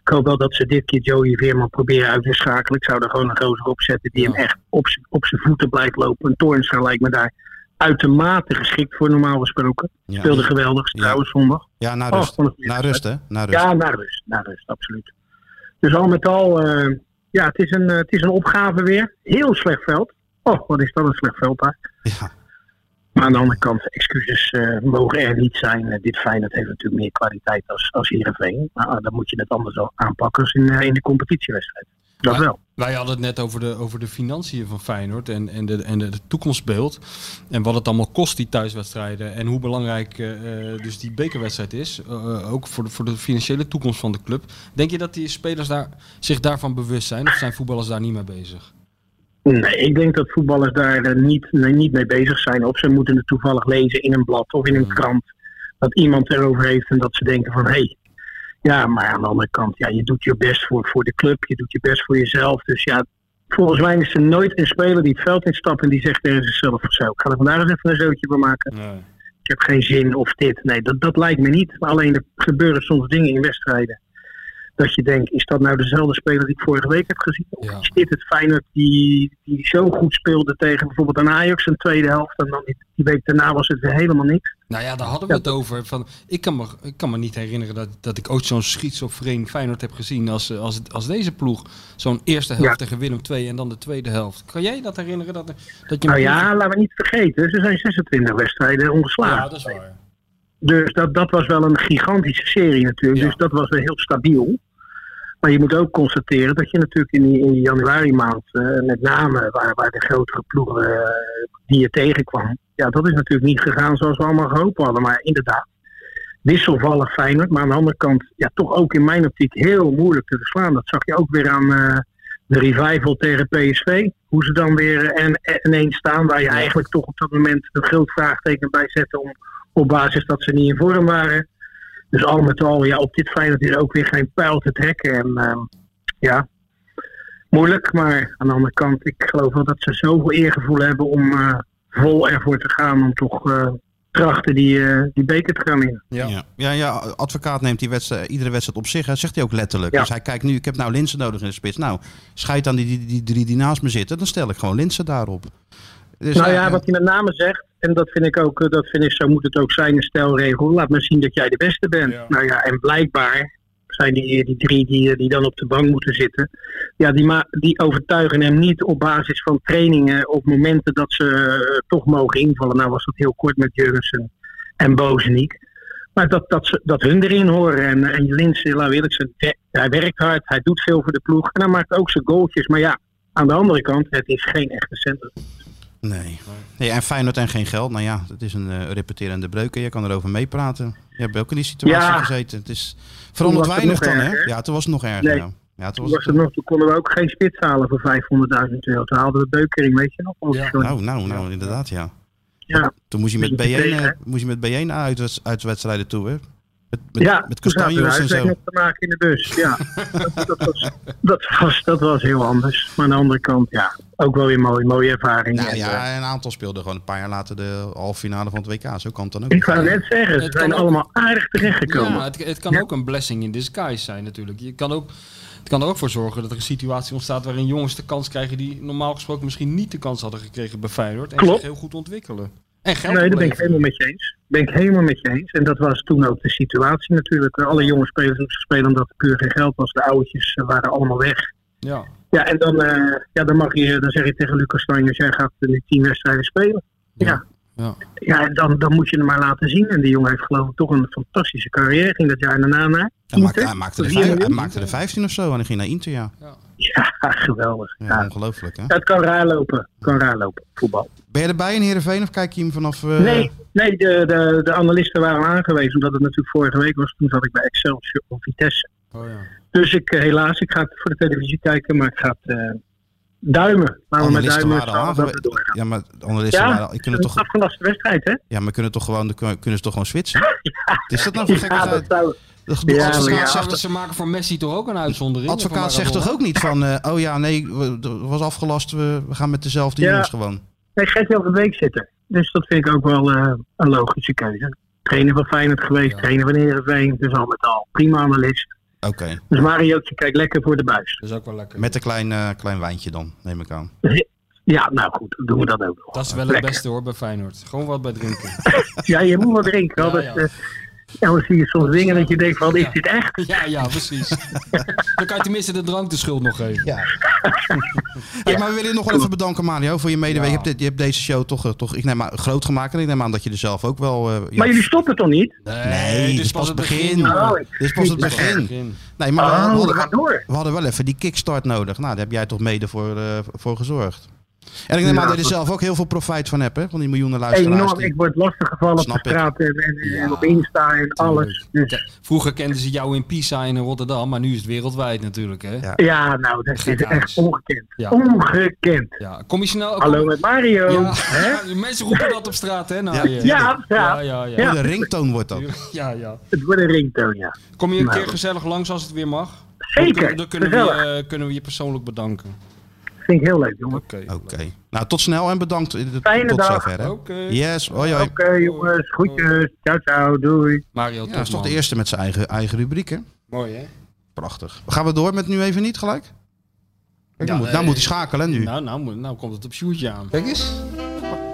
Speaker 8: Ik hoop wel dat ze dit keer Joey Veerman proberen uit te schakelen. Ik zou er gewoon een gozer op zetten die hem echt op z'n- op zijn voeten blijft lopen. Een Toornstra lijkt me daar uitermate geschikt voor normaal gesproken. Speelde
Speaker 4: Ja,
Speaker 8: geweldig
Speaker 4: Ja.
Speaker 8: trouwens zondag.
Speaker 4: ja na
Speaker 8: Oh,
Speaker 4: rust.
Speaker 8: vond ik niet
Speaker 4: Na
Speaker 8: slecht.
Speaker 4: rust, hè? Na rust.
Speaker 8: Ja, naar rust. Naar rust, absoluut. Dus al met al, eh, ja, het is, een, eh, het is een opgave weer. Heel slecht veld. Oh, wat is dat een slecht veld daar.
Speaker 4: Ja.
Speaker 8: Maar aan de andere kant, excuses eh, mogen er niet zijn. Eh, dit Feyenoord heeft natuurlijk meer kwaliteit als, als Heerenveen. Maar ah, dan moet je het anders al aanpakken als in, eh, in de competitiewedstrijd. Dat
Speaker 6: Maar-
Speaker 8: wel.
Speaker 6: Wij hadden het net over de, over de financiën van Feyenoord en, en, de, en de, de toekomstbeeld. En wat het allemaal kost, die thuiswedstrijden. En hoe belangrijk eh, eh, dus die bekerwedstrijd is. eh, eh, ook voor de, voor de financiële toekomst van de club. Denk je dat die spelers daar, zich daarvan bewust zijn? Of zijn voetballers daar niet mee bezig?
Speaker 8: Nee, ik denk dat voetballers daar eh, niet, nee, niet mee bezig zijn. Of ze moeten het toevallig lezen in een blad of in een krant. Dat iemand erover heeft en dat ze denken van hé. Hey, ja, maar aan de andere kant, ja, je doet je best voor, voor de club. Je doet je best voor jezelf. Dus ja, volgens mij is er nooit een speler die het veld instapt en die zegt tegen zichzelf van zo. Ik ga er vandaag eens even een zootje van maken.
Speaker 6: Nee.
Speaker 8: ik heb geen zin of dit. Nee, dat, dat lijkt me niet. Maar alleen er gebeuren soms dingen in wedstrijden. Dat je denkt, is dat nou dezelfde speler die ik vorige week heb gezien? Of
Speaker 6: Ja.
Speaker 8: is dit het Feyenoord die, die zo goed speelde tegen bijvoorbeeld een Ajax in de tweede helft. En dan die, die week daarna was het weer helemaal niks.
Speaker 6: Nou ja, daar hadden we het over. Van, ik, kan me, ik kan me niet herinneren dat, dat ik ooit zo'n schizofreen Feyenoord heb gezien als, eh, als, als deze ploeg. Zo'n eerste helft
Speaker 8: Ja.
Speaker 6: tegen Willem II en dan de tweede helft. Kan jij dat herinneren? Dat, er- dat je
Speaker 8: Nou
Speaker 6: met-
Speaker 8: ja, laten we niet vergeten. Ze zijn 26 wedstrijden ongeslagen.
Speaker 6: ja, dat is waar.
Speaker 8: Dus dat, dat was wel een gigantische serie natuurlijk.
Speaker 6: Ja.
Speaker 8: Dus dat was weer heel stabiel. Maar je moet ook constateren dat je natuurlijk in die, in die januari maand, eh, met name waar, waar de grotere ploegen eh, die je tegenkwam. Ja, dat is natuurlijk niet gegaan zoals we allemaal gehoopt hadden. Maar inderdaad, wisselvallig Feyenoord. Maar aan de andere kant, ja, toch ook in mijn optiek heel moeilijk te verslaan. Dat zag je ook weer aan eh, de revival tegen PSV. Hoe ze dan weer eh, en, en- ineens staan. Waar je eigenlijk toch op dat moment een groot vraagteken bij zette. Om, op basis dat ze niet in vorm waren. Dus al met al, ja, op dit Feyenoord is ook weer geen pijl te trekken. En ehm, ja, moeilijk. Maar aan de andere kant, ik geloof wel dat ze zoveel eergevoel hebben om eh, vol ervoor te gaan. Om toch eh, trachten die, eh, die beker te gaan winnen.
Speaker 6: Ja.
Speaker 4: Ja. Ja, ja, advocaat neemt die wedstrijd, iedere wedstrijd op zich. hè, Dat zegt hij ook letterlijk.
Speaker 8: Ja.
Speaker 4: Dus hij kijkt nu, ik heb nou Linsen nodig in de spits. Nou, scheid aan die, die, die drie die naast me zitten. Dan stel ik gewoon Linsen daarop. Dus
Speaker 8: nou ja,
Speaker 4: hij-
Speaker 8: wat hij met name zegt, en dat vind ik ook, eh, dat vind ik, zo moet het ook zijn, een stelregel. Laat maar zien dat jij de beste bent. Nou ja, en blijkbaar zijn die, die drie die, eh, die dan op de bank moeten zitten. Ja, die, ma- die overtuigen hem niet op basis van trainingen op momenten dat ze eh, toch mogen invallen. Nou was dat heel kort met Jurgensen en Bozeniek. Maar dat, dat, ze, dat hun erin horen. En, eh, en Linsen, laat ik zijn, hij werkt hard, hij doet veel voor de ploeg. En hij maakt ook zijn goaltjes. Maar ja, aan de andere kant, het is geen echte center.
Speaker 4: Nee. nee. En Feyenoord en geen geld. Nou ja, dat is een eh, repeterende breuk. en Je kan erover meepraten. Je hebt ook in die situatie
Speaker 8: Ja.
Speaker 4: gezeten. Het is verandert
Speaker 8: was het
Speaker 4: weinig
Speaker 8: nog
Speaker 4: dan, hè?
Speaker 8: erger.
Speaker 4: Ja, toen was het nog erger.
Speaker 8: Nee.
Speaker 4: Ja. Ja, toen
Speaker 8: Toen
Speaker 4: was
Speaker 8: was
Speaker 4: het...
Speaker 8: het nog, toen konden we ook geen spits halen voor 500.000 euro. Toen haalden we Beukering, weet je nog?
Speaker 6: Ja.
Speaker 8: Ja,
Speaker 4: Nou, nou, nou, inderdaad, ja.
Speaker 8: ja.
Speaker 4: Toen moest je met
Speaker 8: Beetje
Speaker 4: B1,
Speaker 8: tegen, hè?
Speaker 4: eh, moest je met B1 naar uit, uitwedstrijden toe, hè? Met, met,
Speaker 8: ja
Speaker 4: met
Speaker 8: toen zaten we
Speaker 4: kastanjes en
Speaker 8: huiswerk
Speaker 4: zo.
Speaker 8: nog te maken in de bus. Ja, dat, dat, was, dat, was, dat was heel anders. Maar aan de andere kant, ja, ook wel weer mooi, mooie ervaring.
Speaker 4: Nou
Speaker 8: En, eh,
Speaker 4: ja, een aantal speelden gewoon een paar jaar later de halve finale van het WK. Zo kan het dan ook.
Speaker 8: ik wou net zeggen, ze
Speaker 6: Het
Speaker 8: zijn
Speaker 6: kan ook-
Speaker 8: allemaal aardig terechtgekomen.
Speaker 6: Ja, het, het kan
Speaker 8: Ja.
Speaker 6: ook een blessing in disguise zijn natuurlijk. Je kan ook, het kan er ook voor zorgen dat er een situatie ontstaat waarin jongens de kans krijgen die normaal gesproken misschien niet de kans hadden gekregen bij Feyenoord. En
Speaker 8: Klopt.
Speaker 6: zich heel goed ontwikkelen. En geld
Speaker 8: Nee, daar ben ik
Speaker 6: opleveren.
Speaker 8: helemaal met je eens. Ben ik helemaal met je eens. En dat was toen ook de situatie natuurlijk. Alle jonge spelers moesten spelen omdat er puur geen geld was. De oudjes eh, waren allemaal weg.
Speaker 6: Ja.
Speaker 8: Ja, en dan, eh, ja, dan, mag je, dan zeg je tegen Lucas Stanjes, jij gaat nu tien wedstrijden spelen. Ja.
Speaker 6: Ja.
Speaker 8: Ja, en dan, dan moet je hem maar laten zien. En die jongen heeft geloof ik toch een fantastische carrière. Ging dat jaar daarna naar.
Speaker 4: Hij maakte,
Speaker 8: Inter.
Speaker 4: hij, maakte er
Speaker 8: Vier
Speaker 4: vijf- hij
Speaker 8: miljoen.
Speaker 4: maakte er 15 of zo en hij ging naar Inter, ja.
Speaker 8: Ja, geweldig.
Speaker 4: ja,
Speaker 8: Ja.
Speaker 4: Ongelooflijk, hè?
Speaker 8: Ja, het kan raar lopen. Het kan raar lopen, voetbal.
Speaker 4: Ben je erbij in Heerenveen of kijk je hem vanaf... eh,
Speaker 8: Nee, nee de, de, de analisten waren aangewezen. Omdat het natuurlijk vorige week was. Toen zat ik bij Excelsior of Vitesse.
Speaker 6: Oh, ja.
Speaker 8: Dus ik, eh, helaas, ik ga het voor de televisie kijken. Maar ik ga het eh, duimen.
Speaker 4: Oh,
Speaker 8: Laten we met
Speaker 4: Analisten
Speaker 8: duimen
Speaker 4: waren al
Speaker 8: staan dat we
Speaker 4: aangewezen.
Speaker 8: doorgaan.
Speaker 4: Ja, maar de analisten
Speaker 8: Ja,
Speaker 4: waren al...
Speaker 8: het
Speaker 4: je
Speaker 8: is
Speaker 4: Kunnen
Speaker 8: een
Speaker 4: toch,
Speaker 8: afgelaste wedstrijd, hè?
Speaker 4: ja, maar kunnen, toch gewoon, de- kunnen ze toch gewoon switchen? Wat Is dat nou voor gekke
Speaker 8: Ja, dat
Speaker 4: tijd?
Speaker 8: zou...
Speaker 4: De,
Speaker 8: Ja,
Speaker 4: advocaat
Speaker 8: maar ja,
Speaker 4: zegt-
Speaker 6: Ze- Ze maken voor Messi toch ook een uitzondering?
Speaker 4: advocaat
Speaker 6: Van
Speaker 4: zegt toch
Speaker 6: Maradona?
Speaker 4: ook niet van... eh, oh ja, nee, we- er was afgelast, we, we gaan met dezelfde
Speaker 8: Ja.
Speaker 4: jongens gewoon.
Speaker 8: Nee, Gert Jan van Beek zit er. Dus dat vind ik ook wel eh, een logische keuze. Trainer van Feyenoord geweest, trainer van Heerenveen. Dus al met al prima analist.
Speaker 4: Oké,
Speaker 8: Dus Mariootje kijkt lekker voor de buis.
Speaker 6: Dat is ook wel lekker.
Speaker 4: met een klein, eh, klein wijntje dan, neem ik aan.
Speaker 8: Ja, nou goed, dan doen we dat ook nog.
Speaker 6: Dat is wel het
Speaker 8: Lekker.
Speaker 6: beste hoor bij Feyenoord. Gewoon wat bij drinken.
Speaker 8: Ja, je moet wat drinken.
Speaker 6: Ja,
Speaker 8: anders,
Speaker 6: ja.
Speaker 8: eh, Ja, dan zie je soms dingen dat je denkt van, is dit echt?
Speaker 6: Ja, ja, precies. Dan kan je tenminste de drank de schuld nog geven.
Speaker 4: Ja. Hey, maar we willen je nog wel even bedanken, Mario, voor je medewerking. Je, hebt dit- je hebt deze show toch, eh, toch ik neem aan, groot gemaakt. En ik neem aan dat je er zelf ook wel... eh, ja,
Speaker 8: Maar jullie stoppen toch niet?
Speaker 4: Nee, dit is pas het begin.
Speaker 8: joh.
Speaker 4: Dit is pas het
Speaker 8: Dit is pas
Speaker 4: begin. Nee, maar
Speaker 8: Oh,
Speaker 4: we, hadden,
Speaker 8: ga door.
Speaker 4: we hadden wel even die kickstart nodig. Nou, daar heb jij toch mede voor, eh, voor gezorgd. En ik neem
Speaker 8: Ja,
Speaker 4: aan dat je er
Speaker 8: dat-
Speaker 4: zelf ook heel veel profijt van hebt, hè? Van die miljoenen luisteraars.
Speaker 8: Enorm,
Speaker 4: die-
Speaker 8: ik word lastiggevallen op
Speaker 4: Snap
Speaker 8: de
Speaker 4: ik.
Speaker 8: straat en, en, en op Insta en alles. Dus
Speaker 6: Ja, Vroeger kenden ze jou in Pisa en in Rotterdam, maar nu is het wereldwijd natuurlijk. Hè?
Speaker 4: Ja.
Speaker 6: Ja.
Speaker 8: ja, nou, dat is
Speaker 6: Gekhuis.
Speaker 8: echt ongekend.
Speaker 6: Ja.
Speaker 8: Ongekend.
Speaker 6: Kom je snel... kom-
Speaker 8: Hallo met Mario.
Speaker 6: Ja,
Speaker 8: Hè?
Speaker 6: ja, mensen roepen dat op straat, hè? naar je.
Speaker 8: Ja,
Speaker 6: ja, ja,
Speaker 8: ja.
Speaker 6: ja.
Speaker 4: Oh,
Speaker 8: Ja.
Speaker 4: de ringtoon wordt dat.
Speaker 6: Ja, ja.
Speaker 8: Het wordt een ringtoon, ja.
Speaker 6: Kom je een
Speaker 8: Nou.
Speaker 6: keer gezellig langs als het weer mag?
Speaker 8: Zeker,
Speaker 6: Dan kunnen we, je,
Speaker 8: gezellig.
Speaker 6: eh, kunnen we je persoonlijk bedanken.
Speaker 8: Vind ik heel leuk, jongen.
Speaker 6: Oké.
Speaker 4: Oké. Nou, tot snel en bedankt. eh, Tot
Speaker 8: Fijne dag.
Speaker 4: zover, hè?
Speaker 6: Oké.
Speaker 4: Yes, hoi hoi.
Speaker 8: Oké, jongens. Groetjes. Ciao, ciao. Doei.
Speaker 6: Mario,
Speaker 4: Ja,
Speaker 6: ja,
Speaker 4: dat is toch de eerste met zijn eigen, eigen rubriek, hè?
Speaker 6: Mooi, hè?
Speaker 4: Prachtig. Gaan we door met nu even niet gelijk? Kijk, nou, moet, nou moet hij schakelen nu.
Speaker 6: eh, Nou, nou, moet- nou komt het op Sjoerdje aan.
Speaker 4: Kijk eens.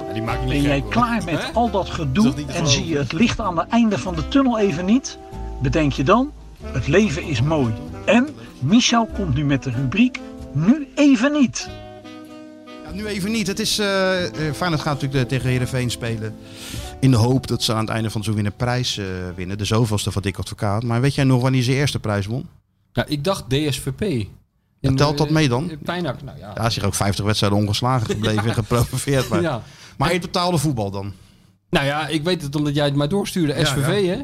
Speaker 6: Ja, die maakt niet
Speaker 9: Ben jij
Speaker 6: gek, hoor.
Speaker 9: klaar met
Speaker 6: Hè?
Speaker 9: al dat
Speaker 6: Is
Speaker 9: gedoe
Speaker 6: dat niet te
Speaker 9: en
Speaker 6: geloven?
Speaker 9: zie je het licht aan het einde van de tunnel even niet? Bedenk je dan, het leven is mooi. En Michel komt nu met de rubriek Nu even niet.
Speaker 4: Ja, nu even niet. Het is, eh, eh, Feyenoord gaat natuurlijk de, tegen Heerenveen spelen. In de hoop dat ze aan het einde van het seizoen weer een prijs eh, winnen. De zoveelste van Dick Advocaat. Maar weet jij nog wanneer ze eerste prijs won?
Speaker 6: Nou, ik dacht DSVP.
Speaker 4: Ja,
Speaker 6: In,
Speaker 4: telt dat
Speaker 6: eh,
Speaker 4: mee dan?
Speaker 6: in Pijnack, nou ja.
Speaker 4: Ja, hij is zich ook 50 wedstrijden ongeslagen gebleven en gepromoveerd. Maar,
Speaker 6: Ja.
Speaker 4: maar in totaal de voetbal dan.
Speaker 6: Nou ja, ik weet het omdat jij het mij doorstuurde.
Speaker 4: Ja,
Speaker 6: SVV, hè?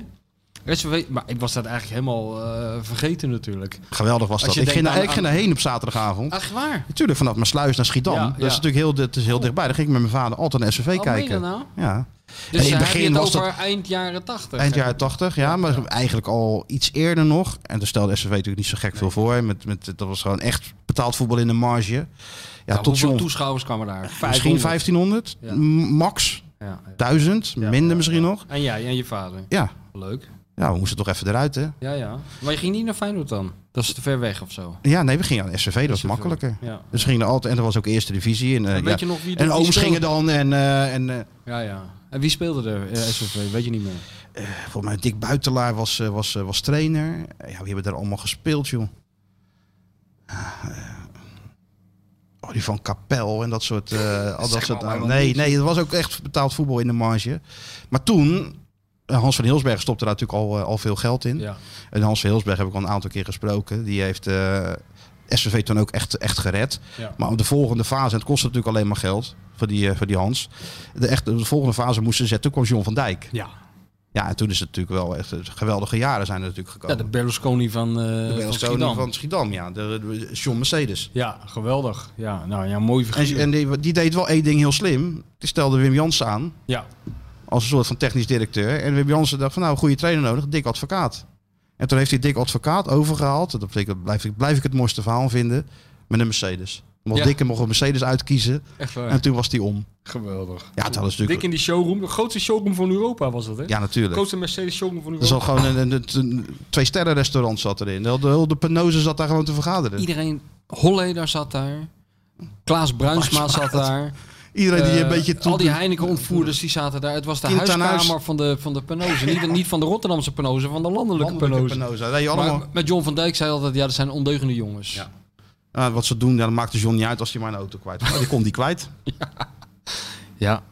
Speaker 6: SVV, maar ik was dat eigenlijk helemaal eh, vergeten natuurlijk.
Speaker 4: Geweldig was
Speaker 6: Als
Speaker 4: dat.
Speaker 6: je
Speaker 4: Ik
Speaker 6: denkt
Speaker 4: ging, daar,
Speaker 6: aan-
Speaker 4: ik ging daarheen op zaterdagavond.
Speaker 6: Ach, waar?
Speaker 4: Natuurlijk, vanaf mijn sluis naar Schiedam.
Speaker 6: Ja,
Speaker 4: Dat
Speaker 6: ja.
Speaker 4: is natuurlijk heel, dat is heel dichtbij. Daar ging ik met mijn vader altijd naar SVV
Speaker 6: Oh, meen je
Speaker 4: kijken.
Speaker 6: dat nou?
Speaker 4: Ja.
Speaker 6: Dus
Speaker 4: in
Speaker 6: in
Speaker 4: het
Speaker 6: het
Speaker 4: begin was dat-
Speaker 6: over eind jaren 80.
Speaker 4: Eind jaren 80, ja, maar eigenlijk al iets eerder nog. En toen stelde SVV natuurlijk niet zo gek veel voor. Met, met, dat was gewoon echt betaald voetbal in de marge. Ja,
Speaker 6: Ja,
Speaker 4: tot
Speaker 6: Nou, hoeveel
Speaker 4: zo'n
Speaker 6: toeschouwers kwamen daar?
Speaker 4: misschien
Speaker 6: 500.
Speaker 4: 1500,
Speaker 6: Ja.
Speaker 4: m- max
Speaker 6: Ja, ja.
Speaker 4: 1000, minder misschien nog.
Speaker 6: En jij en je vader.
Speaker 4: Ja.
Speaker 6: Leuk.
Speaker 4: ja, we moesten toch even eruit, hè?
Speaker 6: Ja, ja. Maar je ging niet naar Feyenoord dan? Dat is te ver weg of zo.
Speaker 4: Ja, nee, we gingen aan SVV, dat was
Speaker 6: SVV,
Speaker 4: makkelijker.
Speaker 6: ja.
Speaker 4: Dus we gingen er altijd, en er was ook eerste divisie. En, eh,
Speaker 6: En
Speaker 4: ja,
Speaker 6: weet je nog wie
Speaker 4: en
Speaker 6: wie
Speaker 4: ooms
Speaker 6: speelde?
Speaker 4: gingen dan en, eh, en eh,
Speaker 6: Ja, ja. En wie speelde er eh, SVV? Weet je niet meer.
Speaker 4: volgens mij Dick Buitelaar was, eh, was, eh, was trainer. Ja, wie hebben daar allemaal gespeeld, joh? Oh, die van Kapel en dat soort... eh, al dat
Speaker 6: Zeg
Speaker 4: soort
Speaker 6: maar allemaal
Speaker 4: nee,
Speaker 6: niks.
Speaker 4: nee, het was ook echt betaald voetbal in de marge. Maar toen... eh, Hans van Hilsberg stopte daar natuurlijk al, eh, al veel geld in.
Speaker 6: Ja.
Speaker 4: En Hans van Hilsberg heb ik al een aantal keer gesproken. Die heeft eh SVV toen ook echt, echt gered.
Speaker 6: Ja.
Speaker 4: Maar op de volgende fase, en het kostte natuurlijk alleen maar geld voor die, eh, voor die Hans. De, echt, de volgende fase moesten ze zetten. Toen kwam John van Dijk.
Speaker 6: Ja.
Speaker 4: Ja, en toen is het natuurlijk wel echt eh, geweldige jaren zijn er natuurlijk
Speaker 6: Ja,
Speaker 4: gekomen.
Speaker 6: de Berlusconi van, eh
Speaker 4: de
Speaker 6: van
Speaker 4: Berlusconi
Speaker 6: Schiedam.
Speaker 4: van Schiedam, ja. De, de- John Mercedes.
Speaker 6: Ja, geweldig. Ja, nou ja, mooi
Speaker 4: En,
Speaker 6: figuur.
Speaker 4: en die, die deed wel één ding heel slim. Die stelde Wim Jansen aan
Speaker 6: ja.
Speaker 4: als een soort van technisch directeur. En Wim Jansen dacht van nou, goede trainer nodig, dik advocaat. En toen heeft hij dik advocaat overgehaald. Dat betekent, blijf, ik- blijf ik het mooiste verhaal vinden. Met een Mercedes. Mocht
Speaker 6: Ja. Oh
Speaker 4: Dikke mocht een Mercedes uitkiezen.
Speaker 6: Echt waar.
Speaker 4: En toen was die om.
Speaker 6: Geweldig.
Speaker 4: Ja, het hadden ze
Speaker 6: Dik
Speaker 4: natuurlijk.
Speaker 6: in die showroom. De grootste showroom van Europa was dat, hè?
Speaker 4: Ja, natuurlijk.
Speaker 6: grootste Mercedes showroom van
Speaker 4: Er
Speaker 6: Europa.
Speaker 4: zat gewoon een, een, een- een twee-sterren restaurant zat erin. De, de, de penose zat daar gewoon te vergaderen.
Speaker 6: Iedereen, Holleder zat daar. Klaas Bruinsma zat daar.
Speaker 4: Iedereen die
Speaker 6: Eh,
Speaker 4: een beetje... toe-
Speaker 6: al die Heineken-ontvoerders die zaten daar. Het was de
Speaker 4: Kind aan
Speaker 6: huiskamer
Speaker 4: huis.
Speaker 6: van de, van de Penose. Niet, niet van de Rotterdamse Penose, van de landelijke,
Speaker 4: Landelijke
Speaker 6: Penose.
Speaker 4: Penose. Nee, allemaal.
Speaker 6: Maar met John van Dijk zei altijd, ja, dat zijn ondeugende jongens. Ja,
Speaker 4: Ah, wat ze doen, ja, dat maakte John niet uit als hij maar een auto kwijt was. Maar die kon die kwijt.
Speaker 6: ja.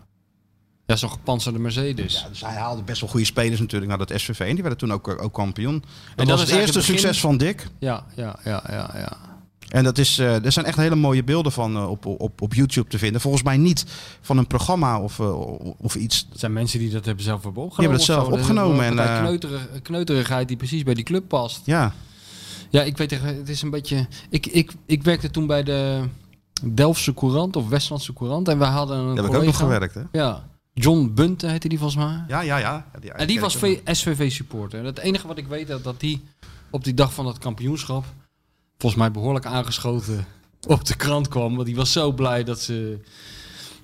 Speaker 6: zo'n gepantserde Mercedes.
Speaker 4: Ja, dus hij haalde best wel goede spelers natuurlijk naar dat SVV. En die werden toen ook, eh, ook kampioen. En dat,
Speaker 6: dat
Speaker 4: was het
Speaker 6: is eigenlijk
Speaker 4: eerste
Speaker 6: het begin.
Speaker 4: succes van Dick.
Speaker 6: Ja, ja, ja, ja, ja.
Speaker 4: En dat is, eh, er zijn echt hele mooie beelden van eh, op, op, op YouTube te vinden. Volgens mij niet van een programma of, eh, of iets.
Speaker 6: Het zijn mensen die dat hebben zelf hebben opgenomen.
Speaker 4: hebben dat
Speaker 6: of
Speaker 4: zelf
Speaker 6: zo. Dat is
Speaker 4: opgenomen
Speaker 6: een
Speaker 4: en,
Speaker 6: partij
Speaker 4: eh,
Speaker 6: kneuterig- kneuterigheid die precies bij die club past.
Speaker 4: Ja,
Speaker 6: Ja, ik weet echt, het is een beetje... Ik, ik, ik werkte toen bij de Delftse Courant of Westlandse Courant. En we hadden een
Speaker 4: daar heb ik ook nog
Speaker 6: collega.
Speaker 4: gewerkt. Hè?
Speaker 6: Ja, John Bunte heette die volgens mij.
Speaker 4: Ja, ja, ja. Ja,
Speaker 6: En die was
Speaker 4: veel.
Speaker 6: SVV-supporter. Het enige wat ik weet, dat, dat die op die dag van dat kampioenschap... volgens mij behoorlijk aangeschoten op de krant kwam. Want die was zo blij dat ze,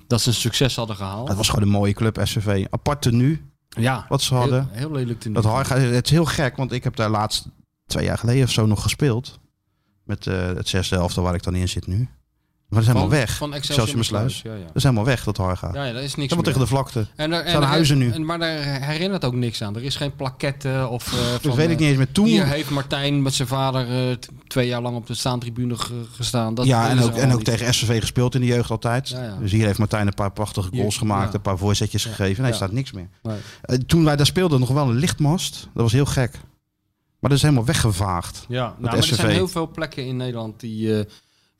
Speaker 6: dat ze een succes hadden gehaald.
Speaker 4: Het was gewoon een mooie club, SVV. Aparte nu,
Speaker 6: ja,
Speaker 4: wat ze hadden.
Speaker 6: heel, heel lelijk toen.
Speaker 4: Dat Harga, het is heel gek, want ik heb daar laatst twee jaar geleden of zo nog gespeeld. Met eh, het zesde elftal waar ik dan in zit nu. Maar dat is helemaal
Speaker 6: Van-
Speaker 4: weg.
Speaker 6: van Excelsior
Speaker 4: Sluis.
Speaker 6: Sluis, ja, ja.
Speaker 4: Dat is helemaal weg, dat Harga.
Speaker 6: Ja, ja, dat is niks
Speaker 4: helemaal
Speaker 6: meer.
Speaker 4: tegen de vlakte.
Speaker 6: En daar- en
Speaker 4: Zijn
Speaker 6: daar-
Speaker 4: huizen nu.
Speaker 6: En, maar daar herinnert ook niks aan. Er is geen plaketten of... eh, van,
Speaker 4: Dus weet ik
Speaker 6: eh,
Speaker 4: niet eens meer. Toen-
Speaker 6: Hier heeft Martijn met zijn vader eh, t- twee jaar lang op de staantribune ge- gestaan. Dat,
Speaker 4: ja,
Speaker 6: dat
Speaker 4: en
Speaker 6: is
Speaker 4: ook, en
Speaker 6: allemaal
Speaker 4: ook
Speaker 6: niet.
Speaker 4: tegen SCV gespeeld in de jeugd altijd.
Speaker 6: Ja, ja.
Speaker 4: Dus hier heeft Martijn een paar prachtige
Speaker 6: Hier,
Speaker 4: goals gemaakt,
Speaker 6: ja.
Speaker 4: een paar voorzetjes gegeven. Nee,
Speaker 6: Ja.
Speaker 4: staat niks meer.
Speaker 6: Nee.
Speaker 4: Eh, toen wij daar speelden, nog wel een lichtmast. Dat was heel gek. Maar dat is helemaal weggevaagd.
Speaker 6: Ja, nou, maar er
Speaker 4: SCV.
Speaker 6: zijn heel veel plekken in Nederland die eh,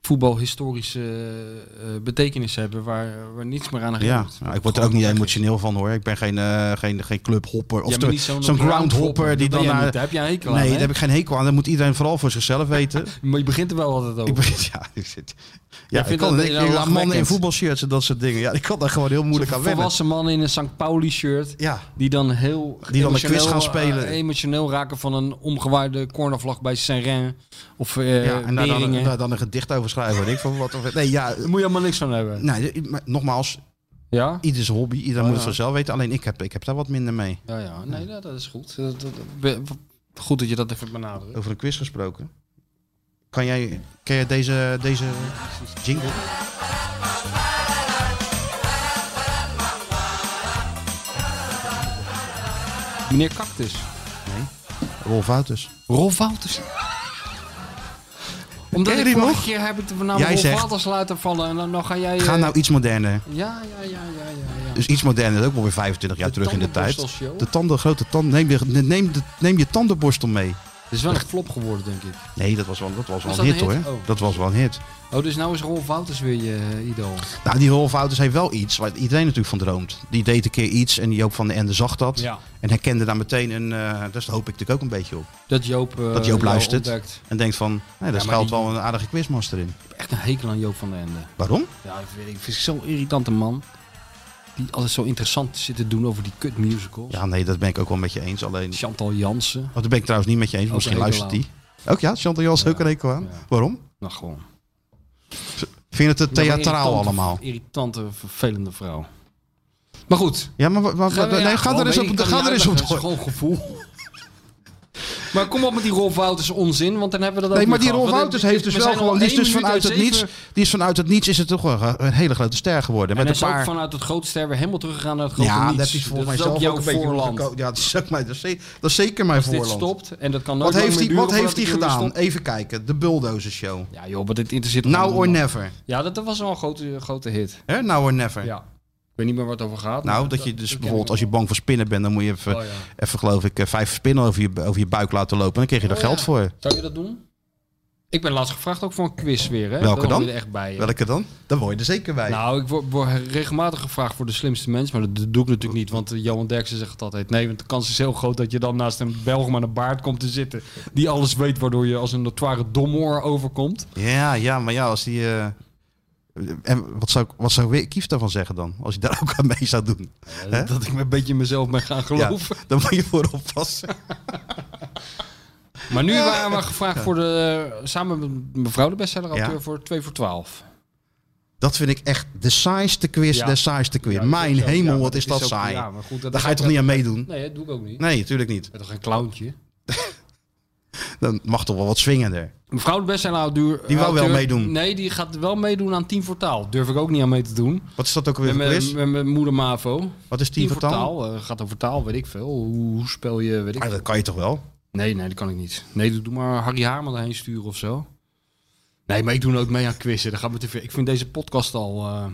Speaker 6: voetbalhistorische eh, eh, betekenis hebben waar, waar niets meer aan
Speaker 4: Ja,
Speaker 6: herinnert.
Speaker 4: nou, ik word er ook niet emotioneel van hoor. Ik ben geen, eh, geen, geen clubhopper of
Speaker 6: Ja, maar
Speaker 4: de-
Speaker 6: niet
Speaker 4: zo'n
Speaker 6: zo'n
Speaker 4: groundhopper die
Speaker 6: Dat
Speaker 4: dan...
Speaker 6: ben jij
Speaker 4: naar-
Speaker 6: niet, daar heb jij een hekel aan,
Speaker 4: nee,
Speaker 6: hè?
Speaker 4: daar heb ik geen hekel aan. Dat moet iedereen vooral voor zichzelf weten.
Speaker 6: Maar je begint er wel altijd over.
Speaker 4: ik ben, ja, ik zit... Ja,
Speaker 6: Oh. vindt
Speaker 4: ik kan
Speaker 6: dat-
Speaker 4: ik,
Speaker 6: ja,
Speaker 4: ja, mannen in
Speaker 6: lachwekkend.
Speaker 4: voetbalshirts en dat soort dingen. Ja, ik kan daar gewoon heel moeilijk aan
Speaker 6: Zo'n
Speaker 4: wennen.
Speaker 6: volwassen man in een St. Pauli shirt.
Speaker 4: Ja,
Speaker 6: Die dan heel
Speaker 4: een
Speaker 6: emotioneel,
Speaker 4: quiz gaan
Speaker 6: eh,
Speaker 4: spelen.
Speaker 6: emotioneel raken van een omgewaaide cornervlag bij Saint-Ren. Of eh
Speaker 4: ja en daar dan,
Speaker 6: Beringen.
Speaker 4: daar dan een gedicht over schrijven. weet Ik van wat of, nee, ja,
Speaker 6: Daar moet je allemaal niks van hebben.
Speaker 4: nee, maar nogmaals,
Speaker 6: Ja?
Speaker 4: ieders hobby, iedereen moet het
Speaker 6: Oh, ja.
Speaker 4: vanzelf weten. Alleen ik heb, ik heb daar wat minder mee.
Speaker 6: Ja, ja. Nee, dat, dat is goed. Dat- dat- be- goed dat je dat even benadrukt.
Speaker 4: Over een quiz gesproken. Kan jij, ken jij deze, deze jingle?
Speaker 6: Meneer Cactus.
Speaker 4: Rolf Wouters.
Speaker 6: Rolf Wouters. Omdat
Speaker 4: Ken je
Speaker 6: ik
Speaker 4: die
Speaker 6: vorige
Speaker 4: nog?
Speaker 6: keer heb ik de naam
Speaker 4: Jij
Speaker 6: Rolf
Speaker 4: zegt-
Speaker 6: Wouters laten vallen. En dan, dan ga jij...
Speaker 4: Ga
Speaker 6: eh,
Speaker 4: nou iets moderner.
Speaker 6: Ja, ja, ja, ja, ja. ja.
Speaker 4: Dus iets moderner, ook wel weer 25 jaar
Speaker 6: De
Speaker 4: terug in de tijd.
Speaker 6: tandenborstelshow.
Speaker 4: De tanden, grote tanden. Neem, je- neem, de- neem je tandenborstel mee.
Speaker 6: Het is wel een flop geworden, denk ik.
Speaker 4: Nee, dat was wel, dat was wel
Speaker 6: Was
Speaker 4: een
Speaker 6: dat
Speaker 4: hit,
Speaker 6: een hit?
Speaker 4: hoor.
Speaker 6: Oh.
Speaker 4: Dat was wel een hit.
Speaker 6: Oh, dus nou is Rolf Wouters weer je eh, idool.
Speaker 4: Nou, die Rolf Wouters heeft wel iets waar iedereen natuurlijk van droomt. Die deed een keer iets en Joop van de Ende zag dat.
Speaker 6: Ja.
Speaker 4: En herkende daar meteen een... eh dus daar hoop ik natuurlijk ook een beetje op.
Speaker 6: Dat Joop, eh,
Speaker 4: Dat Joop
Speaker 6: jou
Speaker 4: luistert.
Speaker 6: ontdekt.
Speaker 4: En denkt van, nee, daar
Speaker 6: maar
Speaker 4: schuilt
Speaker 6: die-
Speaker 4: wel een aardige quizmaster in.
Speaker 6: Ik heb echt een hekel aan Joop van den Ende.
Speaker 4: Waarom?
Speaker 6: Ja, dat weet ik. vind ik zo'n irritante man. Die alles zo interessant zit te doen over die kut musicals.
Speaker 4: Ja, nee, dat ben ik ook wel met je eens. Alleen, oh,
Speaker 6: Chantal Jansen.
Speaker 4: dat ben ik trouwens niet met je eens.
Speaker 6: Ook
Speaker 4: Misschien
Speaker 6: een hekel
Speaker 4: luistert die. Ook ja, Chantal Jans ook een hekel aan.
Speaker 6: Oh, ja.
Speaker 4: Waarom?
Speaker 6: Nou, gewoon.
Speaker 4: Vind je het te theatraal
Speaker 6: Irritante-
Speaker 4: allemaal?
Speaker 6: Irritante, vervelende vrouw. Maar goed.
Speaker 4: Ja, maar, maar, maar-
Speaker 6: we- ja,
Speaker 4: nee, ga
Speaker 6: gewoon,
Speaker 4: er eens
Speaker 6: weet
Speaker 4: op,
Speaker 6: ik, kan
Speaker 4: ga
Speaker 6: niet
Speaker 4: er eens op
Speaker 6: uitleggen,
Speaker 4: door.
Speaker 6: Het is gewoon gevoel. maar kom op met die Rolf Wouters onzin, want dan hebben we dat
Speaker 4: Nee,
Speaker 6: ook
Speaker 4: maar
Speaker 6: weer
Speaker 4: die
Speaker 6: gehad.
Speaker 4: Rolf Wouters
Speaker 6: Want het-
Speaker 4: heeft dus
Speaker 6: we
Speaker 4: wel
Speaker 6: zijn al
Speaker 4: gewoon... Die is
Speaker 6: één
Speaker 4: dus
Speaker 6: minuut en
Speaker 4: vanuit het
Speaker 6: zeven-
Speaker 4: niets... Die is vanuit het niets is het toch wel een een hele grote ster geworden.
Speaker 6: En
Speaker 4: Met
Speaker 6: hij
Speaker 4: een
Speaker 6: is ook
Speaker 4: paar...
Speaker 6: vanuit het grote ster weer helemaal teruggegaan naar het grote
Speaker 4: ja,
Speaker 6: niets.
Speaker 4: dat is volgens mij
Speaker 6: ook
Speaker 4: zelf
Speaker 6: jouw
Speaker 4: ook een beetje
Speaker 6: voorland.
Speaker 4: opgeko- Ja, dat is, ook mijn, dat, is, ze- dat is zeker mijn
Speaker 6: Als dit
Speaker 4: voorland.
Speaker 6: stopt, en dat kan nooit
Speaker 4: Wat heeft
Speaker 6: lang meer
Speaker 4: hij
Speaker 6: duren
Speaker 4: wat heeft hij
Speaker 6: voordat het weer
Speaker 4: gedaan?
Speaker 6: stopt.
Speaker 4: Even kijken. De Bulldozer Show.
Speaker 6: Ja joh, maar dit interesseert
Speaker 4: Now
Speaker 6: gewoon
Speaker 4: Nou or
Speaker 6: niemand.
Speaker 4: never.
Speaker 6: Ja, dat, dat was wel een grote, grote hit.
Speaker 4: Hè? Now or never.
Speaker 6: Ja. Ik weet niet meer wat het over gaat. maar
Speaker 4: Nou, dat je dus
Speaker 6: ken ik
Speaker 4: bijvoorbeeld als je
Speaker 6: nog
Speaker 4: bang voor spinnen bent, dan moet je even,
Speaker 6: wel. Oh, ja.
Speaker 4: even geloof ik, eh, vijf spinnen over je, over je buik laten lopen. En dan krijg je er
Speaker 6: Oh,
Speaker 4: geld
Speaker 6: ja.
Speaker 4: voor.
Speaker 6: Zou je dat doen? Ik ben laatst gevraagd ook voor een quiz weer. Hè?
Speaker 4: Welke
Speaker 6: Daar hoor je
Speaker 4: dan?
Speaker 6: er echt bij. hè?
Speaker 4: Welke dan? Dan word je er zeker bij.
Speaker 6: Nou, ik word, word regelmatig gevraagd voor de slimste mens, maar dat doe ik natuurlijk niet, want eh, Johan Derksen zegt het altijd. Nee, want de kans is heel groot dat je dan naast een Belg met een baard komt te zitten, die alles weet, waardoor je als een notoire domoor overkomt.
Speaker 4: Ja, ja, maar ja, als die... eh, en wat zou, ik- wat zou Kief daarvan zeggen dan? Als je daar ook aan mee zou doen. Hè?
Speaker 6: Dat ik me een beetje in mezelf ben gaan
Speaker 4: Ja,
Speaker 6: geloven.
Speaker 4: dan moet je voor oppassen.
Speaker 6: Maar nu waren we gevraagd voor de, samen met mevrouw de bestsellerauteur,
Speaker 4: Ja.
Speaker 6: voor 2 voor 12.
Speaker 4: Dat vind ik echt de saaiste quiz,
Speaker 6: Ja.
Speaker 4: de saaiste quiz.
Speaker 6: Ja, dat
Speaker 4: Mijn
Speaker 6: is ook- ja,
Speaker 4: hemel,
Speaker 6: maar
Speaker 4: wat is dat
Speaker 6: ook-
Speaker 4: saai.
Speaker 6: ja, maar goed, dat
Speaker 4: daar ga
Speaker 6: is
Speaker 4: je
Speaker 6: ook-
Speaker 4: toch niet aan meedoen?
Speaker 6: Nee, dat doe ik ook niet.
Speaker 4: Nee, natuurlijk niet.
Speaker 6: Ik ben toch geen clowntje.
Speaker 4: Dan mag toch wel wat swingender.
Speaker 6: Mevrouw de bestsellerauteur...
Speaker 4: Die wou wel
Speaker 6: auteur-
Speaker 4: meedoen.
Speaker 6: Nee, die gaat wel meedoen aan 10 voor taal. Durf ik ook niet aan mee te doen.
Speaker 4: Wat is dat ook weer
Speaker 6: Met
Speaker 4: voor
Speaker 6: mijn-
Speaker 4: quiz?
Speaker 6: met mijn moeder Mavo.
Speaker 4: Wat is
Speaker 6: Tien
Speaker 4: tien
Speaker 6: voor
Speaker 4: vertaal?
Speaker 6: taal. eh, gaat over taal, weet ik veel. Hoe, hoe speel je, weet ik
Speaker 4: Ah,
Speaker 6: veel.
Speaker 4: dat kan je toch wel?
Speaker 6: Nee, nee, dat kan ik niet. Nee, doe- doe maar Harry Haarman erheen sturen of zo. Nee, maar ik doe ook mee aan quizzen. Dat gaat me te ver. Ik vind deze podcast al... eh,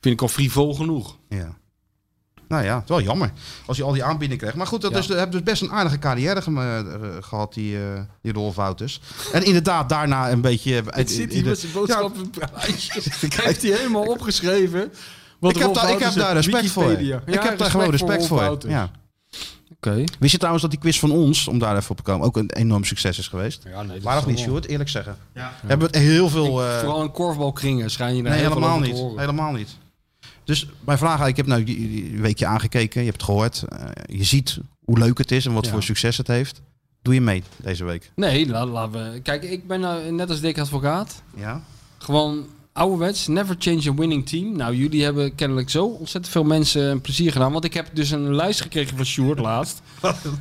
Speaker 6: vind ik al frivol genoeg.
Speaker 4: Ja. Nou ja, het is wel jammer als je al die aanbiedingen krijgt. Maar goed, dat
Speaker 6: Ja.
Speaker 4: is, de- heb dus best een aardige carrière gema- eh, gehad, die, eh, die Rolf Wouters. En inderdaad, daarna een beetje... eh, in- in de- Ja,
Speaker 6: Heeft hij helemaal opgeschreven.
Speaker 4: ik, heb daar, ik heb daar respect voor. ik heb daar gewoon respect voor. Ja.
Speaker 6: dus. Oké.
Speaker 4: Wist je trouwens dat die quiz van ons, om daar even op te komen, ook een enorm succes is geweest?
Speaker 6: Ja, nee, dat
Speaker 4: Maar
Speaker 6: is
Speaker 4: nog niet,
Speaker 6: wel-
Speaker 4: Sjoerd, eerlijk zeggen.
Speaker 5: Ja.
Speaker 4: Hebben we het heel veel... eh,
Speaker 6: Vooral in korfbalkringen schijn je daar
Speaker 4: Nee,
Speaker 6: heel veel
Speaker 4: helemaal
Speaker 6: over te
Speaker 4: niet.
Speaker 6: horen.
Speaker 4: Helemaal niet. Dus mijn vraag, aan- ik heb nou j- j- een weekje aangekeken, je hebt het gehoord. eh, je ziet hoe leuk het is en wat
Speaker 6: Ja.
Speaker 4: voor succes het heeft. Doe je mee deze week?
Speaker 6: Nee, la- laten we... Kijk, ik ben nou net als Dick Advocaat.
Speaker 4: Ja.
Speaker 6: Gewoon ouderwets, never change a winning team. Nou, jullie hebben kennelijk zo ontzettend veel mensen een plezier gedaan. Want ik heb dus een lijst gekregen van Sjoerd laatst.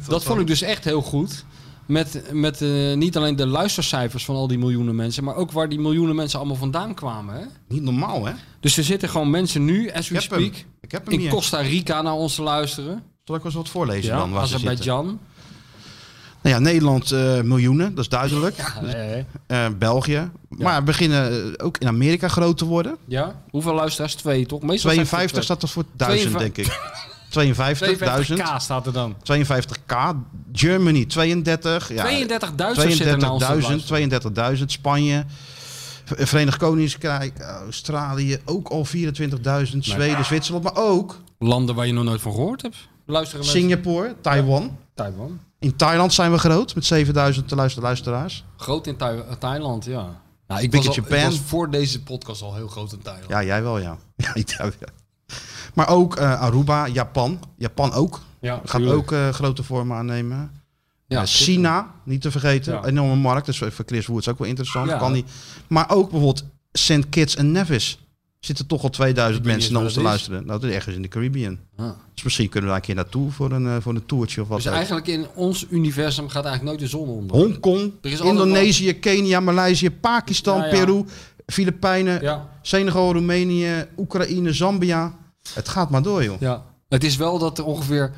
Speaker 6: dat vond ik dus echt heel goed. Met, met eh, niet alleen de luistercijfers van al die miljoenen mensen, maar ook waar die miljoenen mensen allemaal vandaan kwamen. Hè?
Speaker 4: Niet normaal, hè?
Speaker 6: Dus er zitten gewoon mensen nu, as we
Speaker 4: Ik heb hem.
Speaker 6: speak,
Speaker 4: Ik heb hem
Speaker 6: in
Speaker 4: hier.
Speaker 6: Costa Rica naar ons te luisteren.
Speaker 4: Zal ik wel eens wat voorlezen
Speaker 6: Ja,
Speaker 4: dan? Waar ze zitten?
Speaker 6: Azerbeidzjan.
Speaker 4: Nou ja, Nederland eh, miljoenen, dat is duidelijk.
Speaker 6: Ja, eh,
Speaker 4: Eh, België. Maar beginnen eh, ook in Amerika groot te worden.
Speaker 6: ja. Hoeveel luisteraars? Twee, toch? Meestal zijn het er
Speaker 4: 52
Speaker 6: twee.
Speaker 4: staat er voor 1000, denk ik. 52, 1000.
Speaker 6: 52k staat er dan.
Speaker 4: 52k. Germany 32. Ja,
Speaker 6: 32.000 zitten naar ons te
Speaker 4: 32.000.
Speaker 6: luisteren.
Speaker 4: 32.000. Spanje. V- Verenigd Koninkrijk. Australië ook al 24.000. Zweden, Zwitserland. Maar ook
Speaker 6: Landen waar je nog nooit van gehoord hebt. Luisteren mensen.
Speaker 4: Singapore, Taiwan.
Speaker 6: Taiwan.
Speaker 4: In Thailand zijn we groot met 7000 te luister- luisteraars.
Speaker 6: Groot in Tha- Thailand, ja. Nou, ik,
Speaker 4: Big
Speaker 6: was al,
Speaker 4: in
Speaker 6: ik
Speaker 4: Japan.
Speaker 6: was voor deze podcast al heel groot in Thailand.
Speaker 4: Ja, jij wel, ja. ja, ik denk, ja. Maar ook eh, Aruba, Japan. Japan ook.
Speaker 6: Ja,
Speaker 4: Gaat
Speaker 6: tuurlijk.
Speaker 4: ook eh, grote vormen aannemen.
Speaker 6: Ja,
Speaker 4: Eh, China, niet te vergeten.
Speaker 6: Ja.
Speaker 4: Enorme markt. Dus voor Chris Woods ook wel interessant.
Speaker 6: Ja.
Speaker 4: Kan die. Maar ook bijvoorbeeld St. Kitts en Nevis. Zitten toch al 2000
Speaker 6: weet
Speaker 4: mensen
Speaker 6: niet
Speaker 4: naar
Speaker 6: eens
Speaker 4: ons te
Speaker 6: waar
Speaker 4: luisteren. Nou, dat is ergens in de Caribbean.
Speaker 6: Ah.
Speaker 4: Dus misschien kunnen we daar een keer naartoe voor een, eh, voor een toertje of wat.
Speaker 6: Dus
Speaker 4: ook.
Speaker 6: eigenlijk in ons universum gaat eigenlijk nooit de zon onder.
Speaker 4: Hongkong,
Speaker 6: Er is altijd
Speaker 4: Indonesië, Kenia, Maleisië, Pakistan,
Speaker 6: Ja, ja.
Speaker 4: Peru, Filipijnen,
Speaker 6: Ja,
Speaker 4: Senegal, Roemenië, Oekraïne, Zambia. Het gaat maar door, joh.
Speaker 6: ja. Het is wel dat er ongeveer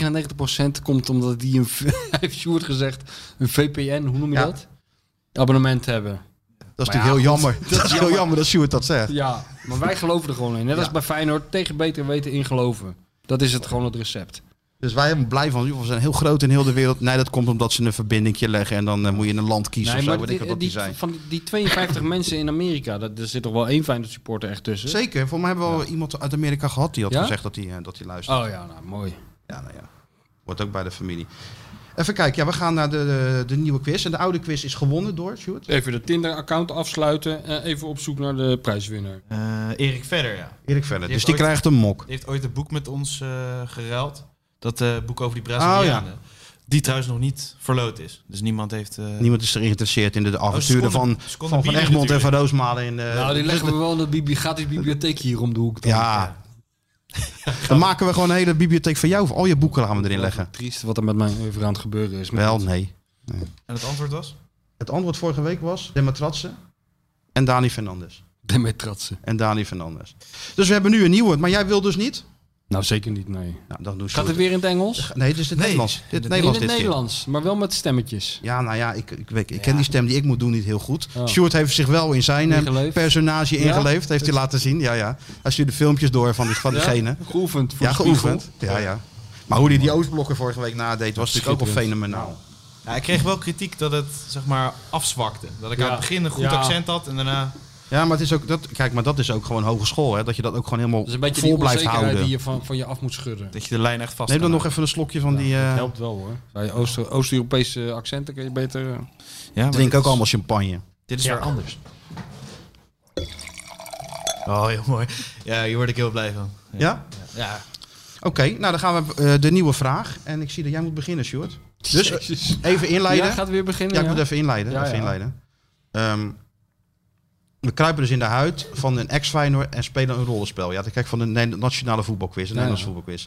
Speaker 6: 99% komt omdat die een, v- heeft Sjoerd gezegd, een VPN, hoe noem je
Speaker 4: Ja.
Speaker 6: dat? Abonnement hebben.
Speaker 4: Dat is natuurlijk
Speaker 6: Maar
Speaker 4: heel
Speaker 6: ja, goed,
Speaker 4: jammer.
Speaker 6: dat
Speaker 4: Dat,
Speaker 6: is
Speaker 4: is heel
Speaker 6: jammer.
Speaker 4: jammer dat Sjoerd dat zegt.
Speaker 6: Ja, maar wij geloven er gewoon in. Net als bij Feyenoord, tegen beter weten in geloven. Dat is het gewoon het recept.
Speaker 4: Dus wij zijn blij van, joh, we zijn heel groot in heel de wereld. Nee, dat komt omdat ze een verbindingje leggen en dan eh, moet je een land kiezen
Speaker 6: Nee,
Speaker 4: of zo.
Speaker 6: maar
Speaker 4: Weet
Speaker 6: die,
Speaker 4: ik wat dat
Speaker 6: die-
Speaker 4: die zijn.
Speaker 6: van die, die 52 mensen in Amerika, dat, er zit toch wel één Feyenoord supporter echt tussen?
Speaker 4: Zeker, voor mij hebben we al iemand uit Amerika gehad die had
Speaker 6: Ja?
Speaker 4: gezegd dat hij eh, dat hij luistert.
Speaker 6: Oh ja, nou mooi.
Speaker 4: Ja, nou ja. Wordt ook bij de familie. Even kijken, ja, we gaan naar de, de, de nieuwe quiz. En de oude quiz is gewonnen door Sjoerd.
Speaker 6: Even de Tinder-account afsluiten en even op zoek naar de prijswinnaar.
Speaker 5: Eh, Erik Verder, ja.
Speaker 4: Erik verder.
Speaker 5: Die heeft
Speaker 4: Dus die
Speaker 5: ooit-
Speaker 6: Oh,
Speaker 4: krijgt een mok.
Speaker 5: Die heeft ooit een boek met ons eh, geruild. Dat eh, boek over die Brazilianen.
Speaker 4: Oh,
Speaker 5: Die trouwens nog niet verloot is. Dus niemand heeft... eh,
Speaker 4: Niemand is er geïnteresseerd in
Speaker 6: Oh,
Speaker 4: de avonturen
Speaker 5: Seconde-
Speaker 4: van
Speaker 5: Seconde
Speaker 4: Van, van
Speaker 5: Bielen
Speaker 4: Egmond en
Speaker 5: natuurlijk.
Speaker 4: van Roosmalen. In, eh,
Speaker 6: nou, die
Speaker 4: dus
Speaker 6: leggen we wel in de bibli- gratis bibliotheek hier om de hoek.
Speaker 4: dat- Ja. Dan maken we gewoon een hele bibliotheek van jou. Al je boeken gaan we erin leggen.
Speaker 6: Triest wat er met mijn over aan het gebeuren is. Maar
Speaker 4: Wel, nee.
Speaker 5: En het antwoord was?
Speaker 4: Het antwoord vorige week was Dematratse en Dani Fernandes.
Speaker 6: Daarmee tratsen.
Speaker 4: En Dani Fernandes. Dus we hebben nu een nieuwe, maar jij wil dus niet?
Speaker 6: Nou, zeker niet, nee.
Speaker 4: Nou, dan doe
Speaker 6: Gaat
Speaker 4: Sjoerd
Speaker 6: het
Speaker 4: het.
Speaker 6: weer in het Engels?
Speaker 4: Nee, dit is het Nederlands. Dit het
Speaker 6: in
Speaker 4: Nederlands
Speaker 6: het
Speaker 4: dit keer.
Speaker 6: Nederlands, maar wel met stemmetjes.
Speaker 4: Ja, nou ja, ik, ik, weet- ik ken die stem die ik moet doen niet heel goed.
Speaker 6: Oh.
Speaker 4: Sjoerd heeft zich wel in zijn eh,
Speaker 6: Ingeleefd.
Speaker 4: personage
Speaker 6: Ja? Dus-
Speaker 4: ingeleefd. Heeft hij laten zien. Ja, ja. Hij stuurde filmpjes door van, die, van diegene.
Speaker 6: Ja? Geoefend. Voor
Speaker 4: Ja,
Speaker 6: de spiegel.
Speaker 4: geoefend. Ja, ja. Maar hoe hij die Oostblokken vorige week nadeed, was natuurlijk ook wel fenomenaal.
Speaker 5: Ja, ik kreeg wel kritiek dat het zeg maar afzwakte. Dat ik
Speaker 6: Ja.
Speaker 5: aan het begin een goed
Speaker 6: Ja.
Speaker 5: accent had en daarna...
Speaker 4: Ja, maar het is ook dat. Kijk, maar dat is ook gewoon hogeschool, hè? Dat je dat ook gewoon helemaal
Speaker 6: Dat is een beetje
Speaker 4: vol
Speaker 6: die
Speaker 4: blijft
Speaker 6: onzekerheid
Speaker 4: houden.
Speaker 6: die je van, van je af moet schudden.
Speaker 5: Dat je de lijn echt vast
Speaker 4: Neem dan
Speaker 5: kan
Speaker 4: nog even een slokje van die. eh,
Speaker 6: Helpt wel hoor. Bij Oost- Oost-Europese accenten kun je beter... eh,
Speaker 5: houden. Ja, maar
Speaker 4: drink
Speaker 5: dit
Speaker 4: ook
Speaker 5: is-
Speaker 4: allemaal champagne.
Speaker 5: Dit is weer anders. Oh, heel mooi. Ja, hier word ik heel blij van.
Speaker 4: Ja?
Speaker 5: Ja.
Speaker 4: Oké, nou dan gaan we eh, de nieuwe vraag. En ik zie dat jij moet beginnen, Sjoerd. Dus eh,
Speaker 6: Jezus.
Speaker 4: even inleiden.
Speaker 6: Ja, gaat weer beginnen.
Speaker 4: Ja, ik
Speaker 6: ja?
Speaker 4: moet even inleiden.
Speaker 6: Ja,
Speaker 4: even
Speaker 6: ja.
Speaker 4: inleiden. Ehm, we kruipen dus in de huid van een ex feyenoord en spelen een rollenspel. Ja, dat kijk van de Ne- nationale voetbalquiz, een
Speaker 6: Ja,
Speaker 4: Nederlands
Speaker 6: ja.
Speaker 4: voetbalquiz.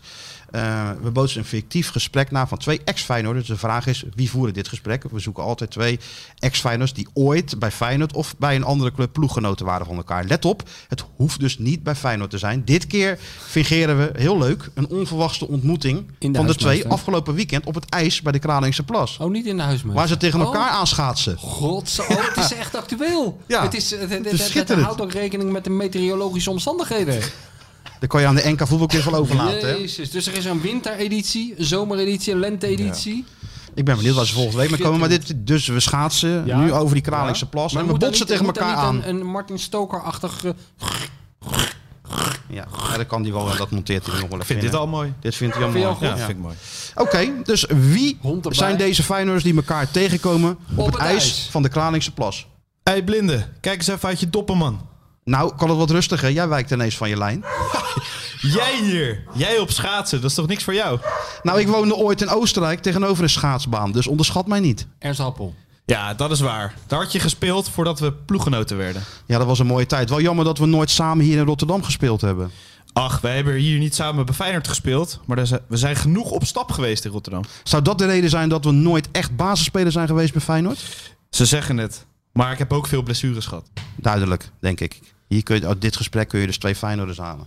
Speaker 4: Eh, we bootsen een fictief gesprek na van twee ex feyenoorders Dus de vraag is, wie voeren dit gesprek? We zoeken altijd twee ex feyenoorders die ooit bij Feyenoord of bij een andere club ploeggenoten waren van elkaar. Let op, het hoeft dus niet bij Feyenoord te zijn. Dit keer fingeren we, heel leuk, een onverwachte ontmoeting
Speaker 6: In de
Speaker 4: van de twee
Speaker 6: huismeester.
Speaker 4: afgelopen weekend op het ijs bij de Kralingse Plas.
Speaker 6: Oh, niet in de huismeester.
Speaker 4: Waar ze tegen
Speaker 6: Oh,
Speaker 4: elkaar aanschaatsen.
Speaker 6: Godso, oh, het is echt actueel.
Speaker 4: Ja,
Speaker 6: het, is, het, het, het- het
Speaker 4: schitterend.
Speaker 6: houdt ook rekening met de meteorologische omstandigheden.
Speaker 4: Dan kan je aan de NK voetbalquiz wel overlaten. Hè?
Speaker 6: Jezus, dus er is een wintereditie, een zomereditie, een lenteeditie.
Speaker 4: Ik ben benieuwd wat ze volgende week mee komen. Maar dit, dus we schaatsen
Speaker 6: Ja.
Speaker 4: nu over die Kralingse plas.
Speaker 6: Maar
Speaker 4: en we
Speaker 6: moet daar
Speaker 4: botsen
Speaker 6: niet-
Speaker 4: tegen
Speaker 6: moet daar
Speaker 4: elkaar
Speaker 6: niet
Speaker 4: aan.
Speaker 6: Een, een Martin Stoker-achtig... eh,
Speaker 4: Ja, ja, dat kan die wel. Dat monteert hij nog wel even
Speaker 5: Ik vind
Speaker 4: in,
Speaker 5: dit
Speaker 4: hè.
Speaker 5: al mooi.
Speaker 4: Dit vindt hij al
Speaker 6: Vind
Speaker 4: mooi.
Speaker 6: je al goed?
Speaker 5: Ja,
Speaker 4: Ja.
Speaker 5: vind ik mooi.
Speaker 4: Oké, dus wie
Speaker 6: Hond erbij.
Speaker 4: zijn deze Feyenoorders die elkaar tegenkomen op, het, ijs, van de Kralingse plas?
Speaker 5: hey, blinde, kijk eens even uit je doppen, man.
Speaker 4: Nou, kan het wat rustiger. Jij wijkt ineens van je lijn.
Speaker 5: Jij hier. Jij op schaatsen, dat is toch niks voor jou?
Speaker 4: Nou, ik woonde ooit in Oostenrijk tegenover een schaatsbaan. Dus onderschat mij niet.
Speaker 6: Ernst Happel.
Speaker 5: Ja, dat is waar. Daar had je gespeeld voordat we ploeggenoten werden.
Speaker 4: Ja, dat was een mooie tijd. Wel jammer dat we nooit samen hier in Rotterdam gespeeld hebben.
Speaker 5: Ach, wij hebben hier niet samen bij Feyenoord gespeeld. Maar daar zijn- we zijn genoeg op stap geweest in Rotterdam.
Speaker 4: Zou dat de reden zijn dat we nooit echt basisspeler zijn geweest bij Feyenoord?
Speaker 5: Ze zeggen het. Maar ik heb ook veel blessures gehad.
Speaker 4: Duidelijk, denk ik. Hier kun je, uit dit gesprek kun je dus twee Feyenoorders halen.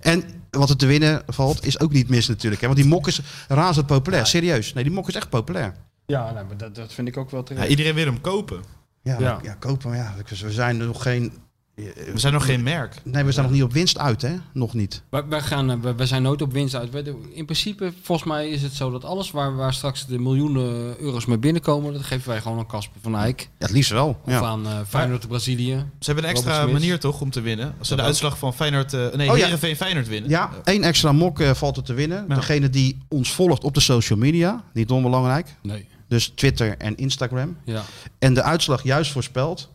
Speaker 4: En wat er te winnen valt, is ook niet mis natuurlijk. Hè? Want die mok is razend populair. Serieus. Nee, die mok is echt populair.
Speaker 6: Ja, nou, maar dat, dat vind ik ook wel
Speaker 5: Ja,
Speaker 6: terecht.
Speaker 5: iedereen wil hem kopen.
Speaker 4: Ja,
Speaker 6: Ja.
Speaker 4: ja kopen. Maar ja, we zijn er nog geen...
Speaker 5: We zijn nog geen merk.
Speaker 4: Nee, we zijn nog niet op winst uit, hè? Nog niet.
Speaker 6: Wij, wij gaan, eh, wij, wij zijn nooit op winst uit. Wij doen- In principe, volgens mij is het zo dat alles waar, waar straks de miljoenen euro's mee binnenkomen, dat geven wij gewoon aan Casper van Eyck.
Speaker 4: Ja, het liefst wel.
Speaker 6: Of
Speaker 4: Ja.
Speaker 6: aan eh Feyenoord Brazilië.
Speaker 5: Ze hebben een extra
Speaker 6: Robert Smith.
Speaker 5: manier toch om te winnen. Als ze de
Speaker 6: ook.
Speaker 5: uitslag van Feyenoord... eh, nee,
Speaker 4: Oh, ja.
Speaker 5: Heerenveen Feyenoord winnen.
Speaker 4: ja, één extra mok eh, valt er te winnen.
Speaker 5: Ja.
Speaker 4: Degene die ons volgt op de social media, niet onbelangrijk.
Speaker 6: Nee.
Speaker 4: Dus Twitter en Instagram.
Speaker 6: Ja,
Speaker 4: En de uitslag juist voorspelt,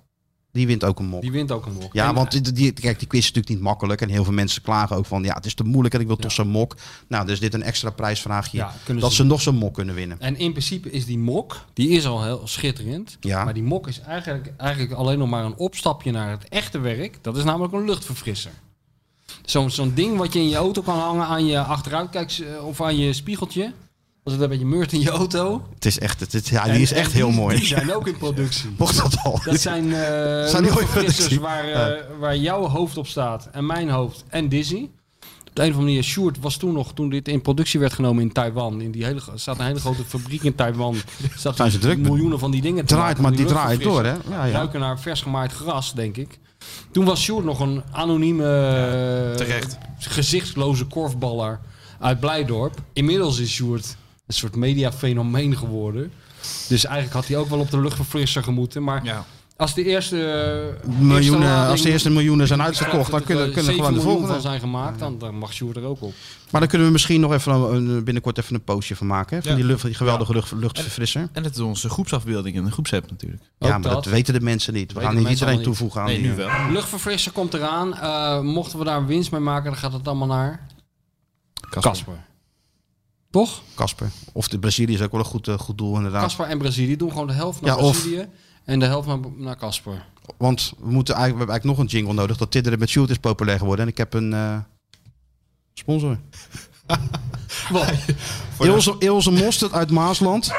Speaker 4: die wint ook een mok.
Speaker 6: die wint ook een mok.
Speaker 4: Ja,
Speaker 6: En-
Speaker 4: want die, die- kijk, die quiz is natuurlijk niet makkelijk. En heel veel mensen klagen ook van, ja, het is te moeilijk en ik wil toch zo'n mok. Nou, dus dit een extra prijsvraagje.
Speaker 6: Ja, kunnen
Speaker 4: dat
Speaker 6: ze-
Speaker 4: ze, nog zo'n mok kunnen winnen.
Speaker 6: En in principe is die mok, die is al heel schitterend.
Speaker 4: Ja.
Speaker 6: Maar die mok is eigenlijk, eigenlijk alleen nog maar een opstapje naar het echte werk. Dat is namelijk een luchtverfrisser. Zo'n zo'n ding wat je in je auto kan hangen aan je achteruitkijks eh, of aan je spiegeltje. Als het een beetje meurt in je auto.
Speaker 4: Het is echt, het, is- ja, die
Speaker 6: En-
Speaker 4: is
Speaker 6: en
Speaker 4: echt heel
Speaker 6: die-
Speaker 4: mooi.
Speaker 6: Die zijn ook in productie.
Speaker 4: Mocht dat al.
Speaker 6: Dat zijn, eh
Speaker 4: Zijn die ooit
Speaker 6: luchtverfrissers
Speaker 4: productie?
Speaker 6: waar, eh, waar jouw hoofd op staat en mijn hoofd en Dizzy. Op de een of andere manier, Sjoerd was toen nog, toen dit in productie werd genomen in Taiwan. In die hele, gro- staat een hele grote fabriek in Taiwan. Staat
Speaker 4: Zijn ze druk met-
Speaker 6: Miljoenen van die dingen te
Speaker 4: draait,
Speaker 6: maken,
Speaker 4: maar
Speaker 6: van
Speaker 4: die draait door,
Speaker 6: luchtverfrissers.
Speaker 4: hè? Ja, ja.
Speaker 6: Ruiken naar vers gemaaid gras, denk ik. Toen was Sjoerd nog een anonieme, eh,
Speaker 5: terecht.
Speaker 6: gezichtsloze korfballer uit Blijdorp. Inmiddels is Sjoerd een soort mediafenomeen geworden. Dus eigenlijk had hij ook wel op de luchtverfrisser gemoeten. Maar
Speaker 5: Ja.
Speaker 6: als de eerste eh, eerste
Speaker 4: Miljoenen,
Speaker 6: lading-
Speaker 4: als de eerste miljoenen zijn
Speaker 6: Ik geloof
Speaker 4: uitverkocht,
Speaker 6: dat
Speaker 4: dan
Speaker 6: er
Speaker 4: kunnen, kunnen
Speaker 6: zeven
Speaker 4: gewoon de
Speaker 6: miljoen
Speaker 4: volgende.
Speaker 6: van zijn gemaakt, dan, dan mag Sjoerd er ook op.
Speaker 4: Maar dan kunnen we misschien nog even een, een- binnenkort even een postje van maken. hè, Van
Speaker 5: Ja.
Speaker 4: die, lucht, die geweldige lucht, luchtverfrisser.
Speaker 5: En het is onze groepsafbeelding en de groepsapp natuurlijk.
Speaker 6: Ook
Speaker 4: Ja, maar dat,
Speaker 6: dat.
Speaker 4: weten de mensen niet. We
Speaker 6: Weten
Speaker 4: gaan
Speaker 6: de
Speaker 4: niet
Speaker 6: mensen
Speaker 4: iedereen
Speaker 6: allemaal niet.
Speaker 4: toevoegen aan
Speaker 5: Nee, nu
Speaker 4: die, eh,
Speaker 5: wel.
Speaker 6: Luchtverfrisser komt eraan. Eh, mochten we daar een winst mee maken, dan gaat het allemaal naar Casper. Toch?
Speaker 4: Kasper. Of de Brazilië is ook wel een goed, eh, goed doel inderdaad.
Speaker 6: Casper en Brazilië doen gewoon de helft naar
Speaker 4: Ja, of-
Speaker 6: Brazilië en de helft naar- naar Casper.
Speaker 4: Want we, moeten eigenlijk, we hebben eigenlijk nog een jingle nodig. Dat Tinder met Shoot is populair geworden. En ik heb een eh, sponsor. Ilse, Ilse Mostert uit Maasland.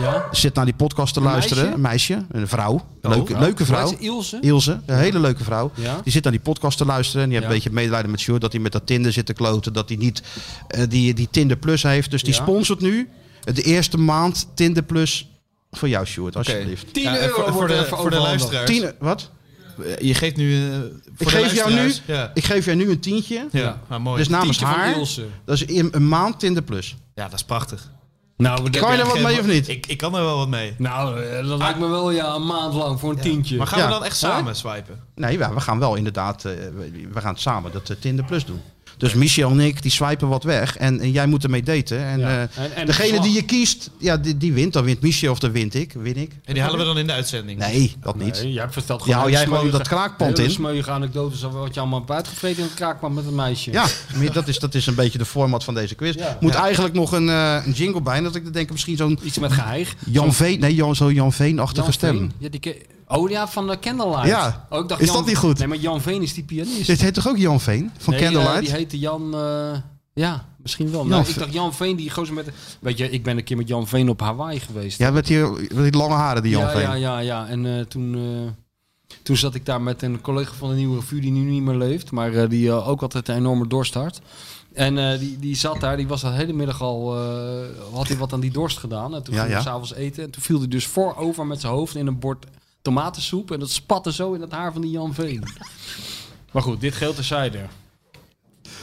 Speaker 6: Ja?
Speaker 4: Zit naar die podcast te luisteren.
Speaker 6: meisje?
Speaker 4: Een meisje. Oh. Een vrouw. leuke,
Speaker 6: Ja.
Speaker 4: leuke
Speaker 6: Dat
Speaker 4: vrouw.
Speaker 6: is Ilse.
Speaker 4: Ilse, een hele leuke vrouw.
Speaker 6: Ja.
Speaker 4: Die zit naar die podcast te luisteren. En die heeft
Speaker 6: Ja.
Speaker 4: een beetje medelijden met Sjoerd. Dat hij met dat Tinder zit te kloten. Dat hij niet eh, die, die Tinder Plus heeft. Dus die
Speaker 6: Ja.
Speaker 4: sponsort nu de eerste maand Tinder Plus voor jou, Sjoerd. Alsjeblieft.
Speaker 6: 10
Speaker 5: Ja, en
Speaker 6: euro
Speaker 5: voor, voor
Speaker 6: wordt
Speaker 5: de,
Speaker 6: er
Speaker 5: voor de luisteraars.
Speaker 4: Tien, wat?
Speaker 5: Je geeft nu... eh, voor de
Speaker 4: Ik geef, jou nu,
Speaker 5: luisteraars. Ja,
Speaker 4: ik geef jou nu een tientje.
Speaker 5: ja.
Speaker 6: Ja.
Speaker 5: Nou, mooi.
Speaker 4: Dus namens
Speaker 6: Tientje van
Speaker 4: haar,
Speaker 6: Ilse.
Speaker 4: dat is een, een maand Tinder Plus.
Speaker 5: Ja, dat is prachtig.
Speaker 6: Nou, dat-
Speaker 4: Kan je er wat
Speaker 5: Geen-
Speaker 4: mee of niet?
Speaker 5: Ik, ik kan er wel wat mee.
Speaker 6: nou, eh, dat lijkt me wel ja, een maand lang voor een tientje.
Speaker 5: Maar gaan
Speaker 4: Ja.
Speaker 5: we dan echt samen swipen?
Speaker 4: Nee, ja, we gaan wel inderdaad, eh, we we gaan samen dat eh, Tinder Plus doen. Dus Michel en ik, die swipen wat weg en, en jij moet ermee daten. En,
Speaker 6: Ja.
Speaker 4: eh,
Speaker 6: En- en
Speaker 4: degene
Speaker 6: slag.
Speaker 4: die je kiest, ja, die, die wint. Dan wint Michel of dan wint ik. Win ik?
Speaker 5: En die halen we dan in de uitzending.
Speaker 4: Nee, dat niet.
Speaker 6: Nee, jij vertelt gewoon.
Speaker 4: Die hou jij
Speaker 6: hele
Speaker 4: gewoon dat
Speaker 6: smeuïge-
Speaker 4: kraakpand
Speaker 6: hele
Speaker 4: in.
Speaker 6: smeuïge anekdotes over wat je allemaal hebt uitgevreten in het kraakpand met een meisje.
Speaker 4: Ja, maar dat is, dat is een beetje de format van deze quiz.
Speaker 6: Ja.
Speaker 4: Moet eigenlijk nog een, eh, een jingle bij. En dat ik dan denk misschien zo'n
Speaker 6: Iets met geheig.
Speaker 4: Jan Veen, nee, Jan, zo'n Jan Veen-achtige
Speaker 6: Jan
Speaker 4: stem.
Speaker 6: Veen, Ja, die ke- oh ja, van de Candlelight.
Speaker 4: Ja.
Speaker 6: Oh, ik dacht
Speaker 4: Is
Speaker 6: Jan-
Speaker 4: dat niet goed?
Speaker 6: Nee, maar Jan Veen is die pianist.
Speaker 4: Dit heet toch ook Jan Veen van
Speaker 6: Nee, eh,
Speaker 4: Candlelight?
Speaker 6: die heette Jan... eh, ja, misschien wel.
Speaker 4: Jan
Speaker 6: Nou, ik
Speaker 4: Veen.
Speaker 6: dacht Jan Veen, die gozer met... de- Weet je, ik ben een keer met Jan Veen op Hawaii geweest.
Speaker 4: Ja, met die, met die lange haren, die Jan
Speaker 6: ja,
Speaker 4: Veen.
Speaker 6: ja, ja, ja. En eh, toen, eh, toen zat ik daar met een collega van de Nieuwe Revue die nu niet meer leeft, maar eh, die eh, ook altijd een enorme dorst had. En eh, die, die zat daar, die was de hele middag al, eh, had hij wat aan die dorst gedaan. En toen
Speaker 4: Ja,
Speaker 6: ging hij
Speaker 4: ja.
Speaker 6: s'avonds eten en toen viel hij dus voorover met zijn hoofd in een bord tomatensoep. En dat spatte zo in het haar van die Jan Veen. maar goed, dit geldt terzijde.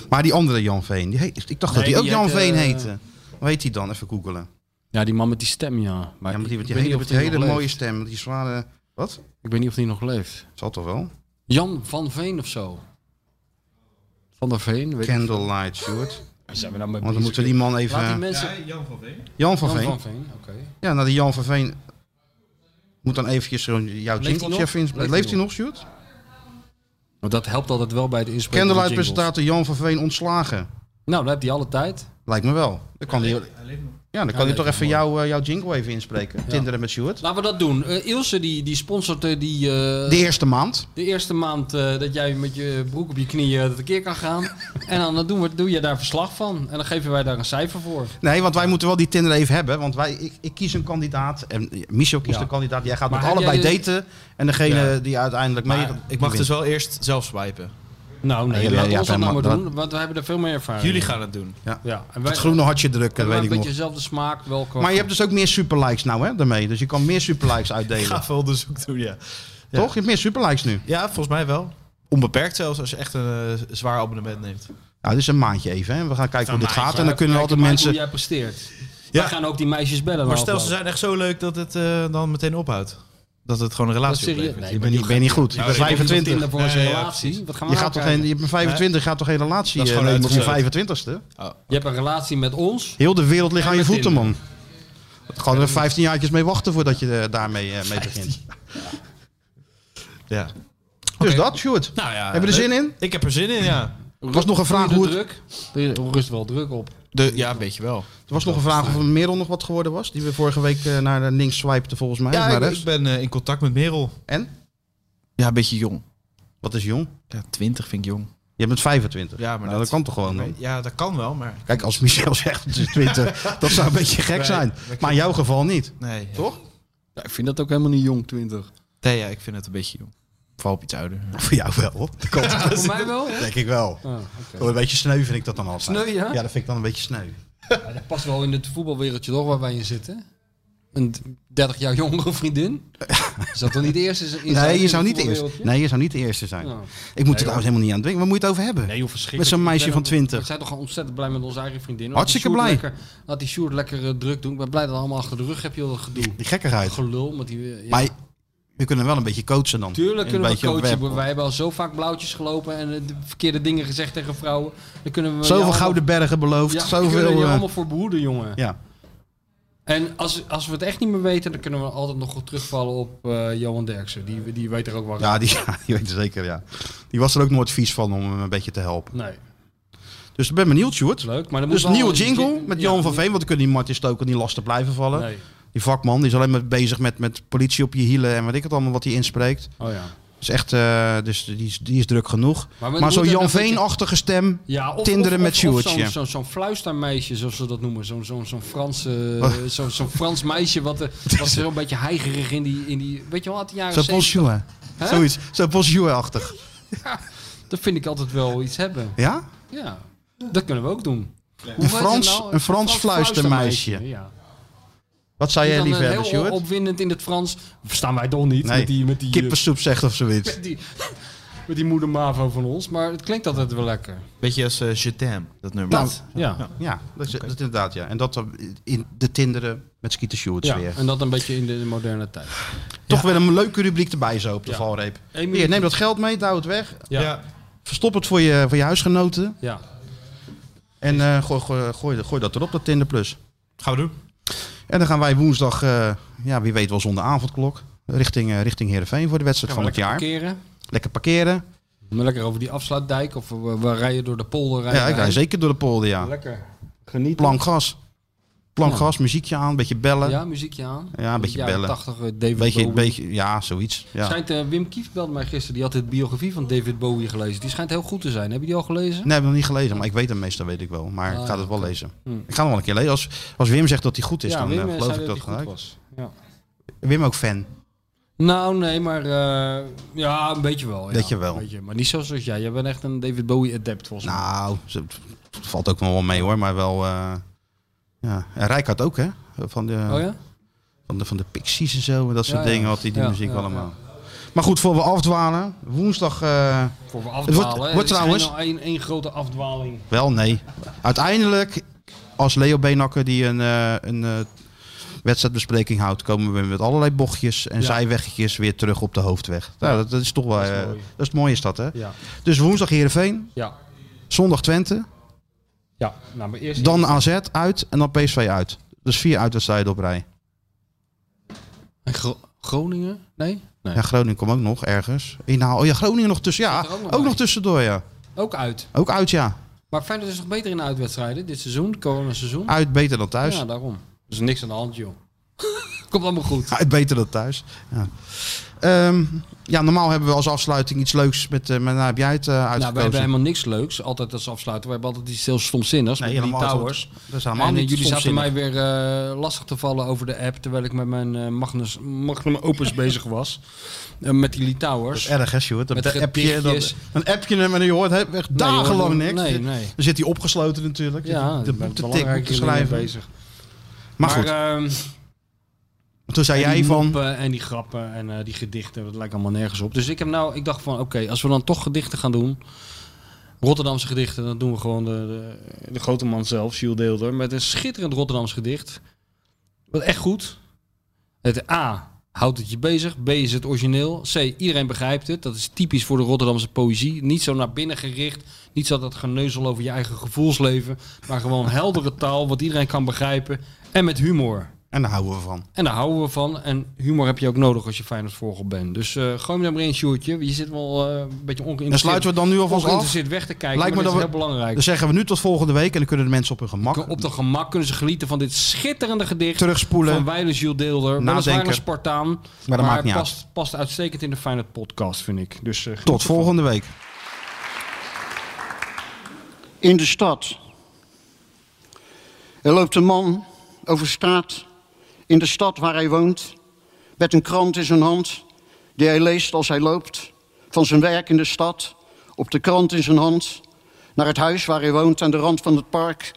Speaker 4: Maar die andere Jan Veen, die heet, ik dacht
Speaker 6: Nee,
Speaker 4: dat hij ook
Speaker 6: die
Speaker 4: Jan
Speaker 6: heet,
Speaker 4: Veen
Speaker 6: eh,
Speaker 4: heette. Hoe heet hij dan? Even googelen.
Speaker 6: Ja, die man met die stem, ja. Maar
Speaker 4: Ja, maar die met
Speaker 6: ik
Speaker 4: die
Speaker 6: weet
Speaker 4: hele,
Speaker 6: niet of
Speaker 4: met die hele
Speaker 6: nog
Speaker 4: mooie
Speaker 6: leeft.
Speaker 4: stem, die zware... Wat?
Speaker 6: Ik weet niet of die nog leeft.
Speaker 4: Zal toch wel?
Speaker 6: Jan van Veen of zo. Van der Veen, weet ik
Speaker 4: Candlelight, Stuart.
Speaker 6: Waar Zijn we nou mee
Speaker 4: Want dan
Speaker 6: bezig?
Speaker 4: moeten we die man
Speaker 6: Laat die
Speaker 4: even...
Speaker 6: mensen...
Speaker 5: Jan van Veen.
Speaker 4: Jan van
Speaker 6: Jan
Speaker 4: Veen.
Speaker 6: van Veen, oké.
Speaker 4: Ja, nou die Jan van Veen moet dan eventjes zo'n jouw
Speaker 6: Leeft hij
Speaker 4: jingletje
Speaker 6: nog?
Speaker 4: even...
Speaker 6: Leeft
Speaker 4: in- Leeft hij nog, Stuart?
Speaker 6: Want dat helpt altijd wel bij het inspreken van
Speaker 4: Candlelight
Speaker 6: jingles.
Speaker 4: presentator Jan van Veen ontslagen.
Speaker 6: Nou, dan heb je alle tijd.
Speaker 4: Lijkt me wel. Dan kan hij,
Speaker 5: Hij leeft nog.
Speaker 4: ja, dan kan
Speaker 6: Ja,
Speaker 4: hij
Speaker 6: leuk,
Speaker 4: toch even
Speaker 6: mooi.
Speaker 4: jouw, eh, jouw jingle even inspreken. Tinderen met Stuart.
Speaker 6: Laten we dat doen. Eh, Ilse die, die sponsort eh, die, eh,
Speaker 4: De eerste maand.
Speaker 6: de eerste maand eh, dat jij met je broek op je knieën de keer kan gaan. en dan, dan doen we, doe je daar verslag van. En dan geven wij daar een cijfer voor.
Speaker 4: Nee, want wij moeten wel die Tinder even hebben. Want wij, ik, ik kies een kandidaat. En Michel kiest
Speaker 6: Ja.
Speaker 4: een kandidaat. Jij gaat
Speaker 6: Maar
Speaker 4: met
Speaker 6: heb
Speaker 4: allebei
Speaker 6: jij-
Speaker 4: daten. En degene
Speaker 5: Ja.
Speaker 4: die uiteindelijk mee...
Speaker 5: Maar ik mag dus wel eerst zelf swipen.
Speaker 6: Nou, nee,
Speaker 4: Ja,
Speaker 6: laten
Speaker 4: ja,
Speaker 6: ons dat
Speaker 4: ja,
Speaker 6: nou maar
Speaker 4: maar
Speaker 6: doen. Want we hebben er veel meer ervaring.
Speaker 5: Jullie gaan het doen.
Speaker 6: Ja, en wij
Speaker 4: Het groene hartje drukken,
Speaker 6: hebben
Speaker 4: weet
Speaker 6: een
Speaker 4: ik
Speaker 6: beetje
Speaker 4: nog.
Speaker 6: dezelfde smaak. Wel qua-
Speaker 4: Maar je hebt dus ook meer superlikes nou, hè, daarmee. Dus je kan meer superlikes
Speaker 5: Ik
Speaker 4: uitdelen.
Speaker 5: ga veel onderzoek doen, ja. ja.
Speaker 4: Toch? Je hebt meer superlikes nu.
Speaker 5: Ja, volgens mij wel. Onbeperkt zelfs, als je echt een eh, zwaar abonnement neemt.
Speaker 4: Nou, dit is een maandje even. Hè. We gaan kijken hoe dit
Speaker 5: maandje.
Speaker 4: gaat. En dan kunnen
Speaker 6: Kijk,
Speaker 4: altijd
Speaker 6: maar
Speaker 4: mensen...
Speaker 6: Hoe jij presteert.
Speaker 5: Ja.
Speaker 6: Wij gaan ook die meisjes bellen.
Speaker 5: Maar
Speaker 6: na
Speaker 5: stel, ze
Speaker 6: afloop.
Speaker 5: zijn echt zo leuk dat het eh, dan meteen ophoudt. Dat het gewoon een
Speaker 6: Dat is
Speaker 5: relatie
Speaker 6: serieus.
Speaker 5: oplevert.
Speaker 4: Je bent niet, ben je niet goed. Je
Speaker 5: Nou,
Speaker 4: bent
Speaker 5: je bent niet
Speaker 4: 25.
Speaker 6: Tinder voor zijn
Speaker 5: Nee, ja,
Speaker 6: relatie.
Speaker 5: precies.
Speaker 6: Wat gaan we
Speaker 4: Je,
Speaker 6: nou
Speaker 4: gaat toch geen,
Speaker 6: kijken?
Speaker 4: je bent 25, je gaat toch geen relatie
Speaker 5: Dat is
Speaker 4: eh,
Speaker 5: gewoon
Speaker 4: nemen op je
Speaker 5: uitgesloten.
Speaker 4: 25ste?
Speaker 6: Je hebt een relatie met ons.
Speaker 4: Heel de wereld ligt
Speaker 6: En
Speaker 4: aan je
Speaker 6: met
Speaker 4: voeten,
Speaker 6: Tinder.
Speaker 4: man. Gewoon er 15 jaartjes mee wachten voordat je eh, daarmee eh, mee begint.
Speaker 5: Ja.
Speaker 4: Dus dat, Sjoerd.
Speaker 5: Nou ja.
Speaker 4: Heb je er
Speaker 5: leuk.
Speaker 4: zin in?
Speaker 5: Ik heb er zin in, ja.
Speaker 4: Er was nog een vraag hoe
Speaker 6: Doe je
Speaker 4: het,
Speaker 6: er druk? Er rust wel druk op.
Speaker 5: De, ja, een beetje wel.
Speaker 4: er was nog een vraag of
Speaker 6: eh,
Speaker 4: een Merel nog wat geworden was. Die we vorige week eh, naar eh, links swipten volgens mij. of
Speaker 5: Ja,
Speaker 4: naar
Speaker 5: ik,
Speaker 4: rechts.
Speaker 5: ik ben eh, in contact met Merel.
Speaker 4: En?
Speaker 5: Ja, een beetje jong.
Speaker 4: Wat is jong?
Speaker 5: Ja, 20 vind ik jong.
Speaker 4: Je bent 25.
Speaker 5: Ja, maar
Speaker 4: Nou, dat
Speaker 5: dat-
Speaker 4: kan toch gewoon. hè?
Speaker 5: Ja, dat kan wel, maar
Speaker 4: Kijk, als Michel zegt het is 20, dat zou een beetje gek
Speaker 5: Nee,
Speaker 4: zijn. Maar in jouw geval niet.
Speaker 5: nee. ja.
Speaker 4: Toch?
Speaker 6: Ja, ik vind dat ook helemaal niet jong, 20.
Speaker 5: Nee, ja, ik vind het een beetje jong. Vooral op iets ouder.
Speaker 4: Nou, Voor jou wel. hoor. Dat kan toch?
Speaker 6: Voor mij wel. hè?
Speaker 4: Denk ik wel.
Speaker 6: Ah,
Speaker 4: Oh, Een beetje sneu vind ik dat dan altijd.
Speaker 6: Sneu, ja?
Speaker 4: Ja, dat vind ik dan een beetje sneu.
Speaker 6: Ja, dat past wel in het voetbalwereldje toch, waar wij in zitten. Een 30 jaar jongere vriendin. Is dat dan niet de eerste? in- in zijn-
Speaker 4: Nee,
Speaker 6: in
Speaker 4: je
Speaker 6: het
Speaker 4: zou niet de eerste,
Speaker 6: voetbalwereldje?
Speaker 4: nee, je zou niet de eerste zijn.
Speaker 6: Ja.
Speaker 4: Ik moet er trouwens helemaal niet aan denken. Waar moet je het over hebben?
Speaker 6: Nee, joh, verschrikkelijk.
Speaker 4: Met zo'n meisje
Speaker 6: Ik ben-
Speaker 4: van 20.
Speaker 6: We zijn toch ontzettend blij met onze eigen vriendin. Laat
Speaker 4: Hartstikke
Speaker 6: die Sjoerd
Speaker 4: blij.
Speaker 6: Lekker, laat die Sjoerd lekker eh, druk doen. Ik ben blij dat we allemaal achter de rug heb je dat gedoe.
Speaker 4: Die gekkigheid.
Speaker 6: Gelul met die... eh, ja.
Speaker 4: Maar we kunnen wel een beetje coachen dan.
Speaker 6: Tuurlijk
Speaker 4: Een
Speaker 6: kunnen we
Speaker 4: beetje op
Speaker 6: coachen.
Speaker 4: web.
Speaker 6: Wij hebben al zo vaak blauwtjes gelopen en eh, de verkeerde dingen gezegd tegen vrouwen. Dan kunnen we je
Speaker 4: Zoveel
Speaker 6: allemaal-
Speaker 4: gouden bergen beloofd.
Speaker 6: Ja, we
Speaker 4: zoveel,
Speaker 6: kunnen je
Speaker 4: eh,
Speaker 6: allemaal voor behoeden, jongen.
Speaker 4: ja.
Speaker 6: En als, als we het echt niet meer weten, dan kunnen we altijd nog goed terugvallen op eh, Johan Derksen. Die, die weet er ook wel.
Speaker 4: Ja, die, ja, die weet het zeker, ja. Die was er ook nooit vies van om hem een beetje te helpen.
Speaker 6: Nee,
Speaker 4: Dus ik ben benieuwd, Sjoerd.
Speaker 6: is leuk. Maar dan
Speaker 4: Dus
Speaker 6: moet
Speaker 4: een
Speaker 6: wel
Speaker 4: nieuwe jingle met
Speaker 6: Ja,
Speaker 4: Johan van Veen. Want dan kunnen die Martin Stoker niet lastig blijven vallen.
Speaker 6: Nee.
Speaker 4: Die vakman die is alleen maar bezig met, met politie op je hielen en weet ik het allemaal wat hij inspreekt.
Speaker 6: Oh ja.
Speaker 4: Dus echt, eh, dus die, is- die is druk genoeg.
Speaker 6: Maar
Speaker 4: Maar,
Speaker 6: we
Speaker 4: zo'n
Speaker 6: moeten
Speaker 4: Jan
Speaker 6: een beetje-
Speaker 4: Veen-achtige stem.
Speaker 6: Ja, of,
Speaker 4: Tinderen
Speaker 6: of-
Speaker 4: met
Speaker 6: of- of
Speaker 4: Sjoerdje.
Speaker 6: Zo'n zo, zo'n fluistermeisje, zoals ze dat noemen. Zo'n zo'n zo'n Franse,
Speaker 4: Wat?
Speaker 6: zo'n zo'n Frans meisje wat, eh, wat zo'n beetje heigerig in die, in die... Weet je wel, uit de jaren
Speaker 4: Zo'n
Speaker 6: 70.
Speaker 4: bonjour.
Speaker 6: Hè?
Speaker 4: Zoiets. Zo'n bonjour-achtig.
Speaker 6: Dat vind ik altijd wel iets hebben.
Speaker 4: Ja?
Speaker 6: Ja, dat kunnen we ook doen. Hoe heet het
Speaker 4: Frans-
Speaker 6: nou?
Speaker 4: een Frans fluistermeisje.
Speaker 6: Ja.
Speaker 4: Wat zou jij
Speaker 6: Die dan,
Speaker 4: liever
Speaker 6: eh,
Speaker 4: hebben,
Speaker 6: heel
Speaker 4: Sjoerd?
Speaker 6: opwindend in het Frans. Verstaan wij toch niet?
Speaker 4: Nee.
Speaker 6: Met die, met die, eh,
Speaker 4: Kippensoep zegt of zoiets.
Speaker 6: met die, met die moeder Mavo van ons. Maar het klinkt altijd wel lekker.
Speaker 5: Beetje als eh Je t'aime, dat nummer.
Speaker 4: Nou,
Speaker 6: Ja. Ja.
Speaker 4: ja, dat is, dat is inderdaad, ja. En dat dan in de tinderen met Skeeter Sjoerds weer.
Speaker 6: en dat een beetje in de moderne tijd.
Speaker 4: Toch weer een leuke rubriek erbij zo op de
Speaker 6: Ja.
Speaker 4: valreep.
Speaker 6: Eén
Speaker 4: Hier,
Speaker 6: minuut.
Speaker 4: neem dat geld mee, douw het weg.
Speaker 6: Ja. Ja.
Speaker 5: ja.
Speaker 4: Verstop het voor je, voor je huisgenoten.
Speaker 6: ja.
Speaker 4: En eh, gooi, gooi, gooi, gooi dat erop, dat Tinder Plus.
Speaker 5: Gaan we doen.
Speaker 4: En dan gaan wij woensdag, eh, ja, wie weet wel zonder avondklok, richting, eh richting Heerenveen voor de wedstrijd van het
Speaker 6: lekker
Speaker 4: jaar.
Speaker 6: parkeren.
Speaker 4: Lekker parkeren.
Speaker 6: Maar lekker over die afsluitdijk. Of we, we rijden door de polder.
Speaker 4: Ja,
Speaker 6: rijden
Speaker 4: ik
Speaker 6: wij.
Speaker 4: rij zeker door de polder, ja.
Speaker 6: Lekker. Genieten.
Speaker 4: Plank gas. Plank
Speaker 6: Ja.
Speaker 4: gas, muziekje aan, beetje bellen.
Speaker 6: Ja, muziekje aan.
Speaker 4: Ja, een beetje
Speaker 6: Jaren
Speaker 4: bellen.
Speaker 6: 80, eh, David
Speaker 4: Beetje,
Speaker 6: Bowie.
Speaker 4: beetje, ja, zoiets. Ja.
Speaker 6: Schijnt, eh, Wim Kief belde mij gisteren. Die had de biografie van David Bowie gelezen. Die schijnt heel goed te zijn. Heb je die al gelezen?
Speaker 4: Nee, heb ik nog niet gelezen, maar ik weet hem meestal, weet ik wel. Maar
Speaker 6: Ah,
Speaker 4: ik
Speaker 6: ja,
Speaker 4: ga het wel lezen.
Speaker 6: Hm.
Speaker 4: Ik ga hem wel een keer lezen. Als, als Wim zegt dat hij goed is, dan eh,
Speaker 6: eh,
Speaker 4: geloof
Speaker 6: zei
Speaker 4: ik dat
Speaker 6: hij goed
Speaker 4: gelijk.
Speaker 6: was. Ja.
Speaker 4: Wim ook fan.
Speaker 6: Nou, nee, maar eh, ja, een beetje wel. Ja.
Speaker 4: Beetje wel.
Speaker 6: Een beetje, maar niet zoals jij. Jij bent echt een David Bowie adept volgens mij.
Speaker 4: Nou, ze- het valt ook nog wel mee hoor, maar wel... eh ja. En Rijkaard ook, hè? Van de,
Speaker 6: Oh ja?
Speaker 4: van, de, van de Pixies en zo, en dat soort
Speaker 6: Ja, ja.
Speaker 4: dingen had hij die
Speaker 6: Ja,
Speaker 4: muziek
Speaker 6: ja,
Speaker 4: allemaal. Maar goed, voor we afdwalen, woensdag... eh,
Speaker 6: Voor we
Speaker 4: wordt-
Speaker 6: afdwalen.
Speaker 4: wordt
Speaker 6: hè. Het is
Speaker 4: trouwens-
Speaker 6: geen- één één grote afdwaling.
Speaker 4: Wel, nee. Uiteindelijk, als Leo Beenakker die een, eh, een eh, wedstrijdbespreking houdt, komen we met allerlei bochtjes en
Speaker 6: Ja.
Speaker 4: zijweggetjes weer terug op de hoofdweg. Nou, dat, dat is toch wel. eh,
Speaker 6: is
Speaker 4: Dat is,
Speaker 6: mooi.
Speaker 4: het mooie is dat, hè?
Speaker 6: Ja.
Speaker 4: Dus woensdag Heerenveen,
Speaker 6: Ja.
Speaker 4: zondag Twente,
Speaker 6: Ja. Nou, maar eerst...
Speaker 4: dan AZ uit en dan PSV uit. Dus vier uitwedstrijden op rij.
Speaker 6: En Gro- Groningen? Nee? Nee.
Speaker 4: Ja, Groningen komt ook nog ergens. Inhaal. Oh ja, Groningen nog tussen. Ja,
Speaker 6: Zit er ook nog
Speaker 4: ook
Speaker 6: bij.
Speaker 4: nog tussendoor, ja.
Speaker 6: Ook uit.
Speaker 4: Ook uit, ja.
Speaker 6: Maar Feyenoord is nog beter in de uitwedstrijden dit seizoen, corona seizoen.
Speaker 4: Uit beter dan thuis.
Speaker 6: Ja, daarom. Er is niks aan de hand, joh. Komt allemaal goed. Nou,
Speaker 4: Uit beter dan thuis. Ja. Ehm, ja, normaal hebben we als afsluiting iets leuks met. eh maar nou heb jij het eh
Speaker 6: Nou,
Speaker 4: uitgekozen.
Speaker 6: we hebben helemaal niks leuks. Altijd als afsluiten. We hebben altijd iets heel stomzinnigs.
Speaker 4: Nee,
Speaker 6: met die
Speaker 4: helemaal niet.
Speaker 6: towers.
Speaker 4: Dat is
Speaker 6: En
Speaker 4: helemaal
Speaker 6: eh,
Speaker 4: niet
Speaker 6: jullie zaten
Speaker 4: stomzinnig.
Speaker 6: mij weer eh, lastig te vallen over de app. Terwijl ik met mijn eh, Magnus, Magnum Opus bezig was. Eh, met die Lee Towers.
Speaker 4: Dat is erg, hè, Sjoerd?
Speaker 6: Met
Speaker 4: Dat appje, dat,
Speaker 6: gedichtjes.
Speaker 4: een appje hem en je hoort he- echt dagenlang
Speaker 6: hoor,
Speaker 4: niks.
Speaker 6: nee, nee.
Speaker 4: Dan zit hij opgesloten natuurlijk.
Speaker 6: ja,
Speaker 4: dat
Speaker 6: ik ben
Speaker 4: moet de tik
Speaker 6: belangrijke
Speaker 4: moet te
Speaker 6: dingen
Speaker 4: schrijven.
Speaker 6: bezig.
Speaker 4: Maar goed,
Speaker 6: ehm,
Speaker 4: toen zei
Speaker 6: eh, En
Speaker 4: jij
Speaker 6: die
Speaker 4: van...
Speaker 6: moppen en die grappen en eh, die gedichten, dat lijkt allemaal nergens op. Dus ik heb nou, ik dacht van, oké, als we dan toch gedichten gaan doen, Rotterdamse gedichten, dan doen we gewoon de, de, de grote man zelf, Jules Deelder, met een schitterend Rotterdams gedicht. Wat echt goed. Het A, houdt het je bezig. B, is het origineel. C, iedereen begrijpt het. Dat is typisch voor de Rotterdamse poëzie. Niet zo naar binnen gericht, niet zo dat geneuzel over je eigen gevoelsleven, maar gewoon heldere taal, wat iedereen kan begrijpen en met humor.
Speaker 4: En daar houden we van.
Speaker 6: En daar houden we van. En humor heb je ook nodig als je Feyenoord volger bent. Dus eh gooi me daar maar in, Sjoerdje. Je zit wel eh, een beetje ongeïnteresseerd.
Speaker 4: Dan sluiten we dan nu alvast af.
Speaker 6: ongeïnteresseerd weg te kijken,
Speaker 4: Lijkt
Speaker 6: maar
Speaker 4: me
Speaker 6: dat is
Speaker 4: dat
Speaker 6: heel belangrijk.
Speaker 4: Dan zeggen we nu tot volgende week. En dan kunnen de mensen op hun gemak
Speaker 6: Op de gemak kunnen ze genieten van dit schitterende gedicht van
Speaker 4: terugspoelen.
Speaker 6: Weile Jules Deelder. Weliswaar
Speaker 4: Nadenken.
Speaker 6: een Spartaan, maar,
Speaker 4: dat maakt niet
Speaker 6: past, past uitstekend in de Feyenoord podcast, vind ik. Dus, eh,
Speaker 4: Tot volgende week.
Speaker 10: in de stad. Er loopt een man over straat in de stad waar hij woont, met een krant in zijn hand, die hij leest als hij loopt, van zijn werk in de stad, op de krant in zijn hand, naar het huis waar hij woont aan de rand van het park,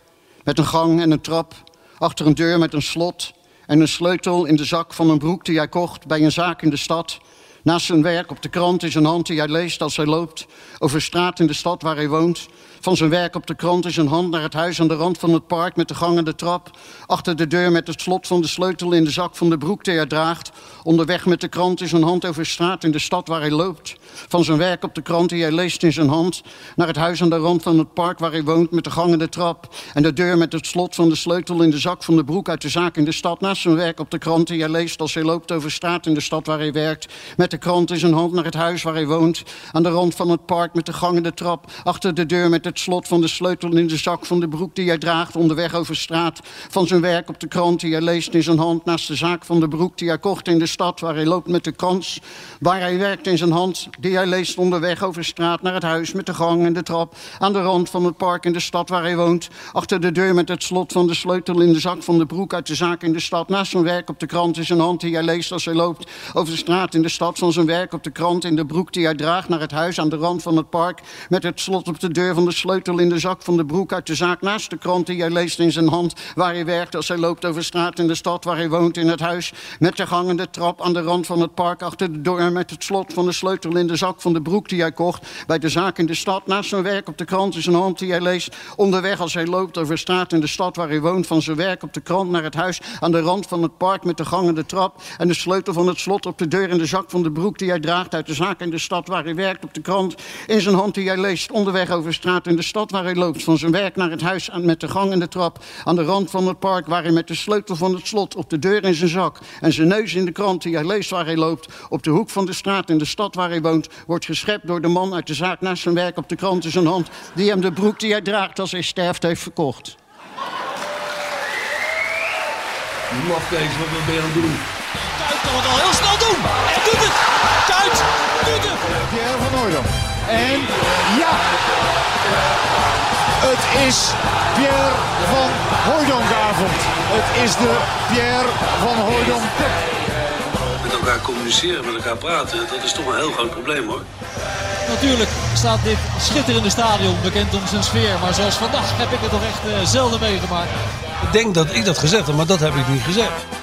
Speaker 10: met een gang en een trap, achter een deur met een slot en een sleutel in de zak van een broek die hij kocht bij een zaak in de stad, Naast zijn werk op de krant is een hand die hij leest als hij loopt over straat in de stad waar hij woont. Van zijn werk op de krant is een hand naar het huis aan de rand van het park met de gang en de trap. Achter de deur met het slot van de sleutel in de zak van de broek die hij draagt. Onderweg met de krant is een hand over straat in de stad waar hij loopt. Van zijn werk op de krant die hij leest in zijn hand naar het huis aan de rand van het park waar hij woont met de gang en de trap. En de deur met het slot van de sleutel in de zak van de broek uit de zaak in de stad. Naast zijn werk op de krant die hij leest als hij loopt over straat in de stad waar hij werkt. Met de krant in zijn hand naar het huis waar hij woont. Aan de rand van het park met de gang en de trap. Achter de deur met het slot van de sleutel in de zak van de broek die hij draagt. Onderweg over straat van zijn werk op de krant die hij leest in zijn hand. Naast de zaak van de broek die hij kocht in de stad waar hij loopt met de krans. Waar hij werkt in zijn hand die hij leest onderweg over straat naar het huis met de gang en de trap. Aan de rand van het park in de stad waar hij woont. Achter de deur met het slot van de sleutel in de zak van de broek uit de zaak in de stad. Naast zijn werk op de krant is een hand die hij leest als hij loopt over de straat in de stad. Van zijn werk op de krant in de broek die hij draagt naar het huis aan de rand van het park. Met het slot op de deur van de sleutel in de zak van de broek uit de zaak. Naast de krant die hij leest in zijn hand waar hij werkt als hij loopt over straat in de stad waar hij woont in het huis. Met de gang en de trap aan de rand van het park achter de deur met het slot van de sleutel in de zak van de broek die hij kocht bij de zaak in de stad. Naast zijn werk op de krant is een hand die hij leest. Onderweg als hij loopt over straat in de stad waar hij woont. Van zijn werk op de krant naar het huis aan de rand van het park met de gang en de trap. En de sleutel van het slot op de deur in de zak van de broek die hij draagt uit de zaak in de stad waar hij werkt op de krant. In zijn hand die hij leest. Onderweg over straat in de stad waar hij loopt. Van zijn werk naar het huis aan, met de gang en de trap aan de rand van het park waar hij met de sleutel van het slot op de deur in zijn zak. En zijn neus in de krant die hij leest waar hij loopt. Op de hoek van de straat in de stad waar hij woont wordt geschept door de man uit de zaak naast zijn werk op de krant in zijn hand. Die hem de broek die hij draagt als hij sterft heeft verkocht.
Speaker 1: Lafkees, wat ben je aan het doen?
Speaker 2: Kuit kan het al heel snel doen. En doet het. Kuit doet het.
Speaker 3: Pierre van Hooydonk. En ja! Het is Pierre van Hooydonkavond. Het is de Pierre van Hooydonk Cup.
Speaker 1: Met elkaar communiceren, met elkaar praten, dat is toch een heel groot probleem hoor.
Speaker 2: Natuurlijk staat dit schitterende stadion bekend om zijn sfeer. Maar zoals vandaag heb ik het toch echt eh, zelden meegemaakt.
Speaker 1: Ik denk dat ik dat gezegd heb, maar dat heb ik niet gezegd.